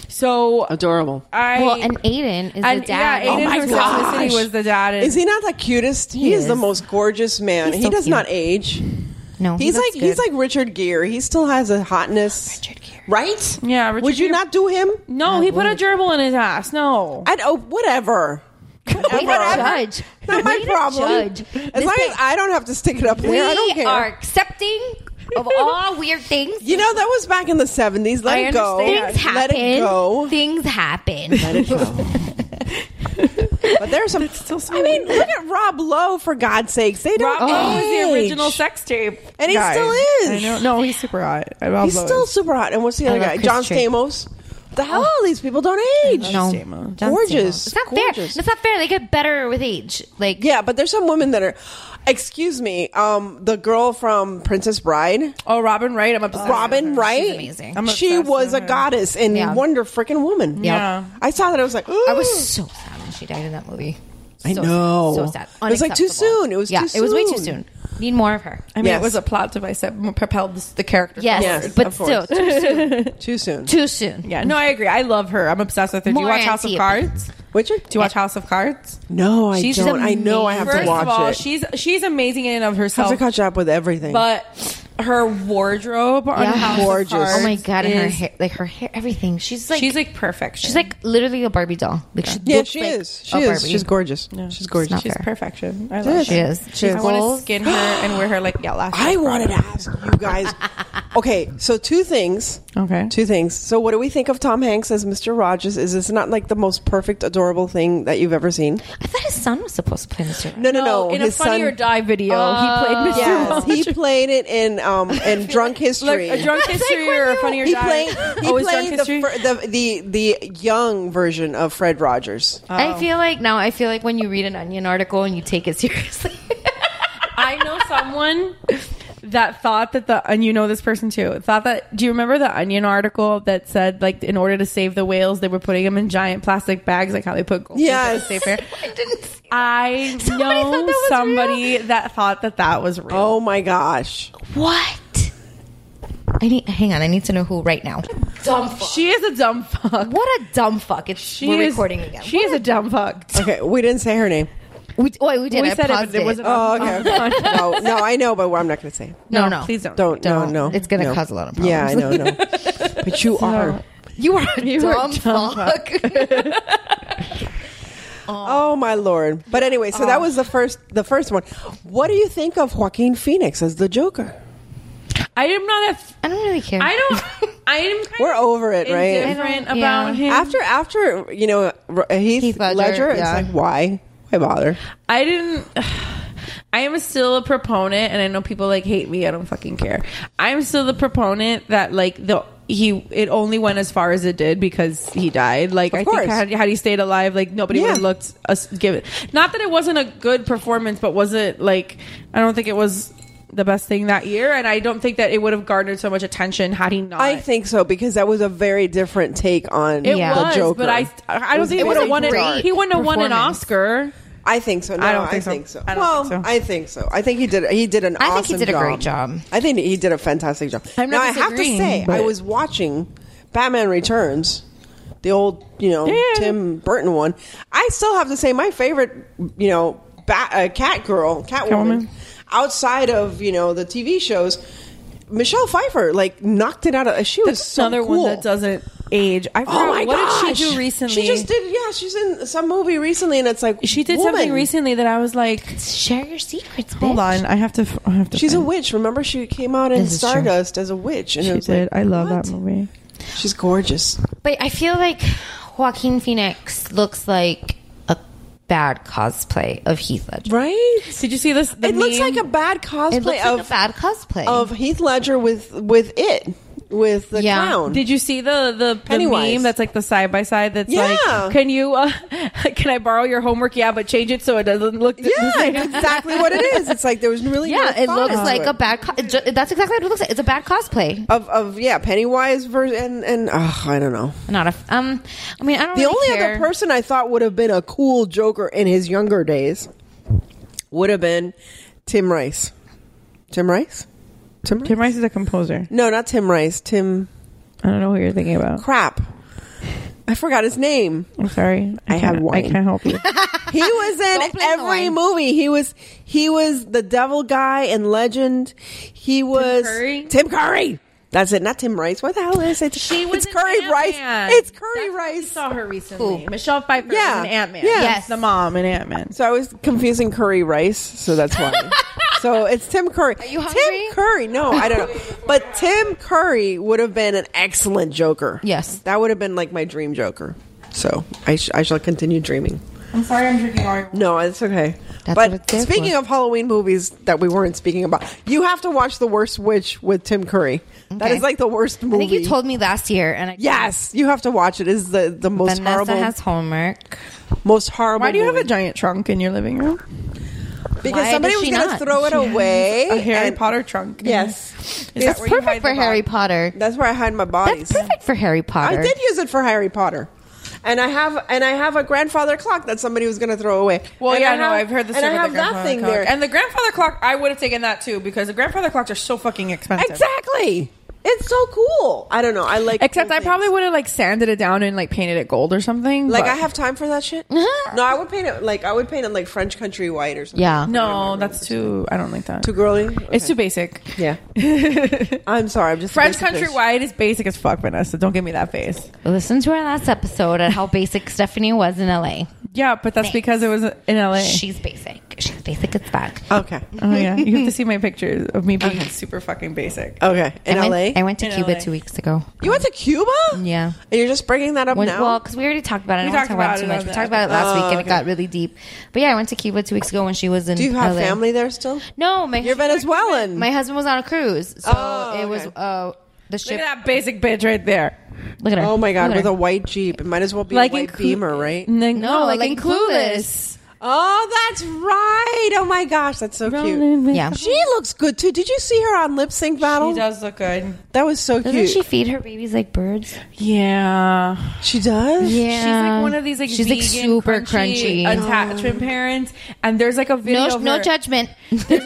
Speaker 9: So
Speaker 7: adorable.
Speaker 9: I
Speaker 6: Well, and Aiden is
Speaker 9: and,
Speaker 6: the dad. Oh
Speaker 9: Yeah, Aiden
Speaker 7: my
Speaker 9: from Sex and the
Speaker 7: gosh.
Speaker 9: City was the dad. in-
Speaker 7: Is he not the cutest? He,
Speaker 6: He
Speaker 7: is. the
Speaker 6: is.
Speaker 7: most gorgeous man.
Speaker 6: He's
Speaker 7: he
Speaker 6: so
Speaker 7: does
Speaker 6: cute.
Speaker 7: not age.
Speaker 9: Oh,
Speaker 6: No,
Speaker 7: He's
Speaker 6: he looks
Speaker 7: like he's
Speaker 6: good.
Speaker 7: like Richard Gere. He still has a hotness.
Speaker 6: Richard Gere.
Speaker 7: right?
Speaker 9: Yeah, Richard
Speaker 7: Would you
Speaker 9: Gere.
Speaker 7: not do him?
Speaker 9: no, he put a gerbil in his ass. No,
Speaker 7: I'd oh whatever.
Speaker 6: Way to
Speaker 7: Whatever.
Speaker 6: judge.
Speaker 7: Not my
Speaker 6: Way to
Speaker 7: problem.
Speaker 6: Judge.
Speaker 7: As
Speaker 6: Listen,
Speaker 7: long as I don't have to stick it up there,
Speaker 6: we
Speaker 7: I don't care.
Speaker 6: are accepting of all weird things.
Speaker 7: you know that was back in the seventies. Let
Speaker 9: I
Speaker 7: it go.
Speaker 9: understand.
Speaker 6: Things
Speaker 9: Yeah,
Speaker 6: happen.
Speaker 7: Let it go.
Speaker 6: Things happen.
Speaker 7: But there's some.
Speaker 9: still so
Speaker 7: I mean,
Speaker 9: weird.
Speaker 7: look at Rob Lowe for God's sakes. They don't.
Speaker 9: Rob Lowe was the
Speaker 7: age.
Speaker 9: original sex tape,
Speaker 7: Oh, And he
Speaker 9: guy.
Speaker 7: still is.
Speaker 9: I know. No, he's super hot. I- Rob
Speaker 7: He's
Speaker 9: Lowe
Speaker 7: still
Speaker 9: is.
Speaker 7: super hot. And what's the
Speaker 6: I
Speaker 7: other
Speaker 6: love
Speaker 7: guy?
Speaker 6: Chris
Speaker 7: John
Speaker 6: Drake.
Speaker 7: Stamos.
Speaker 9: Oh.
Speaker 7: The hell all these people don't age.
Speaker 6: no,
Speaker 9: Stamos.
Speaker 6: John
Speaker 7: Gorgeous.
Speaker 6: Stamos. It's not
Speaker 7: Gorgeous.
Speaker 6: fair. It's not fair. They get better with age. Like
Speaker 7: Yeah, but there's some women that are. Excuse me, um, the girl from Princess Bride.
Speaker 9: Oh, Robin Wright. I'm obsessed.
Speaker 7: Robin Wright.
Speaker 9: She's amazing. I'm
Speaker 7: she
Speaker 9: obsessed
Speaker 7: was a goddess and
Speaker 6: Yeah.
Speaker 7: wonder freaking woman.
Speaker 6: Yeah. Yeah.
Speaker 7: I saw that. I was like,
Speaker 6: I was so
Speaker 7: "Ooh."
Speaker 6: sad when she died in that movie.
Speaker 7: I
Speaker 6: So-
Speaker 7: know.
Speaker 6: So sad.
Speaker 7: It was like too
Speaker 6: Unacceptable.
Speaker 7: soon. It was
Speaker 6: yeah.
Speaker 7: too
Speaker 6: It was way too
Speaker 7: soon.
Speaker 6: soon. Need more of her.
Speaker 9: I mean,
Speaker 7: Yes.
Speaker 9: it was a plot device that m- propelled this- the character.
Speaker 6: Yes,
Speaker 9: forward,
Speaker 6: but
Speaker 9: of course.
Speaker 6: still, too soon.
Speaker 7: too soon.
Speaker 6: too soon.
Speaker 9: yeah. No, I agree. I love her. I'm obsessed with her. Do you
Speaker 6: More
Speaker 9: watch House of
Speaker 6: anti-Apis.
Speaker 9: Cards?
Speaker 7: Which one?
Speaker 9: Do you watch House of Cards?
Speaker 7: No, I
Speaker 9: She's
Speaker 7: don't. I know I have
Speaker 9: First
Speaker 7: to watch
Speaker 9: of all,
Speaker 7: it.
Speaker 9: she's she's amazing in and of
Speaker 7: I have
Speaker 9: herself.
Speaker 7: to catch up with everything.
Speaker 9: but her wardrobe on
Speaker 6: Yeah.
Speaker 9: House
Speaker 7: Gorgeous.
Speaker 9: of Cards.
Speaker 6: Oh my god, and her
Speaker 9: is-
Speaker 6: hair, like her hair, everything. She's like
Speaker 9: she's like perfect.
Speaker 6: she's like literally a Barbie doll. Like she
Speaker 7: yeah,
Speaker 6: looks
Speaker 7: she
Speaker 6: like
Speaker 7: is.
Speaker 6: a
Speaker 7: She is.
Speaker 6: Barbie.
Speaker 7: She's gorgeous. She's gorgeous.
Speaker 6: not
Speaker 9: she's
Speaker 6: fair.
Speaker 9: perfection. I
Speaker 7: Yes.
Speaker 9: love
Speaker 6: She
Speaker 9: her.
Speaker 6: is. She's
Speaker 9: I want
Speaker 6: goals.
Speaker 9: to skin her and wear her like yeah. Last
Speaker 7: I wanted to ask you guys. Okay, so two things.
Speaker 9: Okay.
Speaker 7: Two things. So, what do we think of Tom Hanks as Mr. Rogers? Is this not like the most perfect, adorable thing that you've ever seen?
Speaker 6: I thought his son was supposed to play Mr.
Speaker 7: No, no, no.
Speaker 9: in a funny or die video, he
Speaker 6: Oh.
Speaker 9: played Mr.
Speaker 7: Yes,
Speaker 9: Rogers.
Speaker 7: he played it in um in Drunk
Speaker 9: Look,
Speaker 7: History.
Speaker 9: a drunk history or a funny or
Speaker 7: he
Speaker 9: die.
Speaker 7: played. He
Speaker 9: Oh, it's drunk
Speaker 7: played the,
Speaker 9: history.
Speaker 7: fir- the the the young version of Fred Rogers.
Speaker 6: I feel like now I feel like when you read an Onion article and you take it seriously.
Speaker 9: I know someone that thought that the and you know this person too thought that do you remember the onion article that said like in order to save the whales they were putting them in giant plastic bags like how they put goldfish
Speaker 7: Yes.
Speaker 9: at a safe fair
Speaker 6: I didn't. See
Speaker 9: i
Speaker 6: Somebody thought that
Speaker 9: know
Speaker 6: was
Speaker 9: somebody that thought that that was real
Speaker 7: Oh my gosh!
Speaker 6: What? I need. Hang on. I need to know who right now. Dumb fuck.
Speaker 9: she is a dumb fuck
Speaker 6: What a dumb fuck. It's
Speaker 9: she
Speaker 6: we're
Speaker 9: is,
Speaker 6: recording again.
Speaker 9: she is a dumb fuck
Speaker 7: Okay, we didn't say her name.
Speaker 6: We, oh, we did.
Speaker 9: we
Speaker 6: I
Speaker 9: said it,
Speaker 6: paused
Speaker 9: but it wasn't
Speaker 7: Oh,
Speaker 9: on-
Speaker 7: okay.
Speaker 9: on-
Speaker 7: okay. no, no, I know, but I'm not going to say. it.
Speaker 6: No, no.
Speaker 9: please don't
Speaker 7: Don't,
Speaker 6: Don't.
Speaker 7: no, no.
Speaker 6: It's gonna
Speaker 7: no.
Speaker 6: cause a lot of
Speaker 7: Yeah, I know,
Speaker 6: problems.
Speaker 7: no. But you are.
Speaker 6: You are a
Speaker 9: were a
Speaker 6: dumb,
Speaker 9: dumb
Speaker 6: fuck.
Speaker 7: Oh my lord! But anyway, so
Speaker 6: uh,
Speaker 7: that was the first, the first one. What do you think of Joaquin Phoenix as the Joker?
Speaker 9: i am not a f-
Speaker 6: I don't really care.
Speaker 9: i don't i am kind
Speaker 7: We're
Speaker 9: of
Speaker 7: over it, right?
Speaker 9: indifferent
Speaker 6: I don't- yeah.
Speaker 9: about him
Speaker 7: After, after you know, R- uh, Heath,
Speaker 6: Heath Ledger,
Speaker 7: Ledger. it's
Speaker 6: yeah.
Speaker 7: like why, why bother?
Speaker 9: I didn't. I am still a proponent, and I know people like hate me. I don't fucking care. I'm still the proponent that like the he it only went as far as it did because he died. Like I
Speaker 7: course.
Speaker 9: think had, had he stayed alive, like nobody
Speaker 7: Yeah.
Speaker 9: would have looked us give it. Not that it wasn't a good performance, but was it like I don't think it was the best thing that year, and I don't think that it would have garnered so much attention had he not.
Speaker 7: I think so because that was a very different take on
Speaker 9: it
Speaker 6: Yeah.
Speaker 7: the
Speaker 9: was,
Speaker 7: Joker.
Speaker 9: but I I
Speaker 7: It
Speaker 9: don't
Speaker 7: was
Speaker 9: think it
Speaker 7: a
Speaker 9: would have
Speaker 7: great
Speaker 9: won it. He wouldn't have won an
Speaker 6: performance.
Speaker 9: Oscar.
Speaker 7: I think so. No, I don't think, so.
Speaker 9: I don't
Speaker 7: well,
Speaker 9: think so.
Speaker 7: I think so. I think he did. He did an.
Speaker 6: I
Speaker 7: awesome
Speaker 6: think he did a great job.
Speaker 7: I think he did a fantastic job.
Speaker 9: I'm
Speaker 7: now
Speaker 9: not
Speaker 7: I have to
Speaker 9: disagreeing,
Speaker 7: say, I
Speaker 9: but-
Speaker 7: was watching Batman Returns, the old you know
Speaker 9: Yeah.
Speaker 7: Tim Burton one. I still have to say my favorite, you know, bat, uh, cat girl, Catwoman,
Speaker 9: Catwoman.
Speaker 7: outside of you know the TV shows. Michelle Pfeiffer like knocked it out of. She was
Speaker 9: That's
Speaker 7: so
Speaker 9: another
Speaker 7: cool.
Speaker 9: one that doesn't age. I forgot,
Speaker 7: Oh my
Speaker 9: what
Speaker 7: gosh!
Speaker 9: did she do recently?
Speaker 7: She just did. Yeah, she's in some movie recently, and it's like
Speaker 9: She did
Speaker 7: woman.
Speaker 9: something recently that I was like,
Speaker 6: Share your secrets.
Speaker 9: hold
Speaker 6: bitch.
Speaker 9: on, I have to. f- I have to
Speaker 7: She's a
Speaker 9: find-
Speaker 7: witch. Remember, she came out in
Speaker 6: This is true.
Speaker 7: Stardust as a witch, and it
Speaker 9: She
Speaker 7: was
Speaker 9: did.
Speaker 7: like,
Speaker 9: I love
Speaker 7: what?
Speaker 9: that movie.
Speaker 7: She's gorgeous.
Speaker 6: But I feel like Joaquin Phoenix looks like a bad cosplay of Heath Ledger.
Speaker 7: Right?
Speaker 9: Did you see this? the
Speaker 7: it looks
Speaker 9: meme?
Speaker 7: like a bad cosplay
Speaker 6: It looks
Speaker 7: of
Speaker 6: like a bad cosplay.
Speaker 7: of Heath Ledger with with it with the
Speaker 6: Yeah.
Speaker 7: clown.
Speaker 9: Did you see the the, the
Speaker 7: Pennywise.
Speaker 9: meme that's like the side by side that's
Speaker 7: Yeah.
Speaker 9: like, can you uh, can I borrow your homework? Yeah, but change it so it doesn't look. the
Speaker 7: yeah,
Speaker 9: same.
Speaker 7: it's exactly what it is. It's like there was really no
Speaker 6: yeah, it
Speaker 7: thought
Speaker 6: looks
Speaker 7: into
Speaker 6: like
Speaker 7: it.
Speaker 6: a bad. Co- it ju- that's exactly what it looks like. It's a bad cosplay.
Speaker 7: of of yeah Pennywise version and and ugh, I don't know.
Speaker 6: Not a. f- Um, I mean, I don't.
Speaker 7: The
Speaker 6: really
Speaker 7: only
Speaker 6: care.
Speaker 7: other person I thought would have been a cool Joker in his younger days would have been Tim Rice. Tim Rice. Tim Rice.
Speaker 9: Tim Rice is a composer.
Speaker 7: No, not Tim Rice. Tim.
Speaker 9: I don't know who you're thinking about.
Speaker 7: crap. I forgot his name.
Speaker 9: I'm sorry.
Speaker 7: I had
Speaker 9: can't-
Speaker 7: wine.
Speaker 9: I can't help you.
Speaker 7: He was
Speaker 6: Don't blame
Speaker 7: in
Speaker 6: the
Speaker 7: every
Speaker 6: wine.
Speaker 7: movie. He was he was the devil guy in Legend. He was
Speaker 9: Curry?
Speaker 7: Tim Curry. That's it, not Tim Rice. Why the hell did I say Tim?
Speaker 9: She was
Speaker 7: it's
Speaker 9: in
Speaker 7: Curry
Speaker 9: Ant-Man.
Speaker 7: Rice. It's Curry
Speaker 9: That's- I
Speaker 7: Rice.
Speaker 9: saw her recently.
Speaker 6: Who?
Speaker 9: Michelle Pfeiffer yeah.
Speaker 7: Yeah.
Speaker 9: in Ant Man.
Speaker 7: Yeah.
Speaker 6: Yes.
Speaker 9: the mom in Ant Man.
Speaker 7: So I was confusing Curry Rice, so that's why. so it's Tim Curry. Are
Speaker 6: you hungry?
Speaker 7: Tim Curry. No, I don't know. But Tim Curry would have been an excellent Joker.
Speaker 6: Yes.
Speaker 7: That would have been like my dream Joker. So I, sh- I shall continue dreaming.
Speaker 9: I'm sorry, I'm drinking orange.
Speaker 7: No, it's okay.
Speaker 6: That's
Speaker 7: but
Speaker 6: what it's there
Speaker 7: speaking
Speaker 6: for.
Speaker 7: of Halloween movies that we weren't speaking about, you have to watch The Worst Witch with Tim Curry. That
Speaker 6: Okay.
Speaker 7: is like the worst movie.
Speaker 6: I think you told me last year, and I
Speaker 7: Yes, you have to watch it. It is the the most
Speaker 6: Vanessa
Speaker 7: horrible,
Speaker 6: has homework.
Speaker 7: most horrible.
Speaker 9: Why do you have a
Speaker 7: movie.
Speaker 9: giant trunk in your living room?
Speaker 7: Because somebody was going to throw it away.
Speaker 11: A Harry
Speaker 7: and-
Speaker 11: Potter trunk.
Speaker 7: Yes.
Speaker 11: Is that where you hide the body?
Speaker 6: Potter.
Speaker 7: That's where I hide my bodies. That's perfect
Speaker 6: for Harry Potter.
Speaker 7: I did use it for Harry Potter. And I have and I have a grandfather clock that somebody was going to throw away.
Speaker 9: Well,
Speaker 7: And
Speaker 9: yeah,
Speaker 7: I
Speaker 9: no,
Speaker 7: have-
Speaker 9: I've heard the
Speaker 7: And
Speaker 9: story
Speaker 7: I
Speaker 9: about
Speaker 7: have
Speaker 9: the
Speaker 7: that
Speaker 9: grandfather
Speaker 7: thing
Speaker 9: clock.
Speaker 7: there.
Speaker 9: And the grandfather clock, I would have taken that too because the grandfather clocks are so fucking expensive.
Speaker 7: Exactly. It's so cool. I don't know. I like.
Speaker 9: Except I
Speaker 11: Probably would have like sanded it down and like painted it gold or something.
Speaker 7: Like
Speaker 11: but-
Speaker 7: I have time for that shit. no, I would paint it like I would paint it like French country white or something.
Speaker 11: No, that's too. I don't like that. Too
Speaker 7: girly.
Speaker 11: It's too basic.
Speaker 7: Yeah. I'm sorry. I'm just
Speaker 11: French
Speaker 6: basic
Speaker 11: country
Speaker 6: bitch.
Speaker 11: wide is basic as fuck, Vanessa. Don't give me that face.
Speaker 6: Listen to our last episode on how basic Stephanie was in LA.
Speaker 11: Yeah, but that's because it was in LA.
Speaker 6: She's basic. She's basic as fuck.
Speaker 7: Okay.
Speaker 9: Uh-huh.
Speaker 11: Oh yeah, you have to see my pictures of me being super fucking basic.
Speaker 7: Okay,
Speaker 6: I Went, I went to
Speaker 11: In
Speaker 6: Cuba
Speaker 11: LA.
Speaker 6: two weeks ago.
Speaker 7: You went to Cuba?
Speaker 6: Yeah.
Speaker 7: And you're just bringing that up
Speaker 6: When-
Speaker 7: now?
Speaker 6: Well, because we already talked about it.
Speaker 7: We
Speaker 6: I don't
Speaker 7: talked
Speaker 6: talk about
Speaker 7: about
Speaker 6: it too
Speaker 7: it
Speaker 6: much.
Speaker 7: on
Speaker 6: We
Speaker 7: the
Speaker 6: talked about it last
Speaker 7: episode.
Speaker 6: week
Speaker 7: Oh,
Speaker 6: and
Speaker 7: okay.
Speaker 6: it got really deep. But yeah, I went to Cuba two weeks ago when she was in.
Speaker 7: do you have
Speaker 6: LA.
Speaker 7: family there still?
Speaker 6: No, my
Speaker 7: You're Venezuelan.
Speaker 6: My husband was on a cruise, so
Speaker 7: Oh,
Speaker 6: it was
Speaker 7: okay.
Speaker 6: uh, the ship.
Speaker 11: Look at that basic bitch right there.
Speaker 6: Look at her.
Speaker 7: Oh my god,
Speaker 6: Look at
Speaker 7: with
Speaker 6: her.
Speaker 7: a white jeep, it might as well be
Speaker 11: Like
Speaker 7: a
Speaker 11: in
Speaker 7: white
Speaker 11: Clu-
Speaker 7: Beamer, right?
Speaker 11: No,
Speaker 6: No, like in Clueless.
Speaker 7: Oh, that's right. Oh my gosh, that's so
Speaker 11: Rolling
Speaker 7: cute.
Speaker 11: with
Speaker 6: Yeah. the-
Speaker 7: she looks good too. Did you see her on Lip Sync Battle?
Speaker 9: She does look good.
Speaker 7: That was so
Speaker 6: Doesn't
Speaker 7: cute.
Speaker 6: she feed her babies like birds?
Speaker 11: Yeah,
Speaker 7: She does.
Speaker 6: Yeah,
Speaker 9: She's like one of these like
Speaker 6: she's like
Speaker 9: vegan,
Speaker 6: super
Speaker 9: crunchy,
Speaker 6: crunchy.
Speaker 9: attachment parents, and there's like a video.
Speaker 6: No,
Speaker 9: of
Speaker 6: no
Speaker 9: her-
Speaker 6: judgment.
Speaker 9: There's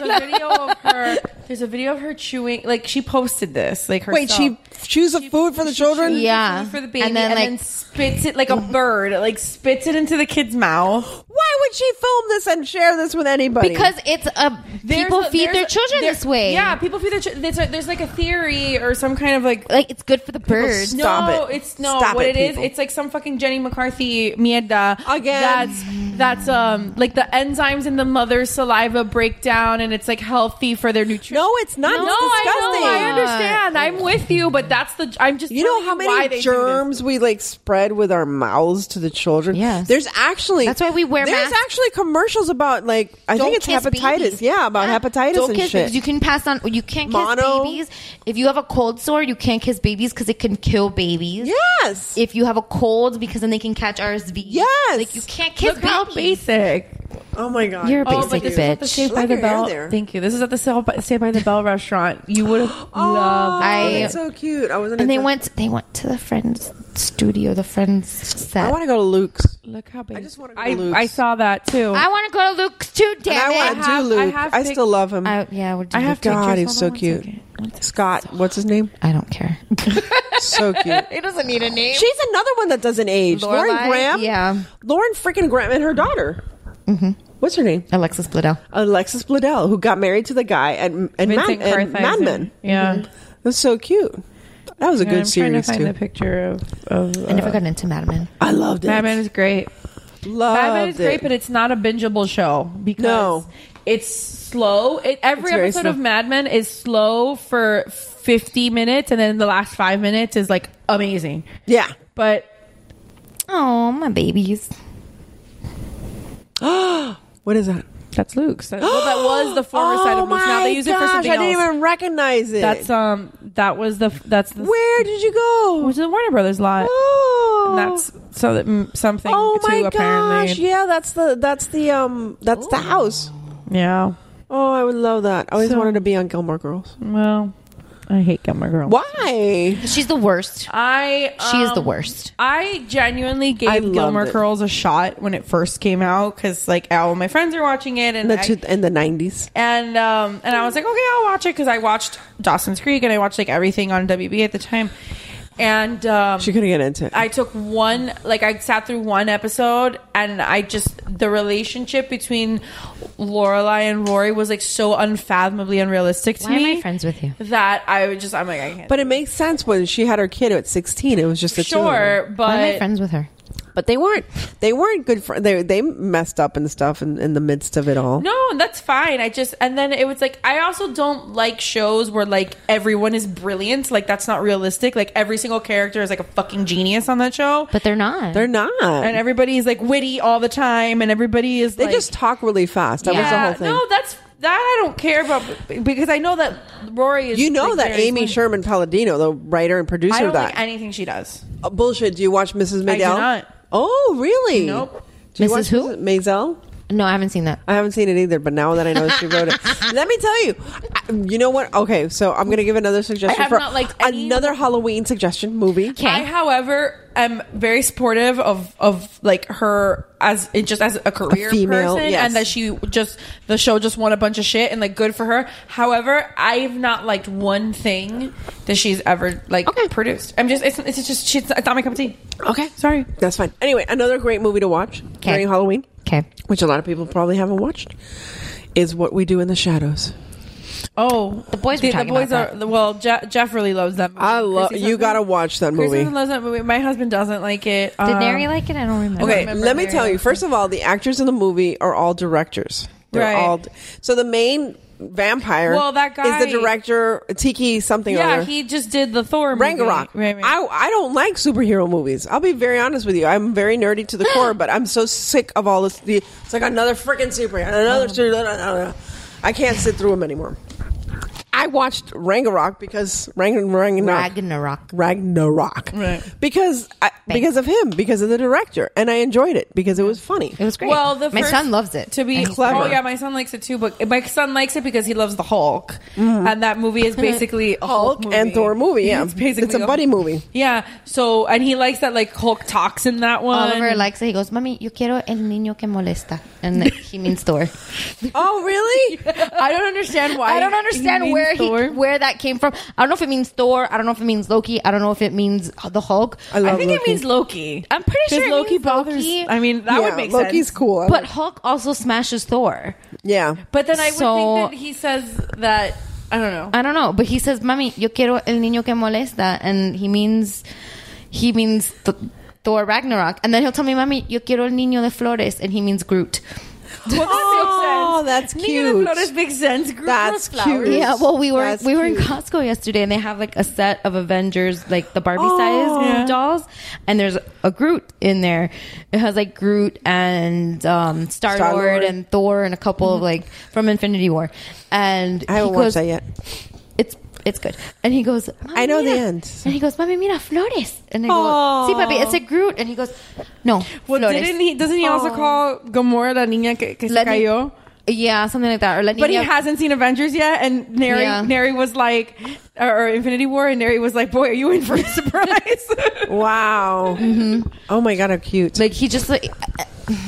Speaker 9: a video of her. There's a video of her chewing. Like she posted this. Like herself.
Speaker 7: Wait, she chews the food for the children?
Speaker 6: Yeah.
Speaker 9: for the baby,
Speaker 6: And then, like-
Speaker 9: spits it like a bird. Like spits it into the kid's mouth.
Speaker 7: Why would she film this and share this with anybody?
Speaker 6: Because it's a
Speaker 9: There's
Speaker 6: people
Speaker 9: a-
Speaker 6: feed
Speaker 9: there's
Speaker 6: their
Speaker 9: a-
Speaker 6: children
Speaker 9: there-
Speaker 6: this way.
Speaker 9: Yeah, people feed their children. There's, a- there's like a theory or some kind of like
Speaker 6: like it's good for the birds.
Speaker 9: No,
Speaker 7: Stop it.
Speaker 9: it's no.
Speaker 7: Stop
Speaker 9: what
Speaker 7: it,
Speaker 9: it is,
Speaker 7: people.
Speaker 9: it's like some fucking Jenny McCarthy mierda.
Speaker 7: Again.
Speaker 9: that's that's um like the enzymes in the mother's saliva break down, and it's like healthy for their nutrition.
Speaker 7: no, it's not.
Speaker 9: no,
Speaker 7: It's
Speaker 9: I
Speaker 7: disgusting.
Speaker 9: know, I understand. I'm with you, but that's the. I'm just.
Speaker 7: You know
Speaker 9: telling
Speaker 7: how
Speaker 9: why they
Speaker 7: many
Speaker 9: do this.
Speaker 7: germs we like spread with our mouths to the children?
Speaker 6: Yes.
Speaker 7: There's actually
Speaker 6: That's why we wear
Speaker 7: There's
Speaker 6: masks.
Speaker 7: actually commercials about like I
Speaker 6: Don't
Speaker 7: think it's
Speaker 6: kiss
Speaker 7: hepatitis.
Speaker 6: babies.
Speaker 7: Yeah, about hepatitis
Speaker 6: Don't
Speaker 7: and
Speaker 6: kiss
Speaker 7: shit.
Speaker 6: babies. You can pass on. You can't kiss
Speaker 7: Mono.
Speaker 6: babies. If you have a cold sore, you can't kiss babies because it can kill babies.
Speaker 7: yes.
Speaker 6: If you have a cold, because then they can catch RSV.
Speaker 7: Yes.
Speaker 6: Like you can't kiss
Speaker 9: Look how
Speaker 6: babies.
Speaker 9: basic.
Speaker 7: oh my god.
Speaker 6: You're a
Speaker 9: Oh,
Speaker 6: basic
Speaker 9: but this is at the
Speaker 6: bitch.
Speaker 9: Saved by
Speaker 7: Look
Speaker 9: the
Speaker 7: at your hair
Speaker 9: Bell.
Speaker 7: there.
Speaker 9: Thank you. This is at the Saved by- Saved by the Bell restaurant. You would have
Speaker 7: Oh,
Speaker 9: loved.
Speaker 6: I-
Speaker 7: that's so cute. I wasn't.
Speaker 6: And they
Speaker 7: into-
Speaker 6: went. They went to the friends studio. The friends set.
Speaker 7: I want to go to Luke's.
Speaker 9: Look how big. I
Speaker 7: just wanna go to
Speaker 9: I,
Speaker 7: Luke's.
Speaker 9: saw that too.
Speaker 6: I want to go to Luke's too.
Speaker 7: And
Speaker 6: Damn it.
Speaker 7: I want to
Speaker 9: have- I
Speaker 7: do Luke. I,
Speaker 9: have pic-
Speaker 7: still love him.
Speaker 6: I, yeah, we're
Speaker 9: I have
Speaker 6: to.
Speaker 7: God,
Speaker 9: pictures.
Speaker 7: he's
Speaker 9: Hold
Speaker 7: so
Speaker 9: on one
Speaker 7: cute.
Speaker 9: second. One second.
Speaker 7: Scott, what's his name?
Speaker 6: I don't care.
Speaker 7: So cute.
Speaker 6: It doesn't need a name.
Speaker 7: She's another one that doesn't age. Lauren
Speaker 6: Lorelai?
Speaker 7: Graham.
Speaker 6: Yeah.
Speaker 7: Lauren freaking Graham and her daughter. What's her name?
Speaker 6: Alexis Bledel.
Speaker 7: Alexis Bledel, who got married to the guy at, at Mad,
Speaker 9: Vincent
Speaker 7: at
Speaker 9: Kartheiser.
Speaker 7: Mad Men.
Speaker 9: Yeah.
Speaker 7: That's so cute. That was a
Speaker 9: Yeah,
Speaker 7: good
Speaker 9: Mm-hmm. I'm
Speaker 7: series
Speaker 9: trying to find
Speaker 7: too.
Speaker 9: the picture of. of
Speaker 6: I never
Speaker 9: uh,
Speaker 6: got into Mad Men.
Speaker 7: I loved it.
Speaker 9: Mad Men is great. Mad Men
Speaker 7: Loved
Speaker 9: is great,
Speaker 7: it.
Speaker 9: but it's not a bingeable show because
Speaker 7: No.
Speaker 9: it's slow. It, every
Speaker 7: It's very
Speaker 9: episode
Speaker 7: slow.
Speaker 9: of Mad Men is slow for 50 minutes, and then the last five minutes is like amazing.
Speaker 7: yeah.
Speaker 9: But
Speaker 6: Oh, my babies.
Speaker 7: What is that? Oh
Speaker 9: that's Luke's. Oh That, well, that was the former side of Luke's. Now they use it for
Speaker 7: gosh,
Speaker 9: something
Speaker 7: I didn't
Speaker 9: else.
Speaker 7: even recognize it.
Speaker 9: That's um. That was the. That's the.
Speaker 7: Where did you go?
Speaker 9: Which is the Warner Brothers lot.
Speaker 7: oh.
Speaker 9: And that's so that mm, something.
Speaker 7: Oh
Speaker 9: too,
Speaker 7: my
Speaker 9: apparently.
Speaker 7: gosh. Yeah, that's the that's the um that's the house.
Speaker 9: Yeah.
Speaker 7: Oh, I would love that. I always
Speaker 9: So-
Speaker 7: wanted to be on Gilmore Girls.
Speaker 9: Well, I hate Gilmore Girls.
Speaker 7: Why?
Speaker 6: She's the worst.
Speaker 9: I
Speaker 6: She is the
Speaker 9: um,
Speaker 6: worst.
Speaker 9: I genuinely gave
Speaker 7: I loved
Speaker 9: Gilmore
Speaker 7: it.
Speaker 9: Girls a shot when it first came out because like all my friends are watching it
Speaker 7: In
Speaker 9: and
Speaker 7: the
Speaker 9: I-
Speaker 7: two, in the nineties.
Speaker 9: and um and I was like okay I'll watch it because I watched Dawson's Creek and I watched like everything on WB at the time and um,
Speaker 7: She couldn't get into it.
Speaker 9: I took one, like I sat through one episode, and I just the relationship between Lorelai and Rory was like so unfathomably unrealistic to
Speaker 6: Why am
Speaker 9: me.
Speaker 6: I friends with you?
Speaker 9: That I would just, I'm like, I can't.
Speaker 7: but it makes sense when she had her kid at sixteen. It was just a
Speaker 9: sure,
Speaker 6: Why am I
Speaker 9: but
Speaker 6: friends with her?
Speaker 7: but they weren't they weren't good for they they messed up and stuff in, in the midst of it all
Speaker 9: no, that's fine. I just, and then it was like, I also don't like shows where like everyone is brilliant. Like that's not realistic. Like every single character is like a fucking genius on that show.
Speaker 6: But they're not.
Speaker 7: they're not
Speaker 9: And everybody is like witty all the time, and everybody is
Speaker 7: they
Speaker 9: like,
Speaker 7: just talk really fast that was the whole thing
Speaker 9: No, that's that I don't care about b- because I know that Rory is.
Speaker 7: you know
Speaker 9: like,
Speaker 7: that
Speaker 9: very
Speaker 7: Amy
Speaker 9: smart.
Speaker 7: Sherman Palladino, the writer and
Speaker 9: I
Speaker 7: producer
Speaker 9: don't
Speaker 7: of that.
Speaker 9: like anything she does.
Speaker 7: Uh, bullshit. Do you watch Mrs. Maisel?
Speaker 9: not.
Speaker 7: Oh, really?
Speaker 9: Nope.
Speaker 7: Do you
Speaker 6: Mrs.
Speaker 7: watch
Speaker 6: who?
Speaker 7: Mrs. Maisel?
Speaker 6: No, I haven't seen that.
Speaker 7: I haven't seen it either, but now that I know she wrote it, let me tell you. I- You know what? Okay, so I'm gonna give another suggestion
Speaker 9: have
Speaker 7: for
Speaker 9: not liked any-
Speaker 7: another Halloween suggestion movie.
Speaker 9: I, however, am very supportive of of like her as it just as a career
Speaker 7: female,
Speaker 9: person,
Speaker 7: yes.
Speaker 9: and that she just the show just won a bunch of shit, and like good for her. However, I've not liked one thing that she's ever like produced. I'm just it's, it's just she's it's not my cup of tea.
Speaker 7: Okay, sorry, that's fine. Anyway, another great movie to watch during Halloween.
Speaker 6: Okay,
Speaker 7: which a lot of people probably haven't watched, is What We Do in the Shadows.
Speaker 9: Oh, the
Speaker 6: boys
Speaker 7: were talking
Speaker 9: boys
Speaker 7: about
Speaker 9: are well. Je- Jeff really loves that. Movie. I
Speaker 7: love you. Got to watch that movie.
Speaker 9: Kristen loves that movie. My husband doesn't like it.
Speaker 6: Did
Speaker 9: Um,
Speaker 6: Neri like it? I don't remember.
Speaker 7: Okay, let me tell you. First of all, the actors in the movie are all directors. They're
Speaker 9: Right.
Speaker 7: all so the main vampire.
Speaker 9: Well, that guy-
Speaker 7: is the director Tiki something. or
Speaker 9: Yeah,
Speaker 7: other.
Speaker 9: he just did the Thor movie.
Speaker 7: Ragnarok. I I don't like superhero movies. I'll be very honest with you. I'm very nerdy to the core, but I'm so sick of all this. The, it's like another freaking superhero, another.
Speaker 9: Uh-huh.
Speaker 7: superhero. I can't sit through them anymore. I watched Ragnarok because Ragn- Ragnarok.
Speaker 6: Ragnarok.
Speaker 7: Ragnarok. Because I, because of him, because of the director, and I enjoyed it because it was funny. It
Speaker 6: was
Speaker 9: Well, the first- To be
Speaker 7: clever.
Speaker 9: Oh yeah, my son likes it too. But my son likes it because he loves the Hulk,
Speaker 7: Mhm.
Speaker 9: and that movie is basically a Hulk, movie.
Speaker 7: and Thor movie. Yeah,
Speaker 9: it's basically
Speaker 7: a buddy movie.
Speaker 9: Yeah. So and he likes that like Hulk talks in that one.
Speaker 6: Oliver likes it. He goes, "Mommy, yo quiero el niño que molesta," and he means Thor.
Speaker 7: Oh really?
Speaker 9: I don't understand why.
Speaker 6: I don't
Speaker 9: he
Speaker 6: understand
Speaker 9: means
Speaker 6: where
Speaker 9: Thor.
Speaker 6: he where that came from. I don't know if it means Thor. I don't know if it means Loki. I don't know if it means the Hulk. I,
Speaker 9: love think it Loki. means Loki.
Speaker 6: I'm pretty
Speaker 9: 'Cause
Speaker 6: sure it
Speaker 9: Loki
Speaker 6: means
Speaker 9: bothers-
Speaker 6: Loki.
Speaker 9: I mean, that would Yeah, make Loki's sense. cool. I
Speaker 6: But
Speaker 9: like-
Speaker 6: Hulk also smashes Thor.
Speaker 7: Yeah,
Speaker 9: But then I would
Speaker 6: So-
Speaker 9: think that he says that I don't know.
Speaker 6: I don't know, but he says, "Mami, yo quiero el niño que molesta," and he means he means th- Thor Ragnarok, and then he'll tell me, "Mami, yo quiero el niño de flores," and he means Groot.
Speaker 9: Well,
Speaker 7: oh, that's cute.
Speaker 9: makes sense. Groot
Speaker 7: That's
Speaker 9: grows flowers.
Speaker 7: cute.
Speaker 6: Yeah, well, we were
Speaker 7: That's
Speaker 6: we were in
Speaker 7: cute.
Speaker 6: Costco yesterday, and they have like a set of Avengers, like the Barbie size
Speaker 7: Yeah.
Speaker 6: dolls, and there's a Groot in there. It has like Groot and um, Star Lord
Speaker 7: Star-Lord.
Speaker 6: and Thor and a couple of
Speaker 9: Mm-hmm.
Speaker 6: like from Infinity War. And
Speaker 7: I haven't
Speaker 6: he
Speaker 7: watched
Speaker 6: goes-
Speaker 7: that yet.
Speaker 6: It's it's good. And he goes,
Speaker 7: I know the
Speaker 6: "Mira."
Speaker 7: end.
Speaker 6: And he goes, "Mami, mira flores." And I go,
Speaker 9: Aw.
Speaker 6: "See, papi, it's a Groot." And he goes, "No,
Speaker 9: Well,
Speaker 6: flores."
Speaker 9: didn't he? Doesn't he also
Speaker 6: Aw.
Speaker 9: call Gamora la niña que, que se
Speaker 6: La ni-
Speaker 9: cayó?
Speaker 6: Yeah, something like that. Or la
Speaker 9: But he
Speaker 6: niña-
Speaker 9: hasn't seen Avengers yet, and Neri,
Speaker 6: Yeah.
Speaker 9: Neri was like, or, or Infinity War, and Neri was like, "Boy, are you in for a surprise?"
Speaker 7: wow.
Speaker 9: Mm-hmm.
Speaker 7: Oh my god, how cute!
Speaker 6: Like he just like,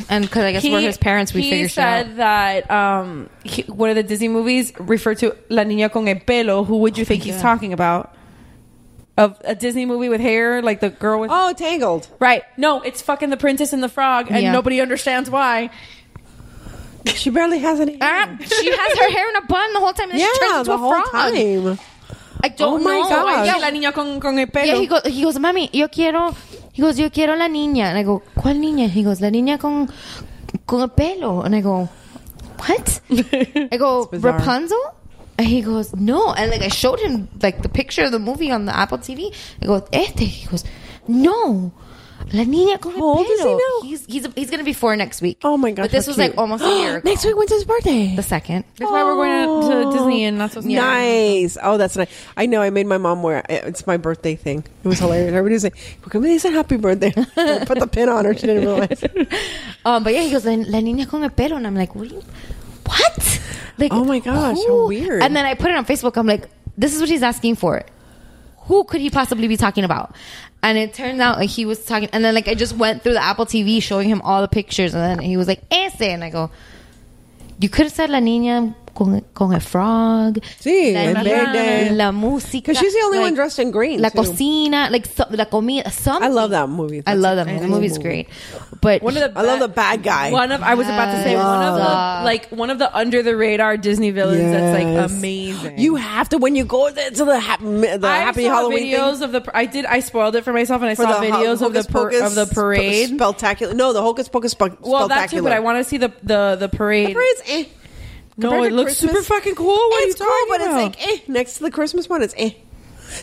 Speaker 6: and because I guess we're his parents, we
Speaker 9: he
Speaker 6: figure shit out.
Speaker 9: said that um, he, one of the Disney movies referred to La Niña con el pelo. Who would you
Speaker 6: Oh,
Speaker 9: think he's
Speaker 7: yeah.
Speaker 9: talking about? Of a Disney movie with hair, like the girl with
Speaker 7: oh Tangled.
Speaker 9: Right? No, it's fucking the Princess and the Frog, and
Speaker 7: Yeah.
Speaker 9: nobody understands why.
Speaker 7: She barely has any.
Speaker 6: Ah, she has her hair in a bun the whole time. And then
Speaker 7: yeah,
Speaker 6: she turns into
Speaker 7: the
Speaker 6: a
Speaker 7: whole
Speaker 6: frog.
Speaker 7: time.
Speaker 6: I don't
Speaker 7: Oh my
Speaker 6: know.
Speaker 7: gosh.
Speaker 6: Yeah,
Speaker 9: La niña con, con el pelo.
Speaker 6: Yeah, he goes. He goes, mami, yo quiero. He goes, yo quiero la niña, and I go, ¿cuál niña? He goes, la niña con con el pelo, and I go, what? I go,
Speaker 12: bizarre.
Speaker 6: Rapunzel. And he goes, no. And like I showed him like the picture of the movie on the Apple TV. I go, este. He goes, no. La niña con el pelo. He's he's he's gonna be four next week. Oh my
Speaker 7: God,
Speaker 6: But this
Speaker 7: how
Speaker 6: was
Speaker 7: cute.
Speaker 6: like almost a year. ago.
Speaker 7: Next week, when's his birthday?
Speaker 6: The second. That's why we're going to, to Disney and not supposed to.
Speaker 7: Nice. Oh, that's nice. I know. I made my mom wear it. It's my birthday thing. It was hilarious. Everybody was like, well, come here, they said happy birthday. Put the pin on her. She didn't realize.
Speaker 6: Um, but yeah, he goes, la, la niña con el pelo. And I'm like, what? do you- what? Like, oh my
Speaker 7: gosh, how weird.
Speaker 6: And then I put it on Facebook. I'm like, this is what he's asking for. Who could he possibly be talking about? And it turns out like he was talking. And then like I just went through the Apple TV showing him all the pictures. And then he was like, ese. And I go, you could have said la niña con, con el frog.
Speaker 7: Sí,
Speaker 6: la,
Speaker 7: el
Speaker 6: niña,
Speaker 7: verde.
Speaker 6: la música.
Speaker 7: Because she's the only one
Speaker 6: Like,
Speaker 7: dressed in green.
Speaker 6: La
Speaker 7: too.
Speaker 6: cocina, like so, la comida, something.
Speaker 7: I love that movie.
Speaker 6: I love that movie. The movie's great. But
Speaker 9: One of the
Speaker 7: I love the bad guy.
Speaker 9: One of I was about to say one of
Speaker 7: Yes.
Speaker 9: the like one of the under the radar Disney villains that's like amazing.
Speaker 7: You have to when you go there to the, hap- the
Speaker 9: I
Speaker 7: happy
Speaker 9: saw
Speaker 7: Halloween thing.
Speaker 9: videos of the. I did. I spoiled it for myself, and I
Speaker 7: for
Speaker 9: saw
Speaker 7: the
Speaker 9: videos
Speaker 7: ho-
Speaker 9: of the
Speaker 7: Hocus
Speaker 9: par-
Speaker 7: Pocus
Speaker 9: of the parade.
Speaker 7: sp- Spectacular. No, the Hocus Pocus spe-
Speaker 9: well, that too, but I want to see the the the parade.
Speaker 7: The parade's eh.
Speaker 9: No,
Speaker 7: Compared
Speaker 9: it
Speaker 7: to
Speaker 9: looks
Speaker 7: Christmas,
Speaker 9: super fucking cool. What are you
Speaker 7: it's cool,
Speaker 9: talking
Speaker 7: but
Speaker 9: about?
Speaker 7: it's like eh. Next to the Christmas one, it's eh.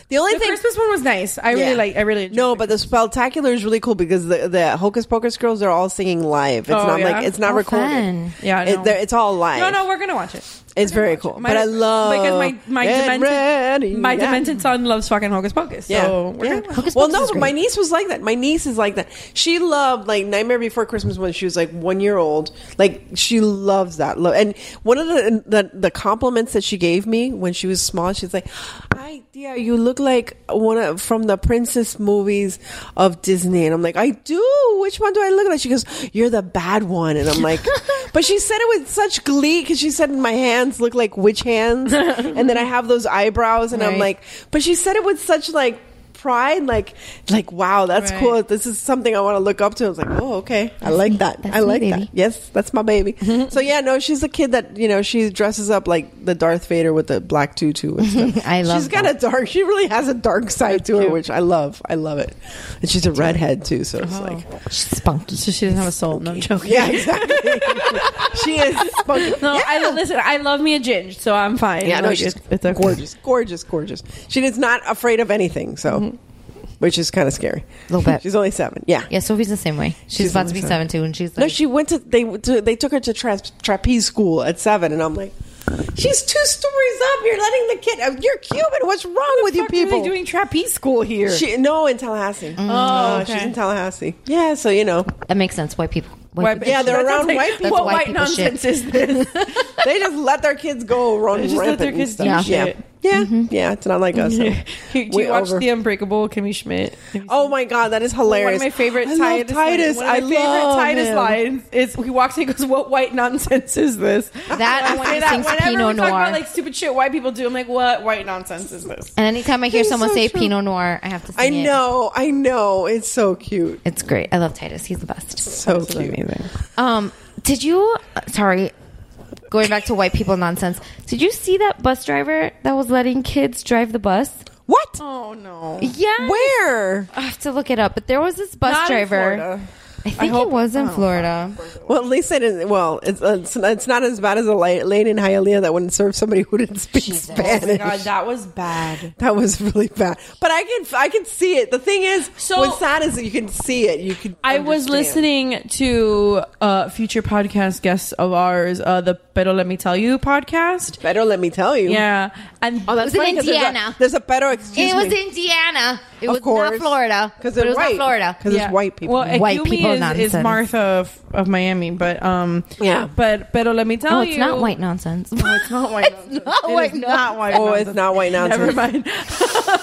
Speaker 7: The only
Speaker 9: thing Christmas one was nice. I really like. I really
Speaker 7: no, but the spectacular is really cool because the, the Hocus Pocus girls are all singing live. It's
Speaker 9: Oh,
Speaker 7: not
Speaker 9: yeah?
Speaker 7: like it's not
Speaker 9: Oh,
Speaker 7: recorded.
Speaker 9: fun. Yeah, I know.
Speaker 7: It, they're- it's all live.
Speaker 9: No, no, we're gonna watch it.
Speaker 7: it's very cool.
Speaker 9: My-
Speaker 7: but I love
Speaker 9: because my my
Speaker 7: Get
Speaker 9: demented,
Speaker 7: ready.
Speaker 9: my
Speaker 7: Yeah.
Speaker 9: demented son loves fucking Hocus Pocus.
Speaker 7: Yeah.
Speaker 9: So we're
Speaker 7: yeah.
Speaker 9: gonna-
Speaker 7: Well, no, but my niece was like that. My niece is like that. She loved like Nightmare Before Christmas when she was like one year old. Like she loves that. Lo- And one of the, the the compliments that she gave me when she was small, she's like, "Hi, dear, you look like one of, from the princess movies of Disney." And I'm like, "I do. Which one do I look like?" She goes, "You're the bad one." And I'm like, "But she said it with such glee because she said my hands look like witch hands, and then I have those eyebrows." And I'm
Speaker 13: Right.
Speaker 7: like, "But she said it with such like." pride like like wow that's
Speaker 13: Right.
Speaker 7: cool this is something i want to look up to i was like oh okay i
Speaker 13: That's
Speaker 7: like
Speaker 13: me.
Speaker 7: that
Speaker 13: That's
Speaker 7: i
Speaker 13: me,
Speaker 7: like
Speaker 13: baby.
Speaker 7: that yes that's my baby so yeah no she's a kid that you know she dresses up like the darth vader with the black tutu and stuff
Speaker 6: I love
Speaker 7: she's got a dark she really has a dark side to her which i love i love it and she's a redhead too so it's like
Speaker 6: she's spunky
Speaker 9: so she doesn't have a soul no i'm joking
Speaker 7: yeah exactly she is spunky
Speaker 9: No, I listen. I love me a ginge, so I'm fine.
Speaker 7: yeah no
Speaker 9: Like,
Speaker 7: she's
Speaker 9: it's-
Speaker 7: gorgeous gorgeous gorgeous she is not afraid of anything so Which is kind of scary. A
Speaker 6: little bit.
Speaker 7: She's only seven. Yeah.
Speaker 6: Yeah, Sophie's the same way. She's,
Speaker 7: She's
Speaker 6: about to
Speaker 7: only
Speaker 6: be seven
Speaker 7: seven.
Speaker 6: too, and she's
Speaker 7: No,
Speaker 6: like,
Speaker 7: she went to they to, they took her to tra- trapeze school at seven, and I'm like, she's two stories up. You're letting the kid. uh, You're Cuban. What's wrong with you people?
Speaker 9: doing trapeze school here?
Speaker 7: She, no, in Tallahassee.
Speaker 9: Oh,
Speaker 7: Uh,
Speaker 9: okay.
Speaker 7: she's in Tallahassee. Yeah, so you know
Speaker 6: that makes sense. White people.
Speaker 7: White-
Speaker 6: people
Speaker 7: yeah, they're
Speaker 6: shit.
Speaker 7: around white people.
Speaker 6: That's white, people shit.
Speaker 9: is this?
Speaker 7: they just let their kids go run
Speaker 9: They just let
Speaker 7: rampant.
Speaker 9: their
Speaker 7: and
Speaker 9: kids do
Speaker 7: stuff.
Speaker 9: shit.
Speaker 7: Yeah, yeah, yeah. It's not like us. so
Speaker 9: Do you
Speaker 7: we're
Speaker 9: watch
Speaker 7: over.
Speaker 9: The Unbreakable Kimmy Schmidt?
Speaker 7: Oh my god, that is hilarious.
Speaker 9: One of my favorite
Speaker 7: I love
Speaker 9: Titus.
Speaker 7: Titus.
Speaker 9: One of my
Speaker 7: I
Speaker 9: favorite
Speaker 7: love
Speaker 9: Titus
Speaker 7: him.
Speaker 9: lines is he walks in, he goes, "What white nonsense is this?"
Speaker 6: That I want
Speaker 9: say
Speaker 6: to
Speaker 9: that
Speaker 6: sing
Speaker 9: whenever we
Speaker 6: Pinot
Speaker 9: talk
Speaker 6: Noir.
Speaker 9: about like stupid shit white people do. I'm like, "What white nonsense is this?"
Speaker 6: And anytime I hear
Speaker 9: That is
Speaker 6: someone
Speaker 9: so
Speaker 6: say
Speaker 9: true.
Speaker 6: Pinot Noir, I have to. Sing
Speaker 7: I
Speaker 6: it.
Speaker 7: know, I know. It's so cute.
Speaker 6: It's great. I love Titus. He's the best.
Speaker 7: So cute.
Speaker 6: Um, did you? Sorry, going back to white people nonsense. Did you see that bus driver that was letting kids drive the bus?
Speaker 7: What?
Speaker 9: Oh no.
Speaker 6: Yeah.
Speaker 7: Where?
Speaker 6: I have to look it up. But there was this bus
Speaker 7: Not in
Speaker 6: driver.
Speaker 7: Florida.
Speaker 6: I think it was in Florida.
Speaker 7: Well, at least they didn't. Well, it's uh, it's, it's not as bad as a la- lady in Hialeah that wouldn't serve somebody who didn't speak Spanish.
Speaker 9: Oh my god, that was bad.
Speaker 7: That was really bad. But I can I can see it. The thing is,
Speaker 9: So-
Speaker 7: what's sad is that you can see it. You can.
Speaker 9: I was
Speaker 7: understand.
Speaker 9: listening to uh, future podcast guests of ours, uh, the Better Let Me Tell You podcast.
Speaker 7: Better Let Me Tell You.
Speaker 9: Yeah. And
Speaker 7: Oh, that's
Speaker 6: It was
Speaker 7: funny
Speaker 6: in
Speaker 7: 'cause there's a-
Speaker 6: Indiana.
Speaker 7: There's a, better excuse
Speaker 6: it was
Speaker 7: me.
Speaker 6: Indiana. It
Speaker 7: Of
Speaker 6: was
Speaker 7: course.
Speaker 6: not Florida
Speaker 7: 'Cause
Speaker 6: but
Speaker 7: they're
Speaker 6: it was
Speaker 7: white.
Speaker 6: not Florida
Speaker 7: 'Cause it's white people.
Speaker 9: Well,
Speaker 6: White
Speaker 9: Akumi
Speaker 6: people
Speaker 9: is, is
Speaker 6: nonsense.
Speaker 9: Martha of, of Miami, but um,
Speaker 7: Yeah.
Speaker 9: But Better Let Me Tell
Speaker 6: No,
Speaker 9: Oh, You.
Speaker 6: Oh, it's not white nonsense.
Speaker 9: No, it's not white. nonsense.
Speaker 6: not
Speaker 9: It
Speaker 6: white
Speaker 9: is not
Speaker 6: nonsense.
Speaker 9: white.
Speaker 7: Oh, it's
Speaker 9: nonsense.
Speaker 7: not white nonsense.
Speaker 9: Never mind.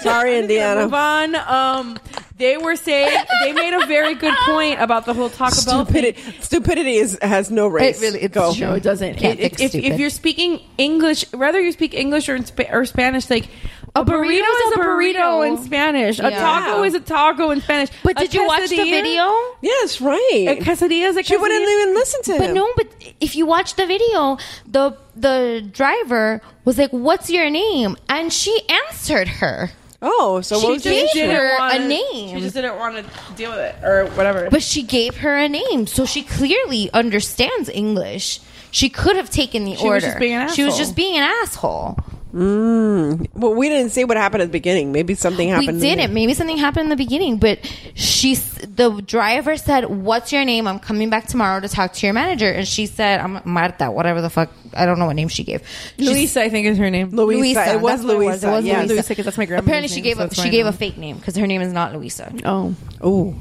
Speaker 7: Sorry,
Speaker 9: Move
Speaker 7: Indiana.
Speaker 9: on. Um, they were saying they made a very good point about the whole Taco Bell thing.
Speaker 7: Stupidity, stupidity is has no race.
Speaker 6: really- it's
Speaker 7: Go.
Speaker 6: true. No, it doesn't. Can't
Speaker 9: It-
Speaker 6: fix
Speaker 9: if, if
Speaker 6: stupid.
Speaker 9: you're speaking English, whether you speak English or, in Spa- or Spanish, like a, burrito, is a burrito, in Spanish. A
Speaker 6: Yeah.
Speaker 9: taco is a taco in Spanish.
Speaker 6: But
Speaker 9: A
Speaker 6: did you watch the
Speaker 9: quesadilla-
Speaker 6: video?
Speaker 7: Yes, right.
Speaker 9: A quesadilla is a quesadilla.
Speaker 7: She wouldn't even listen to
Speaker 6: But
Speaker 7: him.
Speaker 6: no, but if you watch the video, the the driver was like, "What's your name?" and she answered her.
Speaker 7: Oh, so
Speaker 6: She
Speaker 7: what was
Speaker 6: gave
Speaker 7: issue?
Speaker 6: her a
Speaker 9: wanna-
Speaker 6: name.
Speaker 9: She just didn't want to deal with it or whatever.
Speaker 6: But she gave her a name, so she clearly understands English. She could have taken the
Speaker 9: She was
Speaker 6: order.
Speaker 9: just being an
Speaker 6: She was
Speaker 9: asshole.
Speaker 6: just being an asshole.
Speaker 7: Mm. Well, we didn't see what happened at the beginning. Maybe something happened. in
Speaker 6: we
Speaker 7: the
Speaker 6: didn't. Maybe something happened in the beginning, but she, s- the driver said, "What's your name? I'm coming back tomorrow to talk to your manager." And she said, "I'm Marta, whatever the fuck. I don't know what name she gave." She
Speaker 9: Luisa, I think is her name.
Speaker 7: Luisa.
Speaker 6: Luisa.
Speaker 7: It was
Speaker 6: That's what
Speaker 7: Luisa.
Speaker 6: It was
Speaker 7: yeah.
Speaker 6: Luisa.
Speaker 9: Luisa, 'cause that's my grandmother's
Speaker 6: Apparently, she
Speaker 9: name,
Speaker 6: gave
Speaker 9: so
Speaker 6: a
Speaker 9: that's why
Speaker 6: she
Speaker 9: I
Speaker 6: gave
Speaker 9: know.
Speaker 6: a fake name because her name is not Luisa.
Speaker 9: Oh.
Speaker 7: Oh.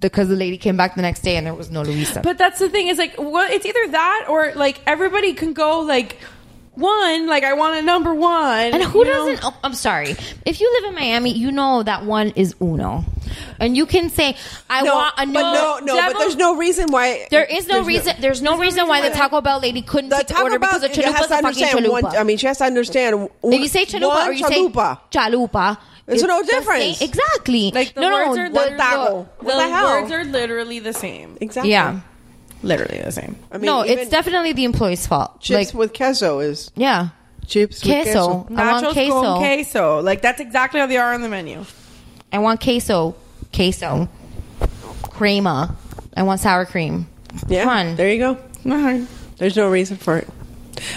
Speaker 6: Because the lady came back the next day and there was no Luisa.
Speaker 9: But that's the thing is like, what? It's either that or like everybody can go like one. Like I want a number one.
Speaker 6: and who
Speaker 9: you know?
Speaker 6: doesn't? Oh, I'm sorry. If you live in Miami, you know that one is uno, and you can say, "I
Speaker 7: No,
Speaker 6: want a
Speaker 7: but
Speaker 6: new
Speaker 7: no, no, but
Speaker 6: devil-
Speaker 7: there's no reason why.
Speaker 6: uh, There is no
Speaker 7: there's
Speaker 6: reason. there's no reason why the Taco Bell lady couldn't
Speaker 7: The
Speaker 6: take the
Speaker 7: Taco
Speaker 6: order
Speaker 7: Bell
Speaker 6: because the
Speaker 7: it has
Speaker 6: chalupa is
Speaker 7: to
Speaker 6: a fucking
Speaker 7: understand
Speaker 6: chalupa.
Speaker 7: one. I mean, she has to understand.
Speaker 6: if you say chalupa or you
Speaker 7: chalupa.
Speaker 6: say chalupa,
Speaker 7: It's no
Speaker 6: the same-
Speaker 7: difference.
Speaker 6: Exactly.
Speaker 9: Like the
Speaker 6: no,
Speaker 9: words
Speaker 6: no,
Speaker 9: are
Speaker 6: the-
Speaker 9: literally-
Speaker 7: taco.
Speaker 9: The,
Speaker 7: What the hell?
Speaker 9: words are literally the same.
Speaker 7: exactly.
Speaker 6: yeah.
Speaker 9: Literally the same.
Speaker 7: I mean,
Speaker 6: no,
Speaker 7: even
Speaker 6: it's definitely the employee's fault.
Speaker 7: chips
Speaker 6: like,
Speaker 7: with queso is
Speaker 6: yeah,
Speaker 7: chips with
Speaker 6: queso.
Speaker 7: queso.
Speaker 6: I want
Speaker 9: Nachos
Speaker 6: queso.
Speaker 9: con queso. Like that's exactly how they are on the menu.
Speaker 6: I want queso, queso, crema. I want sour cream.
Speaker 7: Yeah,
Speaker 6: Fun.
Speaker 7: there you go. There's no reason for it.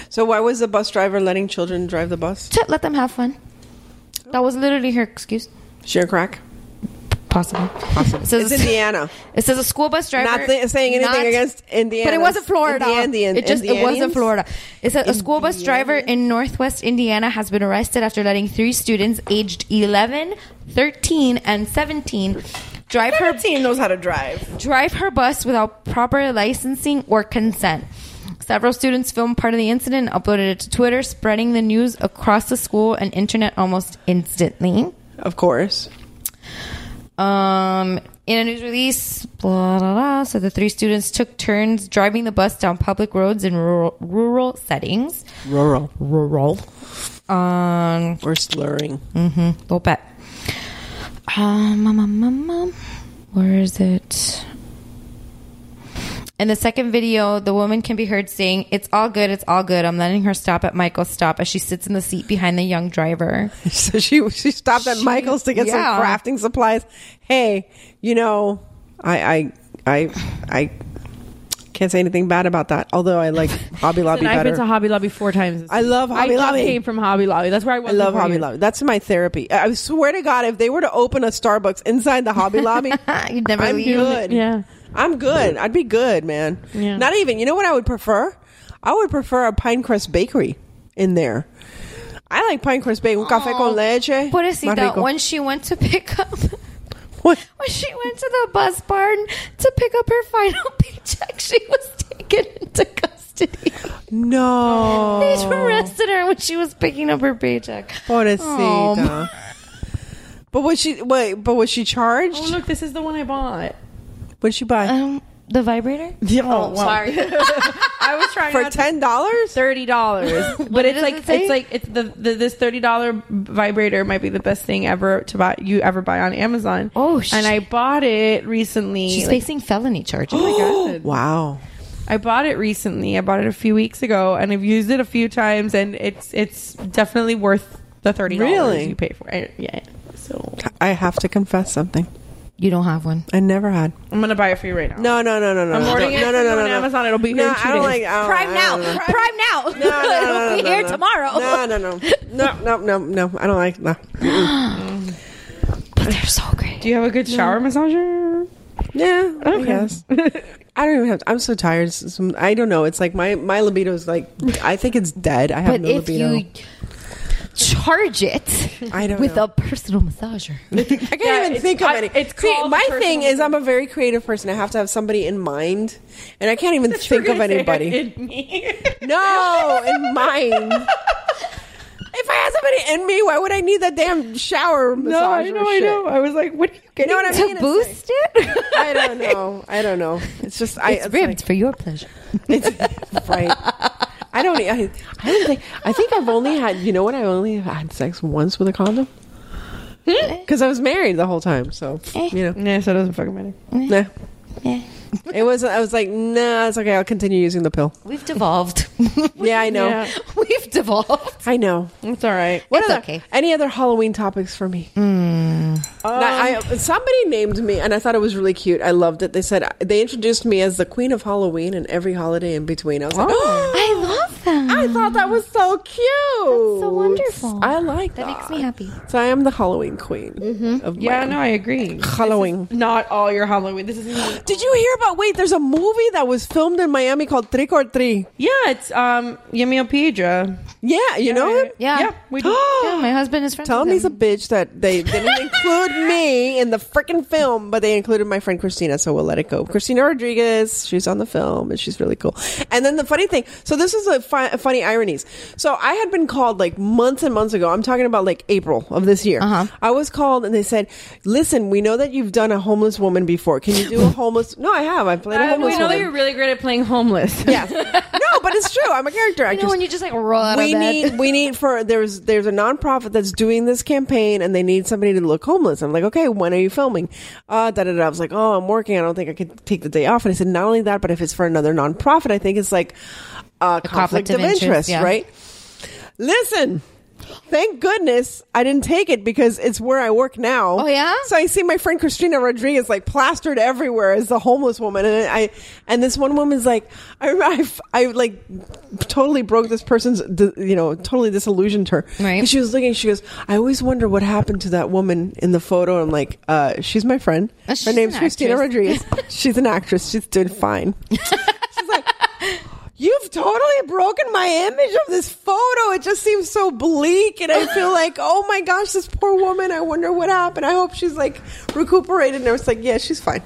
Speaker 7: So why was the bus driver letting children drive the bus?
Speaker 6: Shit, Let them have fun. That was literally her excuse.
Speaker 7: Share crack?
Speaker 6: Possible.
Speaker 7: Possible.
Speaker 6: says-
Speaker 7: It's Indiana.
Speaker 6: It says a school bus driver.
Speaker 7: Not thi- saying anything
Speaker 6: not-
Speaker 7: against Indiana.
Speaker 6: But it wasn't Florida.
Speaker 7: Indian,
Speaker 6: it just it wasn't
Speaker 7: Indianians?
Speaker 6: Florida. It said a school bus driver in Northwest Indiana has been arrested after letting three students aged 11, 13, and 17 drive her
Speaker 14: knows how to drive.
Speaker 6: Drive her bus without proper licensing or consent. Several students filmed part of the incident and uploaded it to Twitter, spreading the news across the school and internet almost instantly.
Speaker 7: Of course.
Speaker 6: Um, in a news release, blah, blah, blah. So the three students took turns driving the bus down public roads in rural, rural settings.
Speaker 7: Rural.
Speaker 6: Rural. Um,
Speaker 7: We're slurring.
Speaker 6: Mm-hmm. A little bit. Um, um, um, um, um, where is it? In the second video, the woman can be heard saying, It's all good, it's all good. I'm letting her stop at Michael's stop as she sits in the seat behind the young driver.
Speaker 7: So she she stopped at Michael's to get
Speaker 6: yeah.
Speaker 7: some crafting supplies. Hey, you know, I I I I can't say anything bad about that. Although I like Hobby Lobby
Speaker 9: and I've been
Speaker 7: better.
Speaker 9: to Hobby Lobby four times.
Speaker 7: I love Hobby
Speaker 9: I just
Speaker 7: Lobby.
Speaker 9: Came from Hobby Lobby. That's where I
Speaker 7: I
Speaker 9: was.
Speaker 7: love
Speaker 9: before
Speaker 7: Hobby
Speaker 9: you.
Speaker 7: Lobby. That's my therapy. I I swear to God, if they were to open a Starbucks inside the Hobby Lobby,
Speaker 6: You'd never
Speaker 7: I'm
Speaker 6: leave.
Speaker 7: good.
Speaker 9: Yeah.
Speaker 7: I'm good. I'd be good, man.
Speaker 9: Yeah.
Speaker 7: Not even. You know what I would prefer? I would prefer a Pinecrest Bakery in there. I like Pinecrest Bakery. Un café con leche. Más
Speaker 6: Pobrecita,
Speaker 7: rico.
Speaker 6: when she went to pick up,
Speaker 7: What?
Speaker 6: when she went to the bus barn to pick up her final paycheck, she was taken into custody.
Speaker 7: No.
Speaker 6: They arrested her when she was picking up her paycheck. Oh.
Speaker 7: Pobrecita. but was she wait? But was she charged?
Speaker 9: Oh look, this is the one I bought.
Speaker 7: What did she buy?
Speaker 6: Um, the vibrator.
Speaker 9: Oh, wow.
Speaker 6: sorry.
Speaker 9: I was trying
Speaker 7: For
Speaker 9: not to-
Speaker 7: ten dollars,
Speaker 9: thirty dollars.
Speaker 6: What
Speaker 9: But it's
Speaker 6: does
Speaker 9: like
Speaker 6: it say?
Speaker 9: it's like it's the, the this thirty dollar vibrator might be the best thing ever to buy you ever buy on Amazon.
Speaker 6: Oh,
Speaker 9: and I bought it recently.
Speaker 6: She's
Speaker 9: like-
Speaker 6: facing felony charges.
Speaker 9: Oh my God.
Speaker 7: Wow.
Speaker 9: I bought it recently. I bought it a few weeks ago, and I've used it a few times, and it's it's definitely worth the thirty dollars
Speaker 7: Really?
Speaker 9: you pay for it. Yeah. So
Speaker 7: I have to confess something.
Speaker 6: You don't have one.
Speaker 7: I never had.
Speaker 9: I'm gonna buy it for you right now.
Speaker 7: No, no, no, no, no.
Speaker 9: I'm
Speaker 7: no,
Speaker 9: ordering
Speaker 7: no,
Speaker 9: it
Speaker 7: no,
Speaker 9: for
Speaker 7: no,
Speaker 9: you
Speaker 7: no,
Speaker 9: on
Speaker 7: no.
Speaker 9: Amazon. It'll be
Speaker 7: no,
Speaker 9: here in two
Speaker 7: I don't
Speaker 9: days.
Speaker 7: like. I don't,
Speaker 6: Prime
Speaker 7: I
Speaker 6: now.
Speaker 7: don't know.
Speaker 6: Oh, Prime now.
Speaker 7: Uh-huh. No, no, no, no,
Speaker 6: It'll be
Speaker 7: no,
Speaker 6: here
Speaker 7: no.
Speaker 6: tomorrow.
Speaker 7: No, no, no, no, no, no, no. I don't like. No.
Speaker 6: But they're so great.
Speaker 9: Do you have a good shower massager?
Speaker 7: Yeah, I guess. I don't even have. I'm so tired. S- some- I don't know. It's like my my libido is like. I think it's dead. I have
Speaker 6: But
Speaker 7: no
Speaker 6: if
Speaker 7: libido.
Speaker 6: you charge it
Speaker 7: I don't
Speaker 6: with
Speaker 7: know.
Speaker 6: a personal massager,
Speaker 7: I can't even think of any.
Speaker 9: it's
Speaker 7: See,
Speaker 9: called
Speaker 7: my
Speaker 9: personal
Speaker 7: thing is, I'm a very creative person. I have to have somebody in mind, and I can't even think of anybody. no, in mind. If I had somebody in me, why would I need that damn shower?
Speaker 9: No, I
Speaker 7: massager
Speaker 9: know, I
Speaker 7: shit?
Speaker 9: know. I was like, what are you
Speaker 7: You
Speaker 9: getting?
Speaker 7: know what I
Speaker 6: to
Speaker 7: mean? It's
Speaker 6: boost it,
Speaker 7: like- I don't know. I don't know. It's just I.
Speaker 6: it's ribbed for your pleasure.
Speaker 7: It's right. I don't. e, I, I don't think. I think I've only had. You know what? I only had sex once with a condom.
Speaker 6: Hmm?
Speaker 7: Because I was married the whole time, so
Speaker 6: Eh,
Speaker 7: you know.
Speaker 9: Yeah, so it doesn't fucking matter.
Speaker 7: Nah. It was. I was like, nah, it's okay. I'll continue using the pill.
Speaker 6: We've devolved.
Speaker 7: Yeah, I know.
Speaker 9: Yeah.
Speaker 6: We've devolved.
Speaker 7: I know.
Speaker 9: It's all right.
Speaker 7: What
Speaker 6: It's
Speaker 7: other-
Speaker 6: okay. Hmm.
Speaker 7: Any other Halloween topics for me? Now,
Speaker 6: Um.
Speaker 7: I, somebody named me, and I thought it was really cute. I loved it. They said they introduced me as the Queen of Halloween and every holiday in between. I was like,
Speaker 6: I love them.
Speaker 7: I thought that was so cute.
Speaker 6: Mm-hmm. so wonderful.
Speaker 7: I like that.
Speaker 6: That makes me happy.
Speaker 7: So I am the Halloween queen. Of
Speaker 9: Yeah,
Speaker 7: my
Speaker 9: no, I agree.
Speaker 7: Halloween.
Speaker 9: Not all your Halloween. This is
Speaker 7: Did you hear about? Wait, there's a movie that was filmed in Miami called Trick or Tree.
Speaker 9: yeah, it's um Yemio Piedra.
Speaker 7: Yeah, you know him.
Speaker 6: Yeah.
Speaker 9: yeah, we do.
Speaker 6: Yeah, my husband is friends
Speaker 7: Tell him
Speaker 6: with
Speaker 7: he's a
Speaker 6: him.
Speaker 7: bitch that they didn't include me in the freaking film, but they included my friend Christina, so we'll let it go. Christina Rodriguez, she's on the film and she's really cool. And then the funny thing, so this is a fi- funny ironies. So I had been called like months and months ago. I'm talking about like April of this year.
Speaker 6: Uh-huh.
Speaker 7: I was called and they said, "Listen, we know that you've done a homeless woman before. Can you do a homeless?" No, I have. I played a
Speaker 9: Uh,
Speaker 7: homeless
Speaker 9: we know
Speaker 7: woman.
Speaker 9: you're really great at playing homeless.
Speaker 7: yes. No, but it's true. I'm a character
Speaker 6: You know
Speaker 7: actress
Speaker 6: when you just like roll out
Speaker 7: we
Speaker 6: of bed.
Speaker 7: need we need for there's there's a nonprofit that's doing this campaign and they need somebody to look homeless. I'm like, okay, when are you filming? Uh, da da da. I was like, oh, I'm working. I don't think I can take the day off. And I said, not only that, but if it's for another nonprofit, I think it's like uh, conflict,
Speaker 6: conflict
Speaker 7: of
Speaker 6: of interest,
Speaker 7: interest,
Speaker 6: yeah.
Speaker 7: right? Listen, Thank goodness I didn't take it because it's where I work now. Oh yeah. So I see my friend Christina Rodriguez like plastered everywhere as the homeless woman, and I and this one woman's like, I I, f- I, like totally broke this person's di- you know totally disillusioned her. Right. she was looking. She goes, I always wonder what happened to that woman in the photo. I'm like, uh, she's my friend.
Speaker 6: Uh,
Speaker 7: her
Speaker 6: she's
Speaker 7: name's
Speaker 6: an
Speaker 7: Christina
Speaker 6: actress.
Speaker 7: Rodriguez. she's an actress. She's doing fine. You've totally broken my image of this photo. It just seems so bleak. And I feel like, oh my gosh, this poor woman. I wonder what happened. I hope she's like recuperated. And I was like, yeah, she's fine.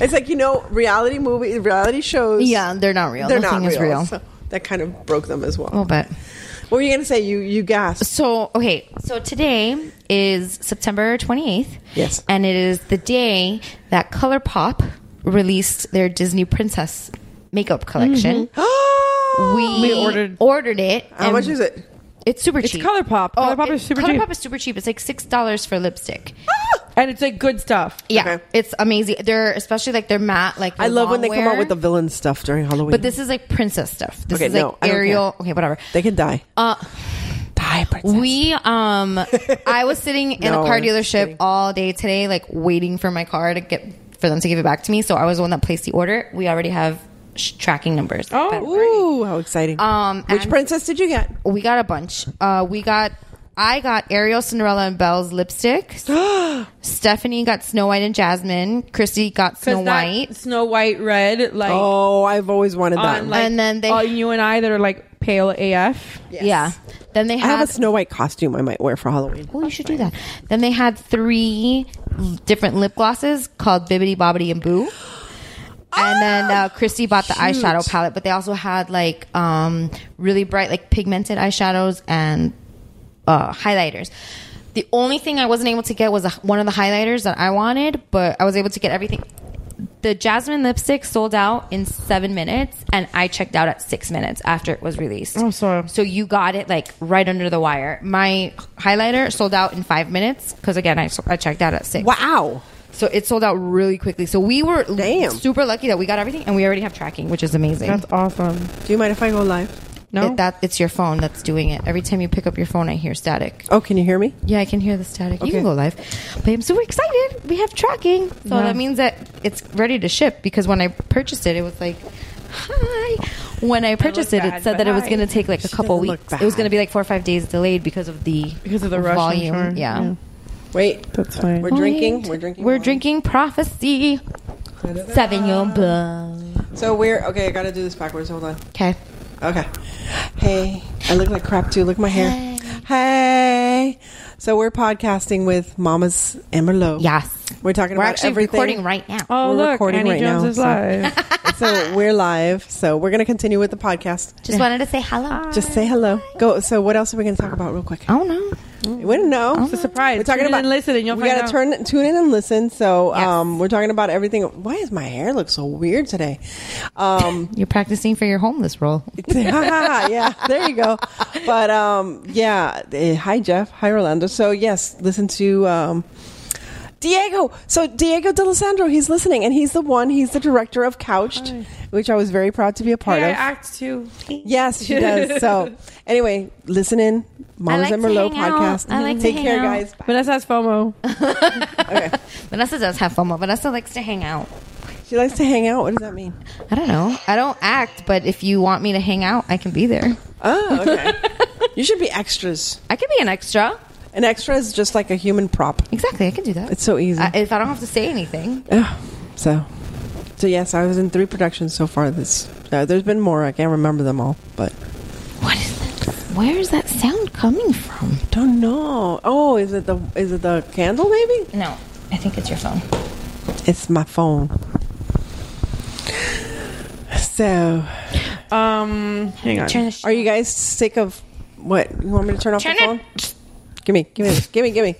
Speaker 7: It's like, you know, reality movie, reality shows.
Speaker 6: Yeah, they're not real.
Speaker 7: They're
Speaker 6: Nothing
Speaker 7: not
Speaker 6: is
Speaker 7: real.
Speaker 6: real.
Speaker 7: So that kind of broke them as well.
Speaker 6: A little bit.
Speaker 7: What were you going to say? You, you gasped.
Speaker 6: So, okay. So today is September 28th.
Speaker 7: Yes.
Speaker 6: And it is the day that ColourPop released their Disney Princess makeup collection.
Speaker 9: Oh.
Speaker 6: we,
Speaker 7: We ordered-
Speaker 6: it.
Speaker 7: Mm-hmm. How
Speaker 6: and
Speaker 7: much is it?
Speaker 6: It's super cheap.
Speaker 9: ColourPop.
Speaker 6: Oh,
Speaker 9: ColourPop
Speaker 6: it-
Speaker 9: is super
Speaker 6: ColourPop
Speaker 9: cheap.
Speaker 6: is super cheap. It's like six dollars for lipstick.
Speaker 9: and it's like good stuff.
Speaker 6: Yeah, it's amazing. They're especially like they're matte. Like
Speaker 7: I love when they come
Speaker 6: long
Speaker 7: out with the
Speaker 6: wear.
Speaker 7: villain stuff during Halloween.
Speaker 6: But this is like princess stuff. This is like
Speaker 7: I don't
Speaker 6: Ariel.
Speaker 7: care.
Speaker 6: Okay, whatever.
Speaker 7: They can die.
Speaker 6: Uh, We um, I was sitting in
Speaker 7: No,
Speaker 6: a car
Speaker 7: I'm just
Speaker 6: dealership all day today, like waiting for my car to get for them to give it back to me. So I was the one that placed the order. We already have sh- tracking numbers.
Speaker 7: Oh, ooh, how exciting!
Speaker 6: Um,
Speaker 7: Which princess did you get?
Speaker 6: We got a bunch. Uh, we got. I got Ariel, Cinderella, and Belle's lipstick. Stephanie got Snow White and Jasmine. Christy got Snow White.
Speaker 9: Snow White red, like
Speaker 7: oh, I've always wanted that.
Speaker 6: and then they,
Speaker 9: you and I that are like pale AF.
Speaker 6: yeah. Then they
Speaker 7: I have a
Speaker 6: had
Speaker 7: Snow White costume I might wear for Halloween.
Speaker 6: Oh, you should do that. Then they had three l- different lip glosses called Bibbidi Bobbidi and Boo. And then uh, Christy bought the
Speaker 9: Cute.
Speaker 6: eyeshadow palette, but they also had like um, really bright, like pigmented eyeshadows and uh, highlighters. The only thing I wasn't able to get was a, one of the highlighters that I wanted, but I was able to get everything. The jasmine lipstick sold out in seven minutes, and I checked out at six minutes after it was released. Oh, sorry. So you got it like right under the wire. My highlighter sold out in five minutes because again, I, I checked out at six.
Speaker 7: Wow.
Speaker 6: So it sold out really quickly. So we were super lucky that we got everything, and we already have tracking, which is amazing.
Speaker 9: That's awesome.
Speaker 7: Do you mind if I go live?
Speaker 6: No, that it's your phone that's doing it. Every time you pick up your phone, I hear static.
Speaker 7: Oh, can you hear me?
Speaker 6: Yeah, I can hear the static. You
Speaker 7: Okay.
Speaker 6: can go live. But I'm super excited. We have tracking. So
Speaker 9: Yeah.
Speaker 6: that means that it's ready to ship because when I purchased it, it was like, hi. When I purchased it,
Speaker 9: bad,
Speaker 6: it said
Speaker 9: but
Speaker 6: that it was
Speaker 9: hi.
Speaker 6: going to take like a couple
Speaker 9: doesn't look
Speaker 6: weeks. It was going to be like four or five days delayed because of the
Speaker 9: Because of the rush, I'm
Speaker 6: volume.
Speaker 9: sure.
Speaker 6: Yeah.
Speaker 9: Yeah.
Speaker 7: Wait,
Speaker 9: that's fine.
Speaker 7: We're drinking. We're drinking.
Speaker 6: We're drinking prophecy. Sauvignon Blanc.
Speaker 7: So we're okay. I gotta do this backwards. Hold on.
Speaker 6: Okay.
Speaker 7: Okay. Hey, I look like crap too. Look at my hair. Hey. So we're podcasting with Mama's Emerlo.
Speaker 6: Yes.
Speaker 7: We're talking
Speaker 6: We're
Speaker 7: about
Speaker 6: actually
Speaker 7: everything.
Speaker 6: recording right now.
Speaker 9: Oh,
Speaker 7: we're
Speaker 9: look,
Speaker 7: recording
Speaker 9: Annie
Speaker 7: right
Speaker 9: Jones
Speaker 7: now.
Speaker 9: is
Speaker 7: so-
Speaker 9: live.
Speaker 7: So, we're live. So we're gonna continue with the podcast.
Speaker 6: Just wanted to say hello.
Speaker 7: Just say hello. Go. So what else are we gonna talk about real quick?
Speaker 6: I don't know.
Speaker 7: We don't know.
Speaker 9: It's a surprise.
Speaker 7: We're talking
Speaker 9: Tune in
Speaker 7: about
Speaker 9: and listen, and you'll
Speaker 7: we
Speaker 9: find
Speaker 7: gotta
Speaker 9: out.
Speaker 7: turn tune in and listen. So um, we're talking about everything. Why does my hair look so weird today? Um,
Speaker 6: You're practicing for your homeless role.
Speaker 7: yeah, there you go. But um, yeah, eh, hi Jeff, hi Orlando. So yes, listen to um, Diego. So Diego D'Alessandro, he's listening, and he's the one. He's the director of Couched, which I was very proud to be a part
Speaker 9: Hey, I
Speaker 7: of.
Speaker 9: act too.
Speaker 7: yes, she does. So anyway, listen in, Mamas
Speaker 6: like
Speaker 7: and
Speaker 6: to
Speaker 7: Merlot
Speaker 6: hang out.
Speaker 7: podcast.
Speaker 6: I like to
Speaker 7: Take
Speaker 6: hang
Speaker 7: care,
Speaker 6: out.
Speaker 7: guys.
Speaker 9: Vanessa has FOMO.
Speaker 6: Vanessa does have FOMO. Vanessa likes to hang out.
Speaker 7: She likes to hang out. What does that mean?
Speaker 6: I don't know. I don't act, but if you want me to hang out, I can be there.
Speaker 7: Oh, okay. you should be extras.
Speaker 6: I can be an extra.
Speaker 7: An extra is just like a human prop.
Speaker 6: Exactly, I can do that.
Speaker 7: It's so easy.
Speaker 6: I, if I don't have to say anything,
Speaker 7: So, so yes, I was in three productions so far. This uh, there's been more. I can't remember them all, but
Speaker 6: where is that sound coming from?
Speaker 7: don't know. Oh, is it the is it the candle? Maybe
Speaker 6: No, I think it's your phone.
Speaker 7: it's my phone. So,
Speaker 9: Um, hang on.
Speaker 6: Turn the sh-
Speaker 7: are you guys sick of what? You want me to turn off
Speaker 6: Turn
Speaker 7: the phone? Give me, give me, give me, give me.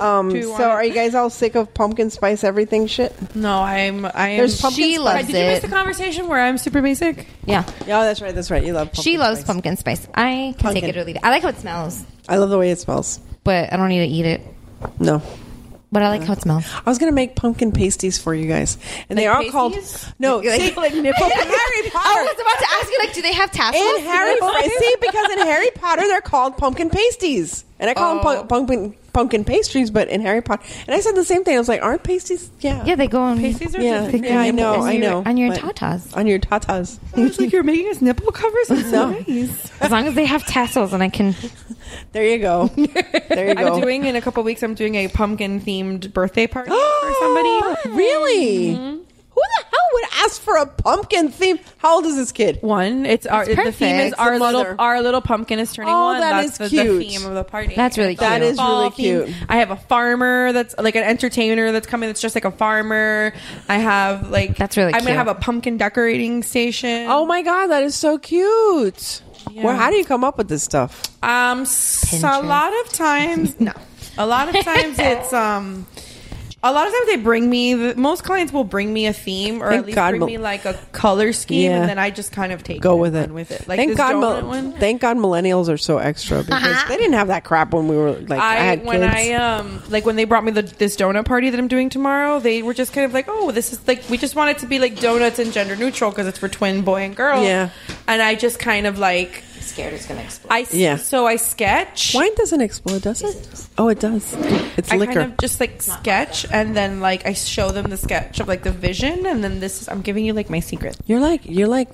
Speaker 7: Um,
Speaker 9: Do you want
Speaker 7: so, are you guys all sick of pumpkin spice everything shit?
Speaker 9: No, I'm. I am.
Speaker 7: There's pumpkin
Speaker 6: She
Speaker 7: spice.
Speaker 6: loves
Speaker 9: Did you miss
Speaker 6: it.
Speaker 9: the conversation where I'm super basic?
Speaker 6: Yeah,
Speaker 7: Oh, that's right. That's right. You love. Pumpkin
Speaker 6: she loves
Speaker 7: spice.
Speaker 6: pumpkin spice. I can
Speaker 7: Pumpkin.
Speaker 6: take it or leave it. I like how it smells,
Speaker 7: I love the way it smells.
Speaker 6: but I don't need to eat it.
Speaker 7: No,
Speaker 6: But I like how it smells.
Speaker 7: I was gonna make pumpkin pasties for you guys, and they are called no, see, like nipple. Oh, Harry
Speaker 6: Potter. I was about to ask you, like, do they have tassels?
Speaker 7: in Harry Potter, see, because in Harry Potter they're called pumpkin pasties, and I
Speaker 6: Oh.
Speaker 7: call them pu- pumpkin pumpkin pastries, but in Harry Potter, and I said the same thing. I was like, aren't pasties? Yeah,
Speaker 6: Yeah, they go on.
Speaker 7: Pasties are
Speaker 6: yeah,
Speaker 7: different.
Speaker 6: they go
Speaker 7: Yeah, I know,
Speaker 6: on your-
Speaker 7: I know,
Speaker 6: On your
Speaker 7: but-
Speaker 6: tatas.
Speaker 7: on your tatas.
Speaker 15: It's like you're making us nipple covers. It's
Speaker 7: No.
Speaker 15: nice.
Speaker 6: As long as they have tassels and I can.
Speaker 7: There you go. There you go.
Speaker 9: I'm doing in a couple weeks. I'm doing a pumpkin themed birthday party for somebody.
Speaker 7: Really? Who the hell would ask for a pumpkin theme? How old is this kid?
Speaker 9: One. It's our the theme is our little our little pumpkin is turning
Speaker 7: Oh,
Speaker 9: one.
Speaker 7: that
Speaker 9: That's
Speaker 7: is
Speaker 9: the,
Speaker 7: cute.
Speaker 9: the theme of the party.
Speaker 6: That's really
Speaker 9: That
Speaker 6: cute.
Speaker 9: is
Speaker 7: That is really cute.
Speaker 9: I have a farmer that's like an entertainer that's coming that's just like a farmer. I have like that's
Speaker 6: really
Speaker 9: I'm gonna
Speaker 6: cute.
Speaker 9: have a pumpkin decorating station.
Speaker 7: Oh my god, that is so cute. Well, how do you come up with this stuff?
Speaker 9: Um, s- a lot of times, no. A lot of times it's um. A lot of times they bring me. The, most clients will bring me a theme, or
Speaker 7: Thank
Speaker 9: at least
Speaker 7: God
Speaker 9: bring
Speaker 7: mo-
Speaker 9: me like a color scheme,
Speaker 7: Yeah.
Speaker 9: and then I just kind of take
Speaker 7: Go
Speaker 9: it
Speaker 7: with
Speaker 9: and
Speaker 7: it.
Speaker 9: run with it. Like
Speaker 7: thank
Speaker 9: this
Speaker 7: God,
Speaker 9: donut
Speaker 7: mil-
Speaker 9: one.
Speaker 7: thank God, millennials are so extra because they didn't have that crap when we were like I,
Speaker 9: I,
Speaker 7: had
Speaker 9: when
Speaker 7: kids.
Speaker 9: I um like when they brought me the, this donut party that I'm doing tomorrow, they were just kind of like, oh, this is like we just want it to be like donuts and gender neutral because it's for twin boy and girl.
Speaker 7: Yeah.
Speaker 9: and I just kind of like scared it's gonna explode. I s-
Speaker 7: Yeah.
Speaker 9: so I sketch.
Speaker 7: Wine doesn't explode, does it? Oh, it does. It's
Speaker 9: I
Speaker 7: liquor.
Speaker 9: kind of just like sketch and then like I show them the sketch of like the vision and then this is I'm giving you like my secret.
Speaker 7: you're like you're like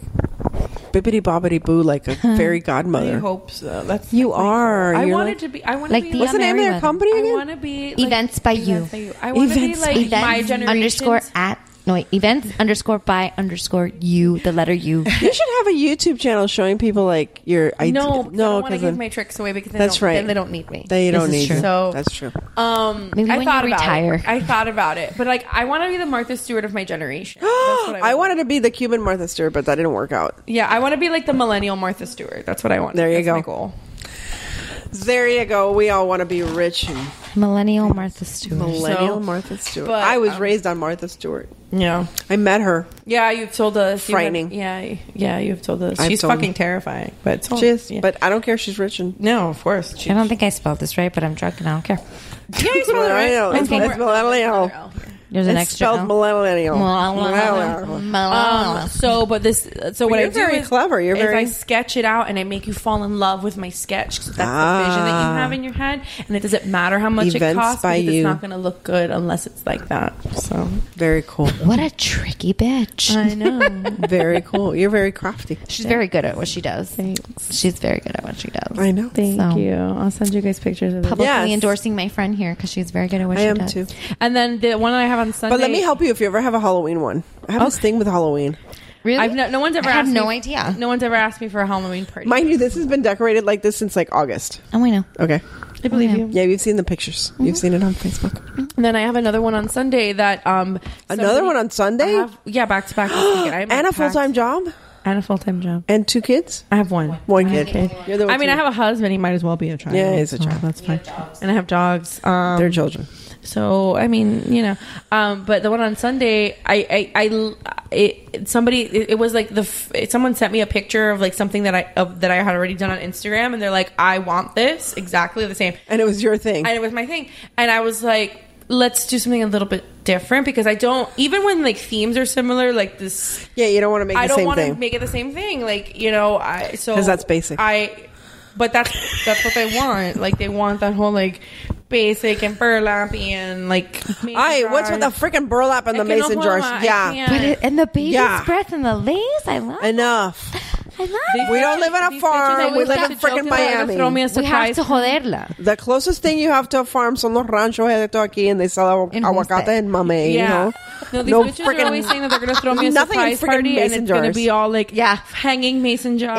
Speaker 7: bibbity bobbity boo, like a fairy godmother.
Speaker 9: I hope so. That's
Speaker 7: you are.
Speaker 9: I
Speaker 7: You're
Speaker 9: wanted
Speaker 7: like-
Speaker 9: to be I want
Speaker 7: Like
Speaker 9: to
Speaker 7: the
Speaker 9: be
Speaker 7: What's the name of their Merryweather. company
Speaker 9: I
Speaker 7: again?
Speaker 9: want to be like,
Speaker 6: Events by you.
Speaker 9: by you. I want to be
Speaker 7: Events
Speaker 9: like
Speaker 6: events
Speaker 9: my generation
Speaker 6: underscore at no wait, events underscore by underscore you the letter U.
Speaker 7: You should have a YouTube channel showing people like your idea.
Speaker 9: No, because I don't want to
Speaker 7: because
Speaker 9: give
Speaker 7: of-
Speaker 9: my tricks away because they
Speaker 7: that's
Speaker 9: don't,
Speaker 7: right.
Speaker 9: then they don't need me.
Speaker 7: They
Speaker 6: This
Speaker 7: don't
Speaker 6: is
Speaker 7: need
Speaker 6: true.
Speaker 7: you.
Speaker 9: So-
Speaker 7: that's true.
Speaker 9: Um,
Speaker 6: Maybe
Speaker 9: I
Speaker 6: when
Speaker 9: thought
Speaker 6: you
Speaker 9: about
Speaker 6: retire.
Speaker 9: it. I thought about it, but like I want to be the Martha Stewart of my generation. That's what I,
Speaker 7: I wanted to be the Cuban Martha Stewart, but that didn't work out.
Speaker 9: yeah, I want to be like the millennial Martha Stewart. That's what I want.
Speaker 7: There you
Speaker 9: That's
Speaker 7: go.
Speaker 9: My goal.
Speaker 7: There you go. We all want to be rich and
Speaker 6: Millennial Martha Stewart.
Speaker 7: millennial
Speaker 9: So-
Speaker 7: Martha Stewart.
Speaker 9: but,
Speaker 7: I was
Speaker 9: um,
Speaker 7: raised on Martha Stewart.
Speaker 9: Yeah,
Speaker 7: I met her.
Speaker 9: yeah. You've told us. you
Speaker 7: Frightening.
Speaker 9: have- yeah, yeah. You've told us.
Speaker 7: I've
Speaker 9: She's
Speaker 7: told-
Speaker 9: fucking terrifying. But
Speaker 7: She is,
Speaker 9: Oh, yeah.
Speaker 7: but I don't care. if She's rich and
Speaker 9: no, of course.
Speaker 6: I
Speaker 9: She,
Speaker 6: don't think I spelled this right, but I'm drunk and I don't care.
Speaker 9: yeah, you spelled it right.
Speaker 7: millennial. It's
Speaker 6: Okay.
Speaker 7: it's millennial.
Speaker 6: There's an
Speaker 7: It's
Speaker 6: extra.
Speaker 7: spelled
Speaker 6: L.
Speaker 7: millennial. Millennial.
Speaker 9: Um,
Speaker 6: Millennial.
Speaker 9: so, but this. So what
Speaker 7: Oh. you're
Speaker 9: I do
Speaker 7: very
Speaker 9: is
Speaker 7: clever. You're
Speaker 9: is
Speaker 7: very-
Speaker 9: I sketch it out and I make you fall in love with my sketch. 'cause that's the vision that
Speaker 7: Ah.
Speaker 9: you have in your head, and it doesn't matter how much it
Speaker 7: Events
Speaker 9: costs
Speaker 7: by
Speaker 9: because
Speaker 7: you.
Speaker 9: it's not going to look good unless it's like that. So
Speaker 7: Very cool.
Speaker 6: What a tricky bitch.
Speaker 9: I know.
Speaker 7: Very cool. You're very crafty.
Speaker 6: She's very good at what she does. She's very good at what she does.
Speaker 7: I know.
Speaker 9: Thank
Speaker 6: So-
Speaker 9: you. I'll send you guys pictures of it.
Speaker 6: Publicly
Speaker 7: Yes.
Speaker 6: endorsing my friend here because she's very good at what
Speaker 7: I
Speaker 6: she
Speaker 7: am
Speaker 6: does.
Speaker 7: too.
Speaker 9: And then the one I have on Sunday.
Speaker 7: But let me help you if you ever have a Halloween one. I have this
Speaker 9: Oh.
Speaker 7: thing with Halloween.
Speaker 6: Really?
Speaker 9: I've no, no one's ever.
Speaker 6: I have
Speaker 9: asked
Speaker 6: no
Speaker 9: me-
Speaker 6: idea.
Speaker 9: No one's ever asked me for a Halloween party.
Speaker 7: Mind you, this has been decorated like this since like August.
Speaker 6: Oh, I know.
Speaker 7: Okay.
Speaker 9: I believe
Speaker 6: yeah.
Speaker 9: you.
Speaker 7: Yeah, you've seen the pictures.
Speaker 9: Mm-hmm.
Speaker 7: You've seen it on Facebook.
Speaker 9: And then I have another one on Sunday that um
Speaker 7: Another one on Sunday?
Speaker 9: I have- yeah, back to back. this weekend. I'm
Speaker 7: and a
Speaker 9: packed.
Speaker 7: full time job
Speaker 9: And a full time job.
Speaker 7: and two kids.
Speaker 9: I have one.
Speaker 7: One kid. You're the
Speaker 9: I mean, I
Speaker 7: two.
Speaker 9: have a husband. He might as well be a child.
Speaker 7: Yeah, he's a
Speaker 9: so
Speaker 7: child.
Speaker 9: that's fine. And I have dogs. Um,
Speaker 7: They're children.
Speaker 9: So I mean, you know, um, but the one on Sunday, I, I, I it, somebody, it, it was like the f- it- someone sent me a picture of like something that I of, that I had already done on Instagram, and they're like, I want this exactly the same,
Speaker 7: And it was your thing.
Speaker 9: and it was my thing, and I was like, let's do something a little bit different because I don't even when like themes are similar, like this,
Speaker 7: yeah, you don't want to make
Speaker 9: I
Speaker 7: the
Speaker 9: don't
Speaker 7: same
Speaker 9: want to
Speaker 7: thing.
Speaker 9: make it the same thing, like you know, I so
Speaker 7: 'Cause that's basic.
Speaker 9: I. But that's that's what they want. Like they want that whole like basic and burlappy and like. mason
Speaker 7: Aye, what's with the
Speaker 9: jars.
Speaker 7: freaking burlap and the
Speaker 9: Economo-
Speaker 7: mason jars?
Speaker 9: I
Speaker 7: Yeah.
Speaker 9: can't.
Speaker 6: But it, and the baby's
Speaker 7: Uh, Yeah. uh,
Speaker 6: breath and the lace, I love.
Speaker 7: Enough.
Speaker 6: I love. it.
Speaker 7: We don't live on a
Speaker 9: These bitches
Speaker 7: farm. We
Speaker 9: always
Speaker 7: live
Speaker 9: have
Speaker 7: in
Speaker 9: to joke
Speaker 7: freaking
Speaker 9: about it. They'll Throw me
Speaker 7: Miami.
Speaker 9: a
Speaker 6: We have
Speaker 9: surprise.
Speaker 6: to joderla.
Speaker 7: The closest thing you have to a farm son los ranchos de todo aquí and they sell agu-
Speaker 6: In
Speaker 7: aguacate
Speaker 6: Homestead.
Speaker 7: and
Speaker 9: Yeah.
Speaker 7: mame, you know?
Speaker 9: No, these bitches are always saying that they're gonna throw me a
Speaker 7: Nothing in
Speaker 9: surprise
Speaker 7: freaking
Speaker 9: party, and
Speaker 7: mason
Speaker 9: it's gonna
Speaker 7: jars.
Speaker 9: be all like
Speaker 6: Yeah.
Speaker 9: hanging mason jars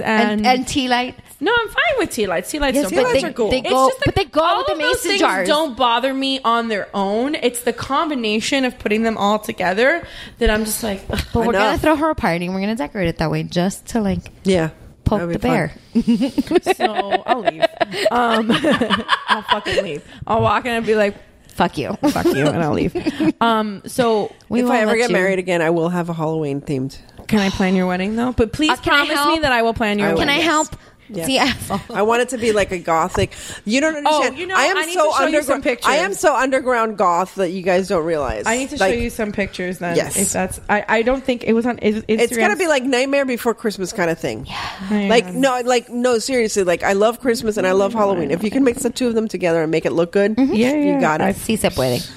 Speaker 6: Yeah,
Speaker 9: and,
Speaker 6: and, and tea light.
Speaker 9: no, I'm fine with tea lights. Tea lights
Speaker 6: Yes,
Speaker 9: don't
Speaker 6: tea
Speaker 9: bother
Speaker 6: lights
Speaker 9: me.
Speaker 6: are cool. They
Speaker 9: It's
Speaker 6: go-
Speaker 9: just
Speaker 6: but they go
Speaker 9: all
Speaker 6: with the
Speaker 9: of those
Speaker 6: mason
Speaker 9: things
Speaker 6: jars.
Speaker 9: Don't bother me on their own. It's the combination of putting them all together that I'm just like. ugh.
Speaker 6: But we're gonna
Speaker 7: Enough.
Speaker 6: throw her a party and we're gonna decorate it that way just to like
Speaker 7: Yeah.
Speaker 6: poke
Speaker 7: That'd
Speaker 6: the
Speaker 7: be fun.
Speaker 6: bear.
Speaker 9: so I'll leave. Um, I'll fucking leave. I'll walk in and be like,
Speaker 6: Fuck you.
Speaker 9: "Fuck you," and I'll leave. Um, so
Speaker 6: We
Speaker 7: if
Speaker 6: won't
Speaker 7: I ever
Speaker 6: let
Speaker 7: get
Speaker 6: you.
Speaker 7: married again, I will have a Halloween themed.
Speaker 9: Can I plan your wedding though? But please
Speaker 6: Uh, can I
Speaker 9: promise me
Speaker 6: help?
Speaker 9: that I will plan your
Speaker 7: I will.
Speaker 6: Can
Speaker 9: wedding.
Speaker 6: I help?
Speaker 7: Yeah.
Speaker 6: See, I,
Speaker 7: I want it to be like a gothic. You don't understand.
Speaker 9: Oh, you know,
Speaker 7: I am
Speaker 9: I need
Speaker 7: so
Speaker 9: to show you
Speaker 7: underground.
Speaker 9: some pictures.
Speaker 7: I am so underground goth that you guys don't realize.
Speaker 9: I need to
Speaker 7: Like,
Speaker 9: show you some pictures then.
Speaker 7: Yes.
Speaker 9: If that's, I, I don't think it was on Instagram.
Speaker 7: It's gonna be like Nightmare Before Christmas kind of thing.
Speaker 9: Man.
Speaker 7: Like no, like no, seriously. Like I love Christmas and I love Halloween. If you can mix the two of them together and make it look good,
Speaker 9: Mm-hmm.
Speaker 6: Yeah, yeah.
Speaker 7: you got it.
Speaker 6: Sí se puede.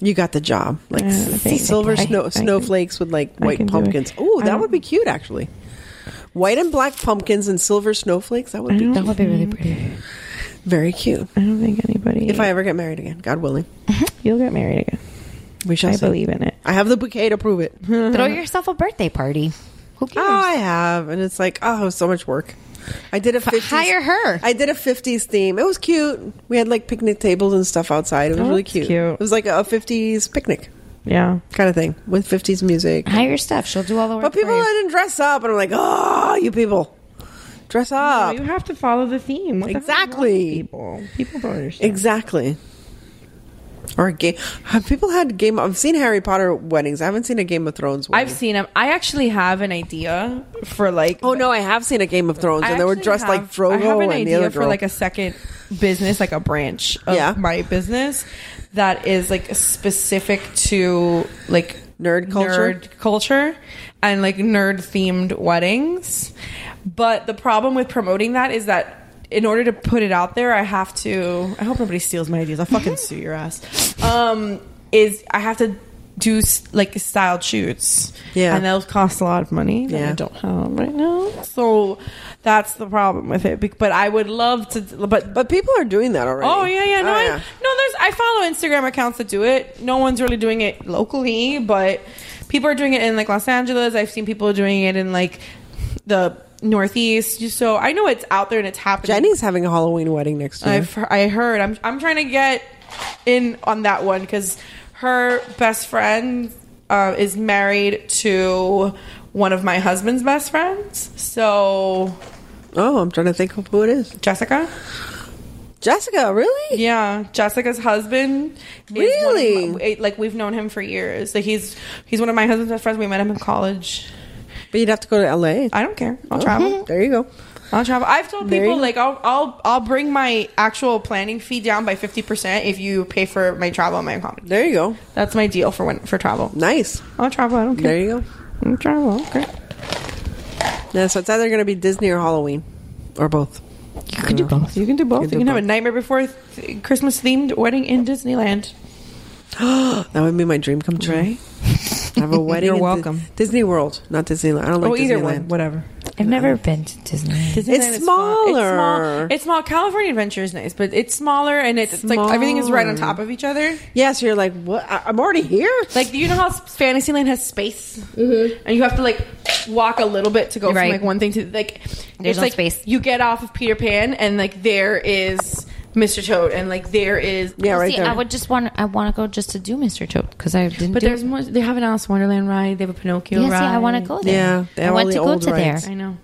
Speaker 7: You got the job. Like s-
Speaker 6: think
Speaker 7: silver
Speaker 6: I-
Speaker 7: snow,
Speaker 6: I can-
Speaker 7: snowflakes with like white pumpkins. Ooh,
Speaker 9: Um,
Speaker 7: that would be cute actually. White and black pumpkins and silver snowflakes. That would be
Speaker 6: that would be really pretty.
Speaker 7: Very cute.
Speaker 16: I don't think anybody.
Speaker 7: If I ever get married again, God willing,
Speaker 16: you'll get married again.
Speaker 7: We shall.
Speaker 16: I
Speaker 7: see.
Speaker 16: believe in it.
Speaker 7: I have the bouquet to prove it.
Speaker 6: Throw yourself a birthday party. Who cares?
Speaker 7: Oh, I have, and it's like oh, so much work. I did a 50s,
Speaker 6: hire her.
Speaker 7: I did a fifties theme. It was cute. We had like picnic tables and stuff outside. It was
Speaker 16: Oh,
Speaker 7: really
Speaker 16: that's
Speaker 7: cute.
Speaker 16: cute.
Speaker 7: It was like a fifties picnic
Speaker 16: Yeah.
Speaker 7: kind of thing with fifties music.
Speaker 6: Hire Steph. She'll do all the work.
Speaker 7: But people
Speaker 6: for you.
Speaker 7: didn't dress up, and I'm like, oh, you people, dress up.
Speaker 16: you have to follow the theme. What the hell is wrong
Speaker 7: Exactly.
Speaker 16: with people. People don't understand.
Speaker 7: Exactly. Or a game. People had game. I've seen Harry Potter weddings. I haven't seen a Game of Thrones. wedding.
Speaker 9: I've seen them. I actually have an idea for like.
Speaker 7: Oh no, I have seen a Game of Thrones,
Speaker 9: I
Speaker 7: and they were
Speaker 9: actually
Speaker 7: dressed like
Speaker 9: have-
Speaker 7: Frodo
Speaker 9: I have an
Speaker 7: and the
Speaker 9: idea
Speaker 7: other
Speaker 9: for
Speaker 7: girl.
Speaker 9: like a second business, like a branch of
Speaker 7: Yeah.
Speaker 9: my business that is like specific to like
Speaker 7: nerd culture?
Speaker 9: nerd culture, and like nerd themed weddings. But the problem with promoting that is that. In order to put it out there, I have to. I hope nobody steals my ideas. I'll fucking sue your ass. Um, is I have to do s- like styled shoots.
Speaker 7: Yeah.
Speaker 9: and they'll cost a lot of money. that I
Speaker 7: Yeah.
Speaker 9: don't have right now. So that's the problem with it. Bec- But I would love to. But
Speaker 7: But people are doing that already.
Speaker 9: oh yeah, yeah, no,
Speaker 7: Oh,
Speaker 9: I,
Speaker 7: yeah.
Speaker 9: no. There's I follow Instagram accounts that do it. No one's really doing it locally, but people are doing it in like Los Angeles. I've seen people doing it in like the Northeast. So I know it's out there and it's happening.
Speaker 7: Jenny's having a Halloween wedding next year.
Speaker 9: I've he- I heard. I'm I'm trying to get in on that one because her best friend uh, is married to one of my husband's best friends. So
Speaker 7: oh, I'm trying to think of who it is.
Speaker 9: Jessica,
Speaker 7: Jessica, really?
Speaker 9: yeah, Jessica's husband. is one of
Speaker 7: Really?
Speaker 9: my- eh, like we've known him for years. Like he's he's one of my husband's best friends. We met him in college.
Speaker 7: But you'd have to go to LA.
Speaker 9: I don't care. I'll
Speaker 7: Oh,
Speaker 9: travel.
Speaker 7: There you go.
Speaker 9: I'll travel. I've told
Speaker 7: There
Speaker 9: people
Speaker 7: you go.
Speaker 9: like I'll I'll I'll bring my actual planning fee down by fifty percent if you pay for my travel and my accommodation.
Speaker 7: There you go.
Speaker 9: That's my deal for when for travel.
Speaker 7: Nice.
Speaker 9: I'll travel. I don't
Speaker 7: There
Speaker 9: care.
Speaker 7: you go.
Speaker 9: I'll travel. Okay.
Speaker 7: Yeah, so it's either going to be Disney or Halloween, or both.
Speaker 9: You can do both. You can do both. You
Speaker 7: You
Speaker 9: can,
Speaker 7: can do
Speaker 9: have a
Speaker 7: both.
Speaker 9: nightmare before th- Christmas themed wedding in Disneyland.
Speaker 7: That would be my dream come true.
Speaker 9: Right?
Speaker 7: Have a wedding.
Speaker 9: You're
Speaker 7: in Di-
Speaker 9: welcome.
Speaker 7: Disney World, not Disneyland. I don't like
Speaker 9: oh, either
Speaker 7: Disneyland.
Speaker 9: one. Whatever.
Speaker 6: I've never been to Disney.
Speaker 9: Disneyland
Speaker 7: It's
Speaker 9: is small. It's small.
Speaker 7: smaller.
Speaker 9: It's small. California Adventure is nice, but it's smaller and it's, it's like everything is right on top of each other.
Speaker 7: Yeah, so you're like, what? I- I'm already here.
Speaker 9: Like you know how s- Fantasyland has space, and you have to like walk a little bit to go
Speaker 6: Right.
Speaker 9: from like one thing to like.
Speaker 6: There's
Speaker 9: it's
Speaker 6: no
Speaker 9: like
Speaker 6: space.
Speaker 9: You get off of Peter Pan, and like there is Mr. Toad, and like there is
Speaker 7: yeah, right
Speaker 6: See,
Speaker 7: there.
Speaker 6: I would just want. I want to go just to do Mr. Toad because I didn't.
Speaker 9: But
Speaker 6: do
Speaker 9: there's more. They have an Alice in Wonderland ride. They have a Pinocchio
Speaker 6: Yeah, see,
Speaker 9: ride.
Speaker 6: I want to go there.
Speaker 7: Yeah, they
Speaker 6: I
Speaker 7: have
Speaker 6: want
Speaker 7: all
Speaker 6: to
Speaker 7: the
Speaker 6: go
Speaker 7: old
Speaker 6: to
Speaker 7: rides.
Speaker 6: there.
Speaker 9: I know.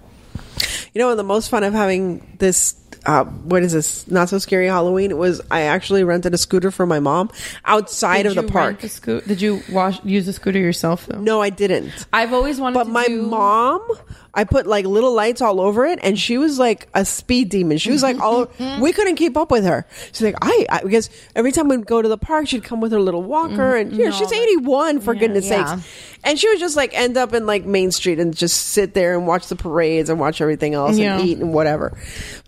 Speaker 7: You know, the most fun of having this, uh, what is this? Not so scary Halloween was I actually rented a scooter for my mom outside of the park.
Speaker 9: did you wash use the scooter yourself though?
Speaker 7: No, I didn't.
Speaker 9: I've always wanted.
Speaker 7: But
Speaker 9: to
Speaker 7: my
Speaker 9: do-
Speaker 7: mom, I put like little lights all over it, and she was like a speed demon. She was like, all
Speaker 9: Mm-hmm.
Speaker 7: we couldn't keep up with her. She's like, I, I because every time we'd go to the park, she'd come with her little walker,
Speaker 9: Mm-hmm.
Speaker 7: and you know, she's eighty one for goodness
Speaker 6: Yeah.
Speaker 7: sakes, and she would just like end up in like Main Street and just sit there and watch the parades and watch everything else
Speaker 9: Yeah.
Speaker 7: and eat and whatever.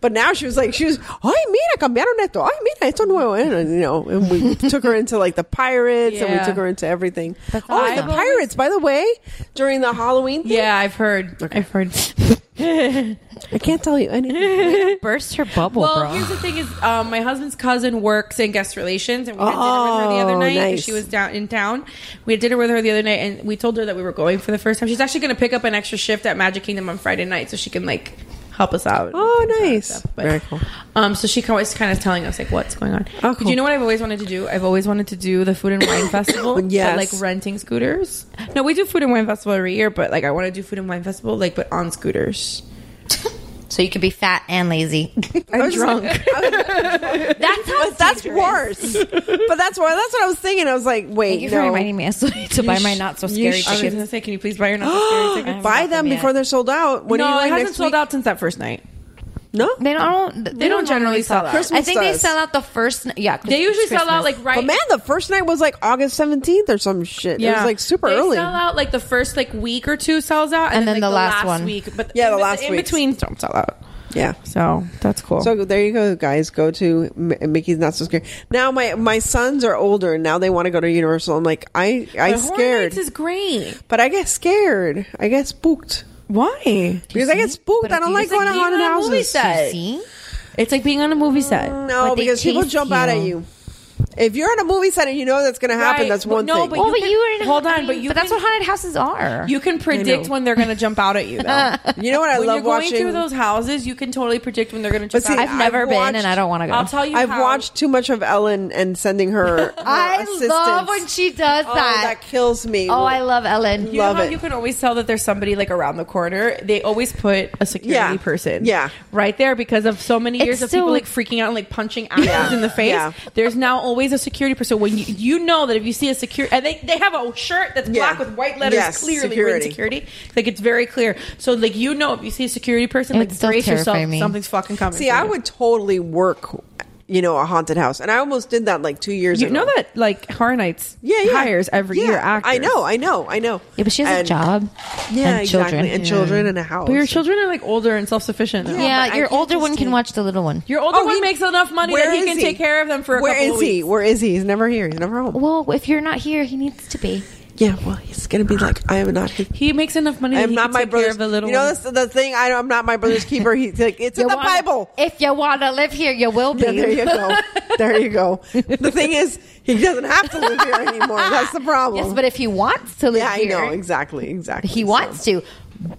Speaker 7: But now she was like, she was, ay mira cambiaron esto, ay mira esto nuevo, and you know, and we took her into like the pirates and
Speaker 9: Yeah.
Speaker 7: we took her into everything.
Speaker 6: That's
Speaker 7: oh, and
Speaker 6: awesome.
Speaker 7: the pirates, by the way, during the Halloween thing,
Speaker 9: Yeah, I've heard. I've heard.
Speaker 7: I can't tell you anything.
Speaker 6: Burst her bubble,
Speaker 9: Well,
Speaker 6: bro.
Speaker 9: here's the thing: is um, my husband's cousin works in guest relations, and we had dinner with her the other
Speaker 7: Oh,
Speaker 9: night. 'cause
Speaker 7: nice.
Speaker 9: She was down in town. We had dinner with her the other night, and we told her that we were going for the first time. She's actually going to pick up an extra shift at Magic Kingdom on Friday night, so she can like help us out.
Speaker 7: Oh,
Speaker 9: Things like that
Speaker 7: nice.
Speaker 9: stuff. But,
Speaker 7: Very cool.
Speaker 9: Um, so she can- was kind of telling us like what's going on.
Speaker 7: Oh,
Speaker 9: Do
Speaker 7: cool.
Speaker 9: you know what I've always wanted to do? I've always wanted to do the food and wine festival. but,
Speaker 7: Yes.
Speaker 9: like renting scooters. No, we do food and wine festival every year, but like I want to do food and wine festival like but on scooters.
Speaker 6: so you can be fat and lazy.
Speaker 7: I'm drunk.
Speaker 6: That's how.
Speaker 7: but that's worse. but that's why. That's what I was thinking. I was like, wait,
Speaker 6: Thank you
Speaker 7: no.
Speaker 6: for reminding me. I still need to buy my not so
Speaker 9: You
Speaker 6: scary
Speaker 9: should- I was
Speaker 6: tickets.
Speaker 9: gonna say, can you please buy your not so scary tickets?
Speaker 7: Buy them
Speaker 6: yet.
Speaker 7: before they're sold out. When
Speaker 9: no,
Speaker 7: are you
Speaker 9: it
Speaker 7: going
Speaker 9: hasn't
Speaker 7: next
Speaker 9: sold
Speaker 7: week?
Speaker 9: out since that first night.
Speaker 7: No,
Speaker 6: they don't. They,
Speaker 9: They don't generally sell out.
Speaker 6: I think they
Speaker 7: does.
Speaker 6: sell out the first. n- Yeah,
Speaker 9: They usually sell out, like, right-
Speaker 7: But man, the first night was like August seventeenth or some shit. It was like super
Speaker 9: They
Speaker 7: early.
Speaker 9: Sell out like the first like week or two sells out, and, then, like, the, last,
Speaker 7: one.
Speaker 9: week. But
Speaker 7: Yeah, the
Speaker 9: in-
Speaker 7: last
Speaker 9: in
Speaker 7: weeks.
Speaker 9: between don't sell out.
Speaker 7: Yeah.
Speaker 9: So that's cool.
Speaker 7: So there you go, guys. Go to M- Mickey's Not So Scared. Now my my sons are older. and Now they want to go to Universal. I'm like, I I
Speaker 9: But Horror
Speaker 7: scared.
Speaker 9: Nights is great.
Speaker 7: But I get scared. I get spooked.
Speaker 9: Why?
Speaker 7: Because I get spooked. I don't like going to haunted houses.
Speaker 9: It's like being on a movie set.
Speaker 7: No, because people jump out at you. If you're in a movie set and you know that's going to happen,
Speaker 9: Right,
Speaker 7: that's
Speaker 9: but
Speaker 7: one
Speaker 9: no,
Speaker 7: thing.
Speaker 9: but you, can, hold on, but you.
Speaker 6: But that's what haunted houses are.
Speaker 9: You can predict when they're going to jump out at you. Though.
Speaker 7: you know what I
Speaker 9: when
Speaker 7: love
Speaker 9: you're going
Speaker 7: watching?
Speaker 9: through those houses, you can totally predict when they're going to
Speaker 7: But
Speaker 9: jump
Speaker 7: see,
Speaker 9: out. at you. I'll tell you.
Speaker 7: I've
Speaker 9: how.
Speaker 7: watched too much of Ellen and sending her. her
Speaker 6: I love
Speaker 7: assistants.
Speaker 6: when she does
Speaker 7: Oh,
Speaker 6: that.
Speaker 7: that kills me.
Speaker 6: Oh, I love Ellen.
Speaker 9: You know how you can always tell that there's somebody like around the corner. They always put a security
Speaker 7: Yeah.
Speaker 9: person,
Speaker 7: Yeah.
Speaker 9: right there because of so many
Speaker 7: It's
Speaker 9: years of
Speaker 7: still-
Speaker 9: people like freaking out and like punching actors in the face.
Speaker 7: Yeah.
Speaker 9: There's now always a security person when you, you know that if you see a security and they, they have a shirt that's black with white letters
Speaker 7: Yes,
Speaker 9: clearly
Speaker 7: security.
Speaker 9: written security, like it's very clear. So like you know if you see a security person,
Speaker 7: It
Speaker 9: like
Speaker 7: would still
Speaker 9: brace
Speaker 7: terrify
Speaker 9: yourself,
Speaker 7: me.
Speaker 9: something's fucking coming.
Speaker 7: See, I would totally work, you know, a haunted house, and I almost did that like two years
Speaker 9: You
Speaker 7: ago.
Speaker 9: know that like Horror Nights
Speaker 7: yeah, yeah.
Speaker 9: hires every
Speaker 7: Yeah,
Speaker 9: year actors.
Speaker 7: I know, I know, I know.
Speaker 6: Yeah, but she has
Speaker 7: And-
Speaker 6: a job.
Speaker 7: Yeah,
Speaker 6: and children.
Speaker 7: exactly, and children and a house.
Speaker 9: But your children are like older and self sufficient.
Speaker 6: Yeah, your older one can watch the little one.
Speaker 9: Your older one makes enough money
Speaker 7: Oh, Where
Speaker 9: that he
Speaker 7: is
Speaker 9: can take care of them for a
Speaker 7: Where
Speaker 9: couple
Speaker 7: is
Speaker 9: of
Speaker 7: he?
Speaker 9: weeks.
Speaker 7: Where is he? He's never here. He's never home.
Speaker 6: Well, if you're not here, he needs to be.
Speaker 7: Yeah, well, he's gonna be like, I am not.
Speaker 9: He makes enough money.
Speaker 7: I am not my brother's.
Speaker 9: the little
Speaker 7: you know,
Speaker 9: one.
Speaker 7: that's the, the thing. I, I'm not my brother's keeper. He's like, it's in the
Speaker 6: wanna-
Speaker 7: Bible.
Speaker 6: If you want to live here, you will be.
Speaker 7: Oh. Yeah, there you go. there you go. The thing is, he doesn't have to live here anymore. That's the problem.
Speaker 6: Yes, but if he wants to live
Speaker 7: yeah,
Speaker 6: here,
Speaker 7: I know exactly, exactly.
Speaker 6: he wants to.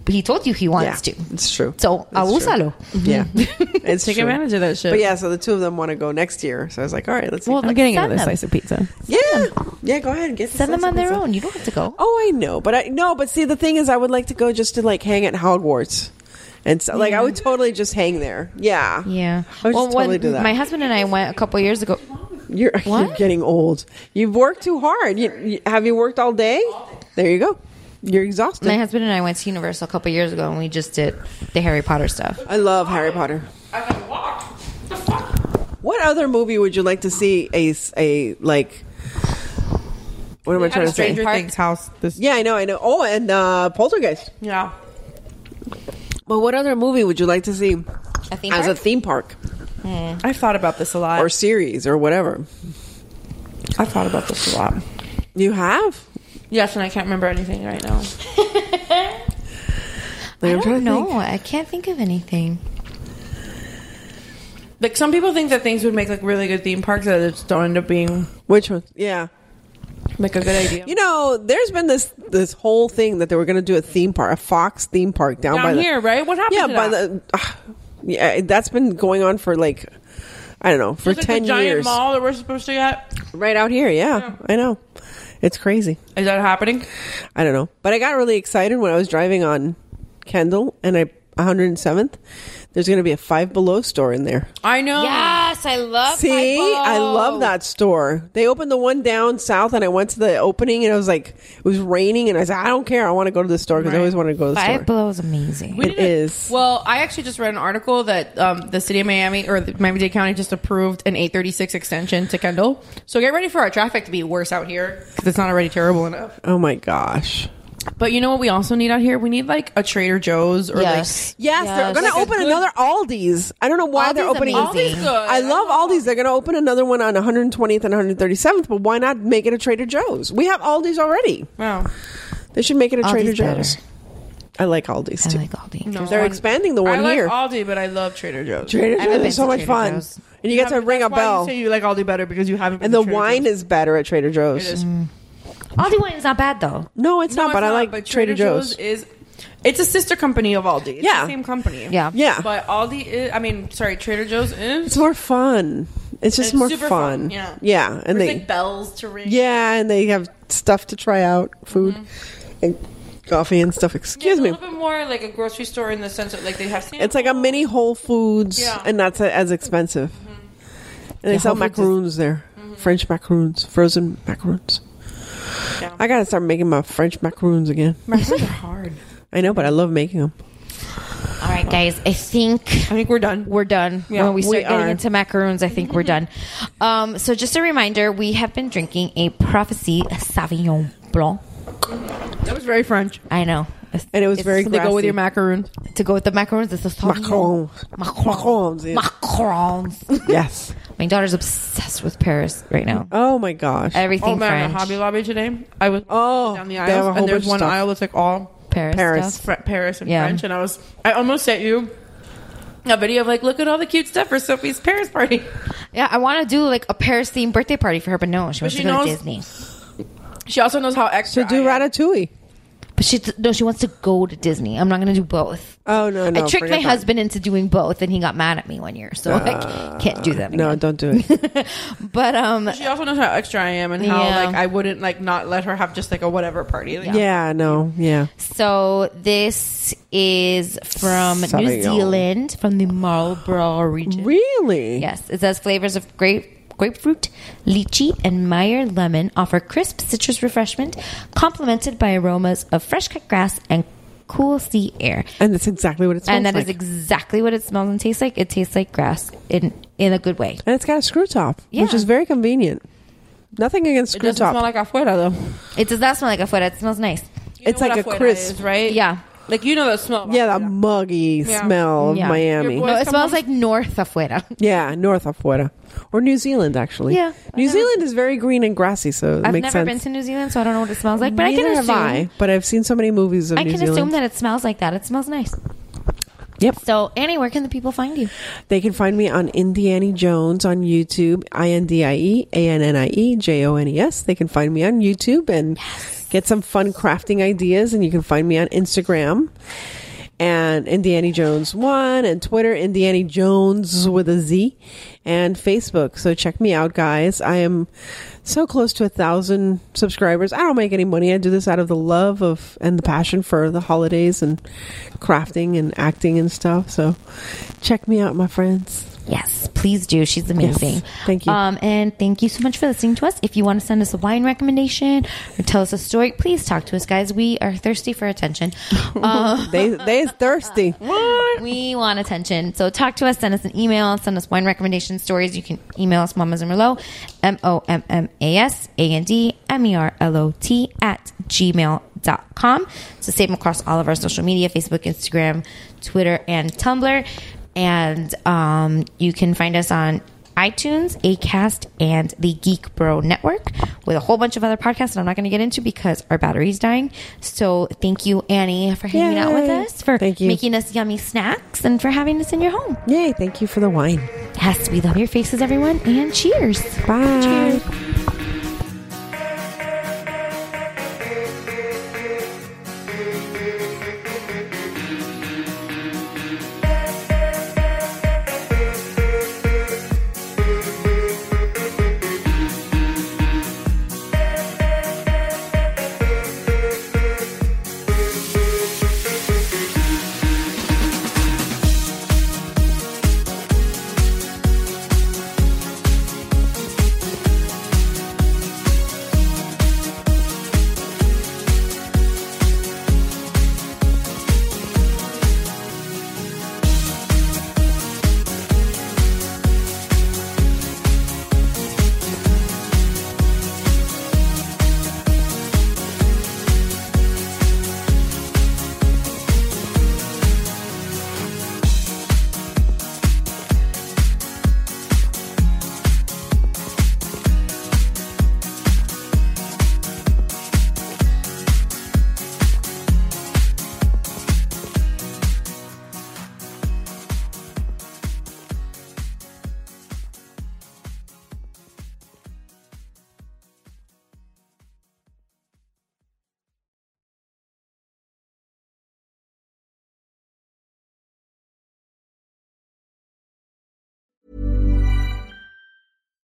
Speaker 6: He told you he wants
Speaker 7: Yeah,
Speaker 6: to.
Speaker 7: It's true.
Speaker 6: So, abúsalo.
Speaker 7: Yeah, it's
Speaker 9: Take
Speaker 7: true.
Speaker 9: advantage of that shit.
Speaker 7: But yeah, so the two of them want to go next year. So I was like, all right, let's. Well,
Speaker 9: I'm getting another slice of pizza.
Speaker 7: Yeah, yeah. Go ahead and get.
Speaker 6: Send
Speaker 7: this
Speaker 6: them on their
Speaker 7: pizza.
Speaker 6: own. You don't have to go.
Speaker 7: Oh, I know, but I no, but see, the thing is, I would like to go just to like hang at Hogwarts, and so like I would totally just hang there. Yeah,
Speaker 6: Yeah.
Speaker 7: I would just totally do that.
Speaker 6: my husband and I went a couple years ago.
Speaker 7: You're, you're
Speaker 6: What?
Speaker 7: getting old. You've worked too hard. You, you- have you worked all day? There you go. You're exhausted.
Speaker 6: My husband and I went to Universal a couple years ago, and we just did the Harry Potter stuff.
Speaker 7: I love Harry Potter. What other movie would you like to see? A s- a, like. What am I
Speaker 9: At
Speaker 7: trying
Speaker 9: a
Speaker 7: to say?
Speaker 9: Stranger Things house. This
Speaker 7: Yeah, I know, I know. Oh, and uh, Poltergeist.
Speaker 9: yeah.
Speaker 7: But what other movie would you like to see
Speaker 6: A theme
Speaker 7: as a
Speaker 6: park?
Speaker 7: theme park
Speaker 9: I've thought about this a lot.
Speaker 7: or series or whatever?
Speaker 9: I've thought about this a lot.
Speaker 7: You have?
Speaker 9: Yes, and I can't remember anything right now.
Speaker 7: Like, I'm
Speaker 6: I don't
Speaker 7: trying to
Speaker 6: know.
Speaker 7: think.
Speaker 6: I can't think of anything.
Speaker 9: Like some people think that things would make like really good theme parks that just don't end up being
Speaker 7: Which one? Yeah.
Speaker 9: like a good idea.
Speaker 7: You know, there's been this this whole thing that they were going to do a theme park, a Fox theme park down, by
Speaker 9: Down
Speaker 7: the-
Speaker 9: here, right? What happened?
Speaker 7: yeah,
Speaker 9: to
Speaker 7: by
Speaker 9: that?
Speaker 7: the ah, yeah, that's been going on for like I don't know for
Speaker 9: There's, like,
Speaker 7: ten
Speaker 9: a giant
Speaker 7: years,
Speaker 9: mall that we're supposed to get.
Speaker 7: right out here. Yeah, I know, it's crazy.
Speaker 9: Is that happening?
Speaker 7: I don't know, but I got really excited when I was driving on Kendall and I 107th. There's going to be a Five Below store in there.
Speaker 9: I know.
Speaker 6: Yes, I love.
Speaker 7: See, I love that store. They opened the one down south, and I went to the opening, and it was like it was raining, and I said, I don't care, I want to go to the store because I always want to go to the
Speaker 6: Five
Speaker 7: store.
Speaker 6: Below is amazing.
Speaker 9: We
Speaker 7: It
Speaker 9: need to-
Speaker 7: is.
Speaker 9: Well, I actually just read an article that um, the city of Miami or the Miami Dade County just approved an 836 extension to Kendall. So get ready for our traffic to be worse out here because it's not already terrible enough.
Speaker 7: Oh my gosh.
Speaker 9: But you know what we also need out here? We need like a Trader Joe's or
Speaker 6: Yes.
Speaker 7: Yes, they're going to open another Aldi's. I don't know why they're
Speaker 6: Aldi's
Speaker 7: opening
Speaker 6: amazing. Aldi's good.
Speaker 7: I love Aldi's. They're going to open another one on 120th and 137th, but why not make it a Trader Joe's? We have Aldi's already.
Speaker 9: like wow.
Speaker 7: They should make it a
Speaker 6: Aldi's
Speaker 7: Trader
Speaker 6: better.
Speaker 7: Joe's. I like Aldi's too.
Speaker 6: I like Aldi.
Speaker 9: No.
Speaker 7: they're expanding the one
Speaker 9: I like
Speaker 7: here.
Speaker 9: Aldi, but I love Trader Joe's.
Speaker 7: Trader
Speaker 6: haven't
Speaker 7: Joe's
Speaker 6: been
Speaker 7: is so
Speaker 6: to
Speaker 7: much
Speaker 6: Trader
Speaker 7: fun.
Speaker 6: Joe's.
Speaker 7: And you get to
Speaker 9: That's
Speaker 7: ring a
Speaker 9: why you
Speaker 7: bell.
Speaker 9: say you like Aldi better because you haven't. been
Speaker 7: And
Speaker 9: to
Speaker 7: the
Speaker 9: Trader
Speaker 7: wine
Speaker 9: Joe's.
Speaker 7: is better at Trader Joe's.
Speaker 9: It is.
Speaker 6: Aldi wine is not bad though.
Speaker 7: No, it's
Speaker 9: No,
Speaker 7: not,
Speaker 9: it's
Speaker 7: but I like
Speaker 9: but
Speaker 7: Trader, Joe's.
Speaker 9: is it's a sister company of Aldi. It's
Speaker 7: Yeah.
Speaker 9: the same company.
Speaker 6: Yeah.
Speaker 7: Yeah.
Speaker 9: But Aldi, is, I mean, sorry, Trader Joe's is
Speaker 7: It's more fun. It's just
Speaker 9: It's
Speaker 7: more
Speaker 9: super
Speaker 7: fun.
Speaker 9: fun, yeah.
Speaker 7: Yeah. And
Speaker 9: There's
Speaker 7: they
Speaker 9: like bells to ring.
Speaker 7: Yeah, and they have stuff to try out, food
Speaker 9: Mm-hmm.
Speaker 7: and coffee and stuff. Excuse
Speaker 9: it's
Speaker 7: me.
Speaker 9: A little bit more like a grocery store in the sense that like they have. Samples.
Speaker 7: It's like a mini Whole Foods
Speaker 9: Yeah. Mm-hmm.
Speaker 7: and not so- as expensive. And they
Speaker 6: Yeah,
Speaker 7: sell
Speaker 6: Whole Foods is-
Speaker 7: macaroons there. French macaroons, frozen macaroons.
Speaker 9: Yeah.
Speaker 7: I got to start making my French macaroons again.
Speaker 9: Macaroons are hard.
Speaker 7: I know, but I love making them.
Speaker 6: All right, guys. I think I
Speaker 14: think we're done.
Speaker 6: We're done.
Speaker 14: Yeah,
Speaker 6: when we start
Speaker 14: we
Speaker 6: getting
Speaker 14: are.
Speaker 6: into macaroons, I think we're done. Um, so just a reminder, we have been drinking a Prophecy Sauvignon Blanc.
Speaker 14: That was very French.
Speaker 6: I know.
Speaker 7: And it was very
Speaker 6: to
Speaker 7: grassy.
Speaker 6: go with your macaroons. To go with the macaroons, it's a Sauvignon. Macarons. Macarons. Macarons.
Speaker 7: Yes.
Speaker 6: My daughter's obsessed with Paris right now.
Speaker 7: Oh my gosh.
Speaker 6: Everything
Speaker 14: oh, man, at
Speaker 6: French.
Speaker 14: Hobby Lobby today. I was oh down the
Speaker 7: have a
Speaker 14: aisle,
Speaker 7: whole
Speaker 14: and there's
Speaker 7: bunch of
Speaker 14: one
Speaker 7: stuff.
Speaker 14: aisle that's like all
Speaker 6: Paris
Speaker 14: Paris,
Speaker 6: stuff?
Speaker 14: Fr- Paris, and
Speaker 6: Yeah.
Speaker 14: French. And I was, I almost sent you a video of like, look at all the cute stuff for Sophie's Paris party.
Speaker 6: Yeah, I want to do like a Paris themed birthday party for her, but no, she
Speaker 14: But
Speaker 6: wants
Speaker 14: she
Speaker 6: to go
Speaker 14: knows-
Speaker 6: to Disney.
Speaker 14: She also knows how extra.
Speaker 7: To do Ratatouille.
Speaker 6: But she no, she wants to go to Disney. I'm not going to do both.
Speaker 7: Oh no, no.
Speaker 6: I tricked my
Speaker 7: forget that.
Speaker 6: husband into doing both, and he got mad at me one year, so I can't do that.
Speaker 7: No, don't do it.
Speaker 6: But um,
Speaker 14: She also knows how extra I am, and how
Speaker 6: Yeah.
Speaker 14: like I wouldn't like not let her have just like a whatever party. Like,
Speaker 7: yeah. no, yeah.
Speaker 6: so this is from New
Speaker 7: Sauvignon.
Speaker 6: Zealand, from the Marlborough region.
Speaker 7: Really?
Speaker 6: Yes, it says flavors of grape, grapefruit, lychee, and Meyer lemon offer crisp citrus refreshment, complemented by aromas of fresh cut grass and cool sea air.
Speaker 7: And that's exactly what it smells
Speaker 6: and that is
Speaker 7: like.
Speaker 6: exactly what it smells and tastes like. It tastes like grass in in a good way.
Speaker 7: and it's got a screw top, which
Speaker 6: Yeah.
Speaker 7: is very convenient. Nothing against screw top.
Speaker 14: afuera though.
Speaker 6: It does not smell like afuera. It smells nice.
Speaker 7: it's like a crisp.
Speaker 14: right?
Speaker 6: Yeah.
Speaker 14: Like you know that smell.
Speaker 7: Yeah, that muggy
Speaker 14: Yeah.
Speaker 7: smell of
Speaker 6: Yeah.
Speaker 7: Miami.
Speaker 6: No, it smells like north afuera.
Speaker 7: yeah, north of Puerto. Or New Zealand, actually.
Speaker 6: Yeah.
Speaker 7: New Zealand is very green and grassy, so it
Speaker 6: I've
Speaker 7: makes
Speaker 6: never
Speaker 7: sense.
Speaker 6: been to New Zealand, so I don't know what it smells like. But I
Speaker 7: Neither
Speaker 6: can
Speaker 7: have
Speaker 6: assume.
Speaker 7: I, but I've seen so many movies of
Speaker 6: I
Speaker 7: New
Speaker 6: can
Speaker 7: Zealand.
Speaker 6: assume that it smells like that. It smells nice.
Speaker 7: Yep.
Speaker 6: So, Annie, where can the people find you?
Speaker 7: They can find me on Indiana Jones on YouTube, I N D I E A N N I E J O N E S. They can find me on YouTube and get some fun crafting ideas. And you can find me on Instagram and Indiana Jones one and Twitter Indiana Jones with a Z and Facebook. So check me out, guys. I am so close to a thousand subscribers. I don't make any money. I do this out of the love of and the passion for the holidays and crafting and acting and stuff. So check me out, my friends.
Speaker 6: Yes, please do. She's amazing.
Speaker 7: Thank you.
Speaker 6: Um, and thank you so much for listening to us. If you want to send us a wine recommendation or tell us a story, please talk to us, guys. We are thirsty for attention. Um,
Speaker 7: they they thirsty.
Speaker 6: we want attention. So talk to us, send us an email, send us wine recommendation stories. You can email us Mamas and Merlot, M O M M A S A N D M E R L O T at gmail.com. So same across all of our social media Facebook, Instagram, Twitter, and Tumblr. And um, you can find us on iTunes, Acast, and the Geek Bro Network with a whole bunch of other podcasts that I'm not going to get into because our battery's dying. So thank you, Annie, for hanging out with
Speaker 7: Yay.
Speaker 6: us, for
Speaker 7: Thank you.
Speaker 6: making us yummy snacks, and for having us in your home.
Speaker 7: Yay, thank you for the wine.
Speaker 6: Yes, we love your faces, everyone, and cheers.
Speaker 7: Bye.
Speaker 6: Cheers.